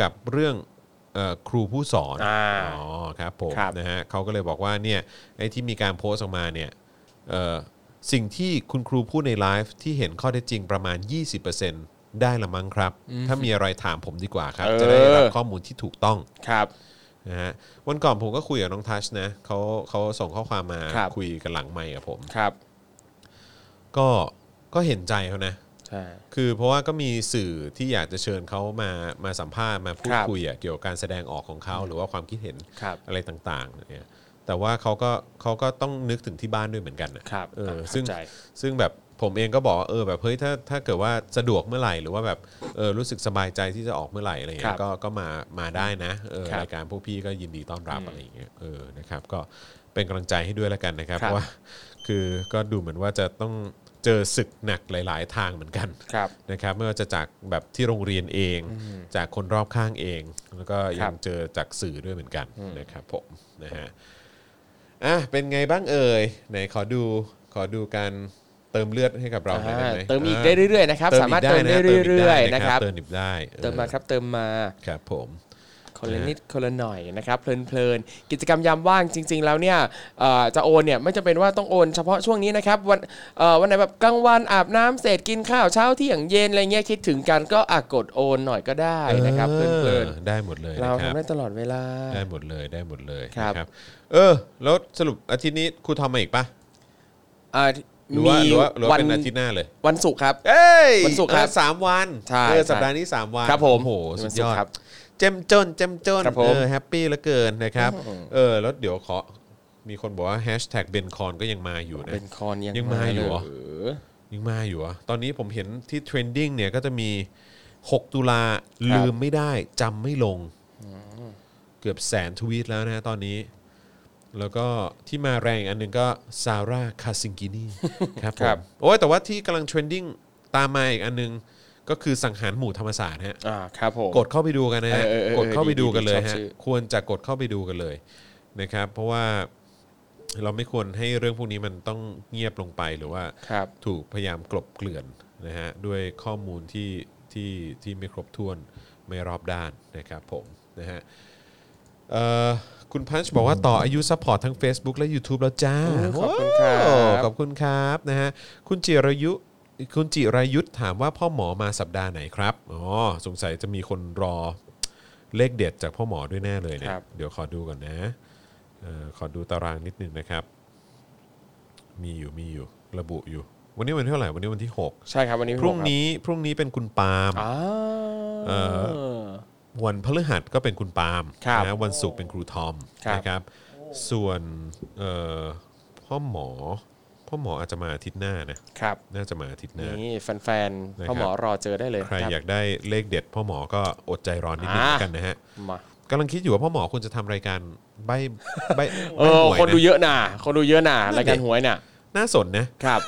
กับเรื่องเอ่อครูผู้สอน อ่า อ๋อครับผม ครับ นะฮะเขาก็เลยบอกว่าเนี่ยไอ้ที่มีการโพสต์ออกมาเนี่ยเอ่อสิ่งที่คุณครูพูดในไลฟ์ที่เห็นข้อเท็จจริงประมาณ 20%ได้ละมั้งครับ ถ้ามีอะไรถามผมดีกว่าครับ จะได้รับ เออ ข้อมูลที่ถูกต้อง ครับ นะฮะวันก่อนผมก็คุยกับน้องทัชนะเขาเขาส่งข้อความมา ครับ คุยกันหลังไมค์กับผม ครับ ก็ก็เห็นใจเขานะ ใช่ คือเพราะว่าก็มีสื่อที่อยากจะเชิญเขามามาสัมภาษณ์มาพูด ครับ คุยอะเกี่ยวกับการแสดงออกของเขาหรือว่าความคิดเห็น ครับ อะไรต่างๆเนี่ยแต่ว่าเขาก็เขาก็ต้องนึกถึงที่บ้านด้วยเหมือนกันนะครับ เออ เข้า ซึ่ง ใจ ซึ่งแบบผมเองก็บอกว่าเออแบบเฮ้ยถ้าถ้าเกิดว่าสะดวกเมื่อไหร่หรือว่าแบบเออรู้สึกสบายใจที่จะออกเมื่อไหร่อะไร ค เงี้ รั ย บ ก็ก็มามาได้นะเออ ครับ รายการพวกพี่ก็ยินดีต้อนรับอะไรอย่างเงี้ยเออนะครับก็เป็นกำลังใจให้ด้วยแล้วกันนะครับ ครั เพ บ ราะว่า คือก็ดูเหมือนว่าจะต้องเจอศึกหนักหลาย ๆ ทางเหมือนกัน ครับ นะครับไม่ว่าจะจากแบบที่โรงเรียนเอง จากคนรอบข้างเอง แล้วก็ยั ครั ง บ เจอจากสื่อด้วยเหมือนกันนะครับผมนะฮะอ่ะเป็นไงบ้างเอ่ยไหนขอดูขอดูการเติมเลือดให้กับเราหน่อยได้ไหม เติมอีกได้เรื่อยๆนะครับ เติ สามารถ อีก เติมได้เรื่อยๆนะครับ เติมอีกได้ เติมมาครับเติมมา ครับผม คนละนิดคนละหน่อยนะครับเพลินๆกิจกรรมยามว่างจริง ๆ แล้วเนี่ยเอ่อจะโอนเนี่ยไม่จำเป็นว่าต้องโอนเฉพาะช่วงนี้นะครับวันเอ่อวันไหนแบบกลางวันอาบน้ำเสร็จกินข้าวเช้าเที่ยงเย็นอะไรเงี้ยคิดถึงกันก็อะกดโอนหน่อยก็ได้นะครับเพ ออ ลิน ได้หมดเลย ๆ นะ เรา คบ ทำได้ตลอดเวลา ได้หมดเลยได้หมดเลย ครับ นะเออ แล้วสรุปอาทิตย์นี้ครูทอมมาอีกปะ อ่า หรือว่าหรือว่าหรือว่าเป็น วั อาทิตย์หน้าเลย วันศุกร์ครับ เอ้ย วันศุกร์ครับ เออสามวัน ใช่ เออ ใช่ สัปดาห์นี้สามวัน ครับผม โอ้โหสุดยอด วันศุกร์ครับ เจ้มจนเจ้มจน ครับผม เออแฮปปี้เหลือเกินนะครับเออแล้วเดี๋ยวขอมีคนบอกว่าแฮชแท็กเบนคอนก็ยังมาอยู่นะ เป็นคอนยัง ยังมาอยู่เหรอ เลอ ยังมาอยู่เหรอ่ะตอนนี้ผมเห็นที่เทรนดิ้งเนี่ยก็จะมี 6 ตุลาลืมไม่ได้จำไม่ลง เกือบแสนทวีตแล้วนะฮะตอนนี้ แล้วก็ที่มาแรงอีกอันหนึงก็ซาร่าคาซิงกิ (laughs) นี ครับผ ครั ม บ โอ้ยแต่ว่าที่กำลังเทรนดิ้งตามมาอีกอันหนึง ก็คือสังหารหมู่ธรรมศาสตร์ฮะ อ่าครับผม กดเข้าไปดูกันนะฮะ เออเออเออก ดเข้าไปดูกันเลย ดีๆชอบ ฮะ ชื่อ ควรจะกดเข้าไปดูกันเลยนะครับ เพราะว่าเราไม่ควรให้เรื่องพวกนี้มันต้องเงียบลงไปหรือว่า ครับ ถูกพยายามกลบเกลื่อนนะฮะด้วยข้อมูลที่ที่ที่ไม่ครบถ้วนไม่รอบด้านนะครับผมนะฮะเอ่อคุณพันช์บอกว่าต่ออายุซัพพอร์ตทั้ง Facebook และ YouTube แล้วจ้า โอ้ขอบคุณครับ โอ้ขอบคุณครับนะฮะคุณจิรายุคุณจิรายุทธ์ถามว่าพ่อหมอมาสัปดาห์ไหนครับอ๋อสงสัยจะมีคนรอเลขเด็ดจากพ่อหมอด้วยแน่เลยเนี่ย ครับ เดี๋ยวขอดูก่อนนะเออขอดูตารางนิดนึงนะครับ มีอยู่มีอยู่ระบุอยู่ วันนี้วันที่เท่าไหร่วันนี้วันที่ 6 ใช่ครับวันนี้ พรุ่งนี้พรุ่งนี้เป็นคุณปาล์ม อ่า เอ่ วันพฤหัสก็เป็นคุณปาล์ม ครับ นะวันศุกร์เป็นครูทอม ครับ นะครับ ส่วนเอ่อพ่อหมอ พ่อหมออาจจะมาอาทิตย์หน้านะครับ น่าจะมาอาทิตย์หน้า นี่แฟน นะครับ ๆพ่อหมอรอเจอได้เลย ใคร บ อยากได้เลขเด็ด พ่อหมอก็อดใจรอนิดนึง อ่า แล้วกันนะฮะ มาก ำลังคิดอยู่ว่าพ่อหมอควรจะทำรายการใบใบ เอ ใบ้ อ หวย คนดู นะ เยอะน่ะคนดูเยอะน่ะ นั่นดิ รายการหวยน่ะ น่าสนนะครับ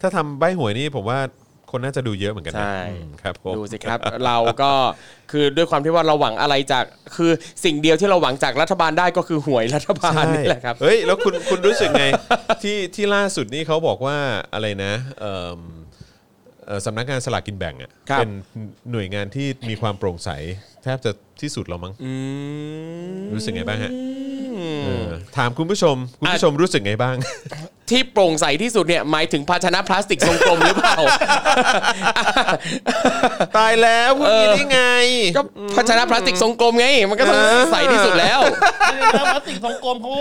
ถ้าทำใบหวยนี่ผมว่าคนน่าจะดูเยอะเหมือนกันนะ ใช่ อืมครับผม ดูสิครับ เราก็คือด้วยความที่ว่าเราหวังอะไรจาก คือสิ่งเดียวที่เราหวังจากรัฐบาลได้ก็คือหวยรัฐบาลนี่แหละครับ เฮ้ยแล้วคุณคุณรู้สึกไง (laughs) ที่ที่ล่าสุดนี่เขาบอกว่าอะไรนะเอิ่มเอ่อสำนักงานสลากกินแบ่งอ่ะ ครับ เป็นหน่วยงานที่มีความโปร่งใส แทบจะที่สุดแล้วมั้ง อืม รู้สึกไงบ้างฮะเออถามคุณผู้ชม คุณผู้ชมรู้สึกไงบ้าง ที่โปร่งใสที่สุดเนี่ยหมายถึงภาชนะพลาสติกทรงกลมหรือเปล่า ตายแล้วพูดอย่างนี้ได้ไง ก็ภาชนะพลาสติกทรงกลมไง มันก็ต้อง เออ ใสที่สุดแล้ว ไม่ได้แล้วพลาสติกของกรมเขา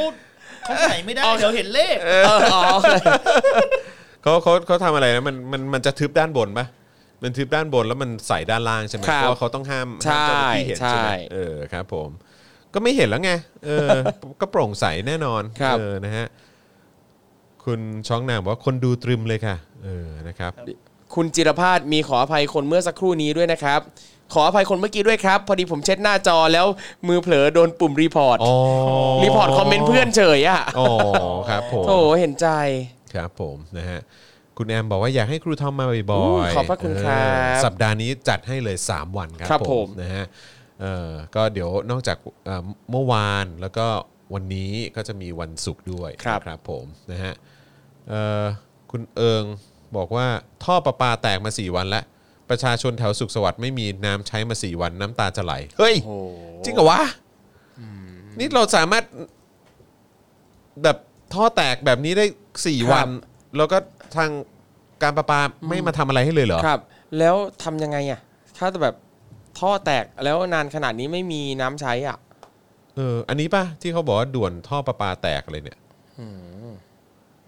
เขาใส่ไม่ได้เดี๋ยวเห็นเลข เอออ๋อ เขาเขาเขาทำอะไรนะมันมันมันจะทึบด้านบนปะมันทึบด้านบนแล้วมันใส่ด้านล่างใช่ไหม ครั เพ บ ราะว่าเขาต้องห้าม ใช่ ห้ามเจ้าหน้าที่เห็นใช่ไหม ใช่ เออครับผม ก็ไม่เห็นแล้วไงเออ (laughs) ก็โปร่งใสแน่นอน ครับ เออนะฮะคุณช้องนามบอกว่าคนดูตรึมเลยค่ะ เออนะครับ คุณจิรพาสมีขออภัยคนเมื่อสักครู่นี้ด้วยนะครับ ขออภัยคนเมื่อกี้ด้วยครับ พอดีผมเช็ดหน้าจอแล้วมือเผลอโดนปุ่มรีพอร์ต อ๋อ รีพอร์ตคอมเมนต์เพื่อนเฉยอะ อ๋อครับผม โถเห็นใจ ครับผมนะฮะคุณแอมบอกว่าอยากให้ครูทอมมาบ่อ อู้ ยๆ ขอบพระคุณครับ เออสัปดาห์นี้จัดให้เลย 3 วันครับ ครับผม นะฮะเออก็เดี๋ยวนอกจากเอ่อเมื่อวานแล้วก็วันนี้ก็จะมีวันศุกร์ด้วยนะครับผมนะฮะเอ่อคุณเอิงบอกว่าท่อประปาแตกมา 4 วันแล้ว ประชาชนแถวสุขสวัสดิ์ไม่มีน้ำใช้มา 4 วันน้ำตาจะไหล เฮ้ย จริงเหรอวะนี่เราสามารถ แบบท่อแตกแบบนี้ได้สี่ ครับ วัน แล้วก็ทางการประปาไม่มาทำอะไรให้เลยเหรอ ครับ แล้วทำยังไงอะถ้าแบบท่อแตกแล้วนานขนาดนี้ไม่มีน้ำใช้อ่ะ เออ อันนี้ป่ะ ที่เขาบอกว่าด่วนท่อประปาแตกอะไรเนี่ย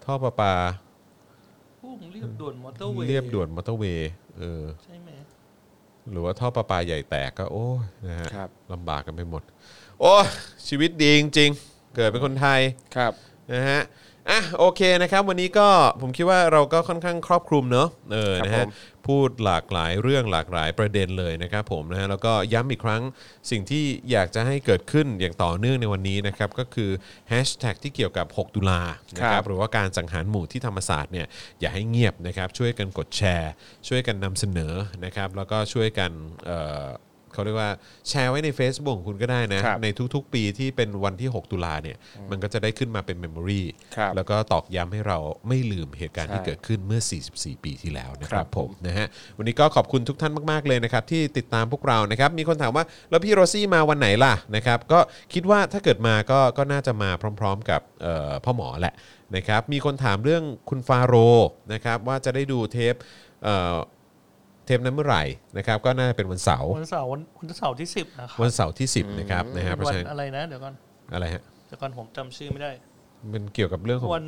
ท่อประปา พุ่งเรียบด่วนมอเตอร์เวย์ เรียบด่วนมอเตอร์เวย์เออ ใช่ไหม หรือว่าท่อประปาใหญ่แตกก็ โอ้ยนะฮะ ครับ ลำบากกันไปหมด โอ้ยชีวิตดีจริงๆ เกิดเป็นคนไทย ครับ นะฮะ อ่ะโอเคนะครับ วันนี้ก็ผมคิดว่าเราก็ค่อนข้างครอบคลุมเนอะเออ ครับ นะฮะ ผม พูดหลากหลายเรื่องหลากหลายประเด็นเลยนะครับผมนะฮะแล้วก็ย้ำอีกครั้งสิ่งที่อยากจะให้เกิดขึ้นอย่างต่อเนื่องในวันนี้นะครับ ก็คือแฮชแท็กที่เกี่ยวกับ 6 ตุลานะค ครั รับบ หรือว่าการสังหารหมู่ที่ธรรมศาสตร์เนี่ยอย่าให้เงียบนะครับ ช่วยกันกดแชร์ ช่วยกันนำเสนอนะครับ แล้วก็ช่วยกันเอ่อเขาเรียกว่าแชร์ไว้ใน Facebook ของคุณก็ได้นะ ครับ ในทุกๆ ปีที่เป็นวันที่ 6 ตุลาเนี่ยมันก็จะได้ขึ้นมาเป็นเมมโมรี ครับ แล้วก็ตอกย้ำให้เราไม่ลืมเหตุการณ์ ใช่ ที่เกิดขึ้นเมื่อ 44 ปีที่แล้วนะค ครั รับบ ผมนะฮะวันนี้ก็ขอบคุณทุกท่านมาก ๆ เลยนะครับ ที่ติดตามพวกเรานะครับ มีคนถามว่า แล้วพี่โรซี่มาวันไหนล่ะนะครับ ก็คิดว่าถ้าเกิดมาก็ก็น่าจะมาพร้อม ๆ กับเอ่อพ่อหมอแหละนะครับ มีคนถามเรื่องคุณฟาโรห์นะครับ ว่าจะได้ดูเทปเอ่อเทปนั้นเมื่อไหร่นะครับ ก็น่าจะเป็นวันเสาร์ วันเสาร์วันวันเสาร์ที่สิบนะครับ วันเสาร์ที่ 10นะครับนะฮะเพราะ วั ฉะ น นั้น อะไรนะเดี๋ยวก่อน อะไรฮะ เดี๋ยวก่อนผมจำชื่อไม่ได้ มันเกี่ยวกับเรื่องของ วัน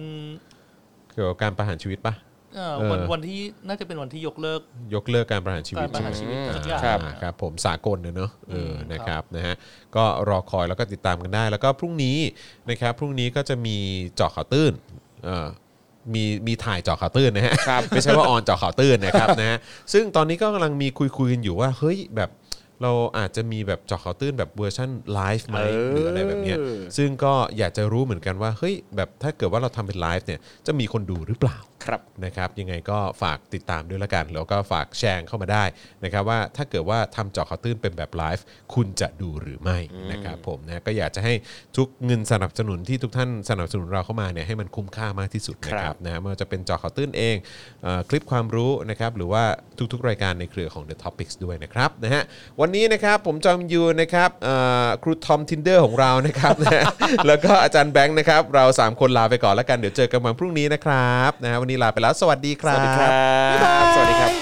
เกี่ยวกับการประหารชีวิตปะ เอ่อวัน เออ วันที่น่าจะเป็นวันที่ยกเลิก ยกเลิกการประหารชีวิต การประหารชีวิต ใไหม สักอย่าง อ่าครับผมสากลเนอะเนอะเออ ม นะครับนะฮะก็รอคอยแล้วก็ติดตามกันได้ แล้วก็พรุ่งนี้นะครับพรุ่งนี้ก็จะมีเจาะข่าวตื้นเอ่อมีมีถ่ายเจาะข่าวตื้นนะฮะ ครับ ไม่ใช่ว่าออนเจาะข่าวตื้นนะครับนะฮะซึ่งตอนนี้ก็กำลังมีคุยคุยๆกันอยู่ว่าเฮ้ยแบบเราอาจจะมีแบบเจาะข่าวตื้นแบบเวอร์ชันไลฟ์ไหมหรืออะไรแบบเนี้ย เออ ซึ่งก็อยากจะรู้เหมือนกันว่าเฮ้ยแบบถ้าเกิดว่าเราทำเป็นไลฟ์เนี่ยจะมีคนดูหรือเปล่า ครับ นะครับยังไงก็ฝากติดตามด้วยละกัน แล้วก็ฝากแชร์เข้ามาได้นะครับว่าถ้าเกิดว่าทำเจาะข่าวตื้นเป็นแบบไลฟ์คุณจะดูหรือไม่นะครับผมนะก็อยากจะให้ทุกเงินสนับสนุนที่ทุกท่านสนับสนุนเราเข้ามาเนี่ยให้มันคุ้มค่ามากที่สุดนะค ครั รับบ นะไม่ว่าจะเป็นเจาะข่าวตื้นเองเออคลิปความรู้นะครับหรือว่าทุกๆ รายการในเครือของ The Topics ด้วยนะครับนะฮะวันนี้นะครับผมจอมยูนะครับเอ่อครูทอมทินเดอร์ของเรานะครับ (laughs) นะฮะ แล้วก็อาจารย์แบงค์นะครับเราสามคนลาไปก่อนแล้วกันเดี๋ยวเจอกันวันพรุ่งนี้นะครับนะฮะวันนี้ลาไปแล้วสวัสดีค ส รับ วัสดีครับ สวัสดีครับ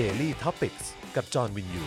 Daily t o p i c กกับจอห์นวินยู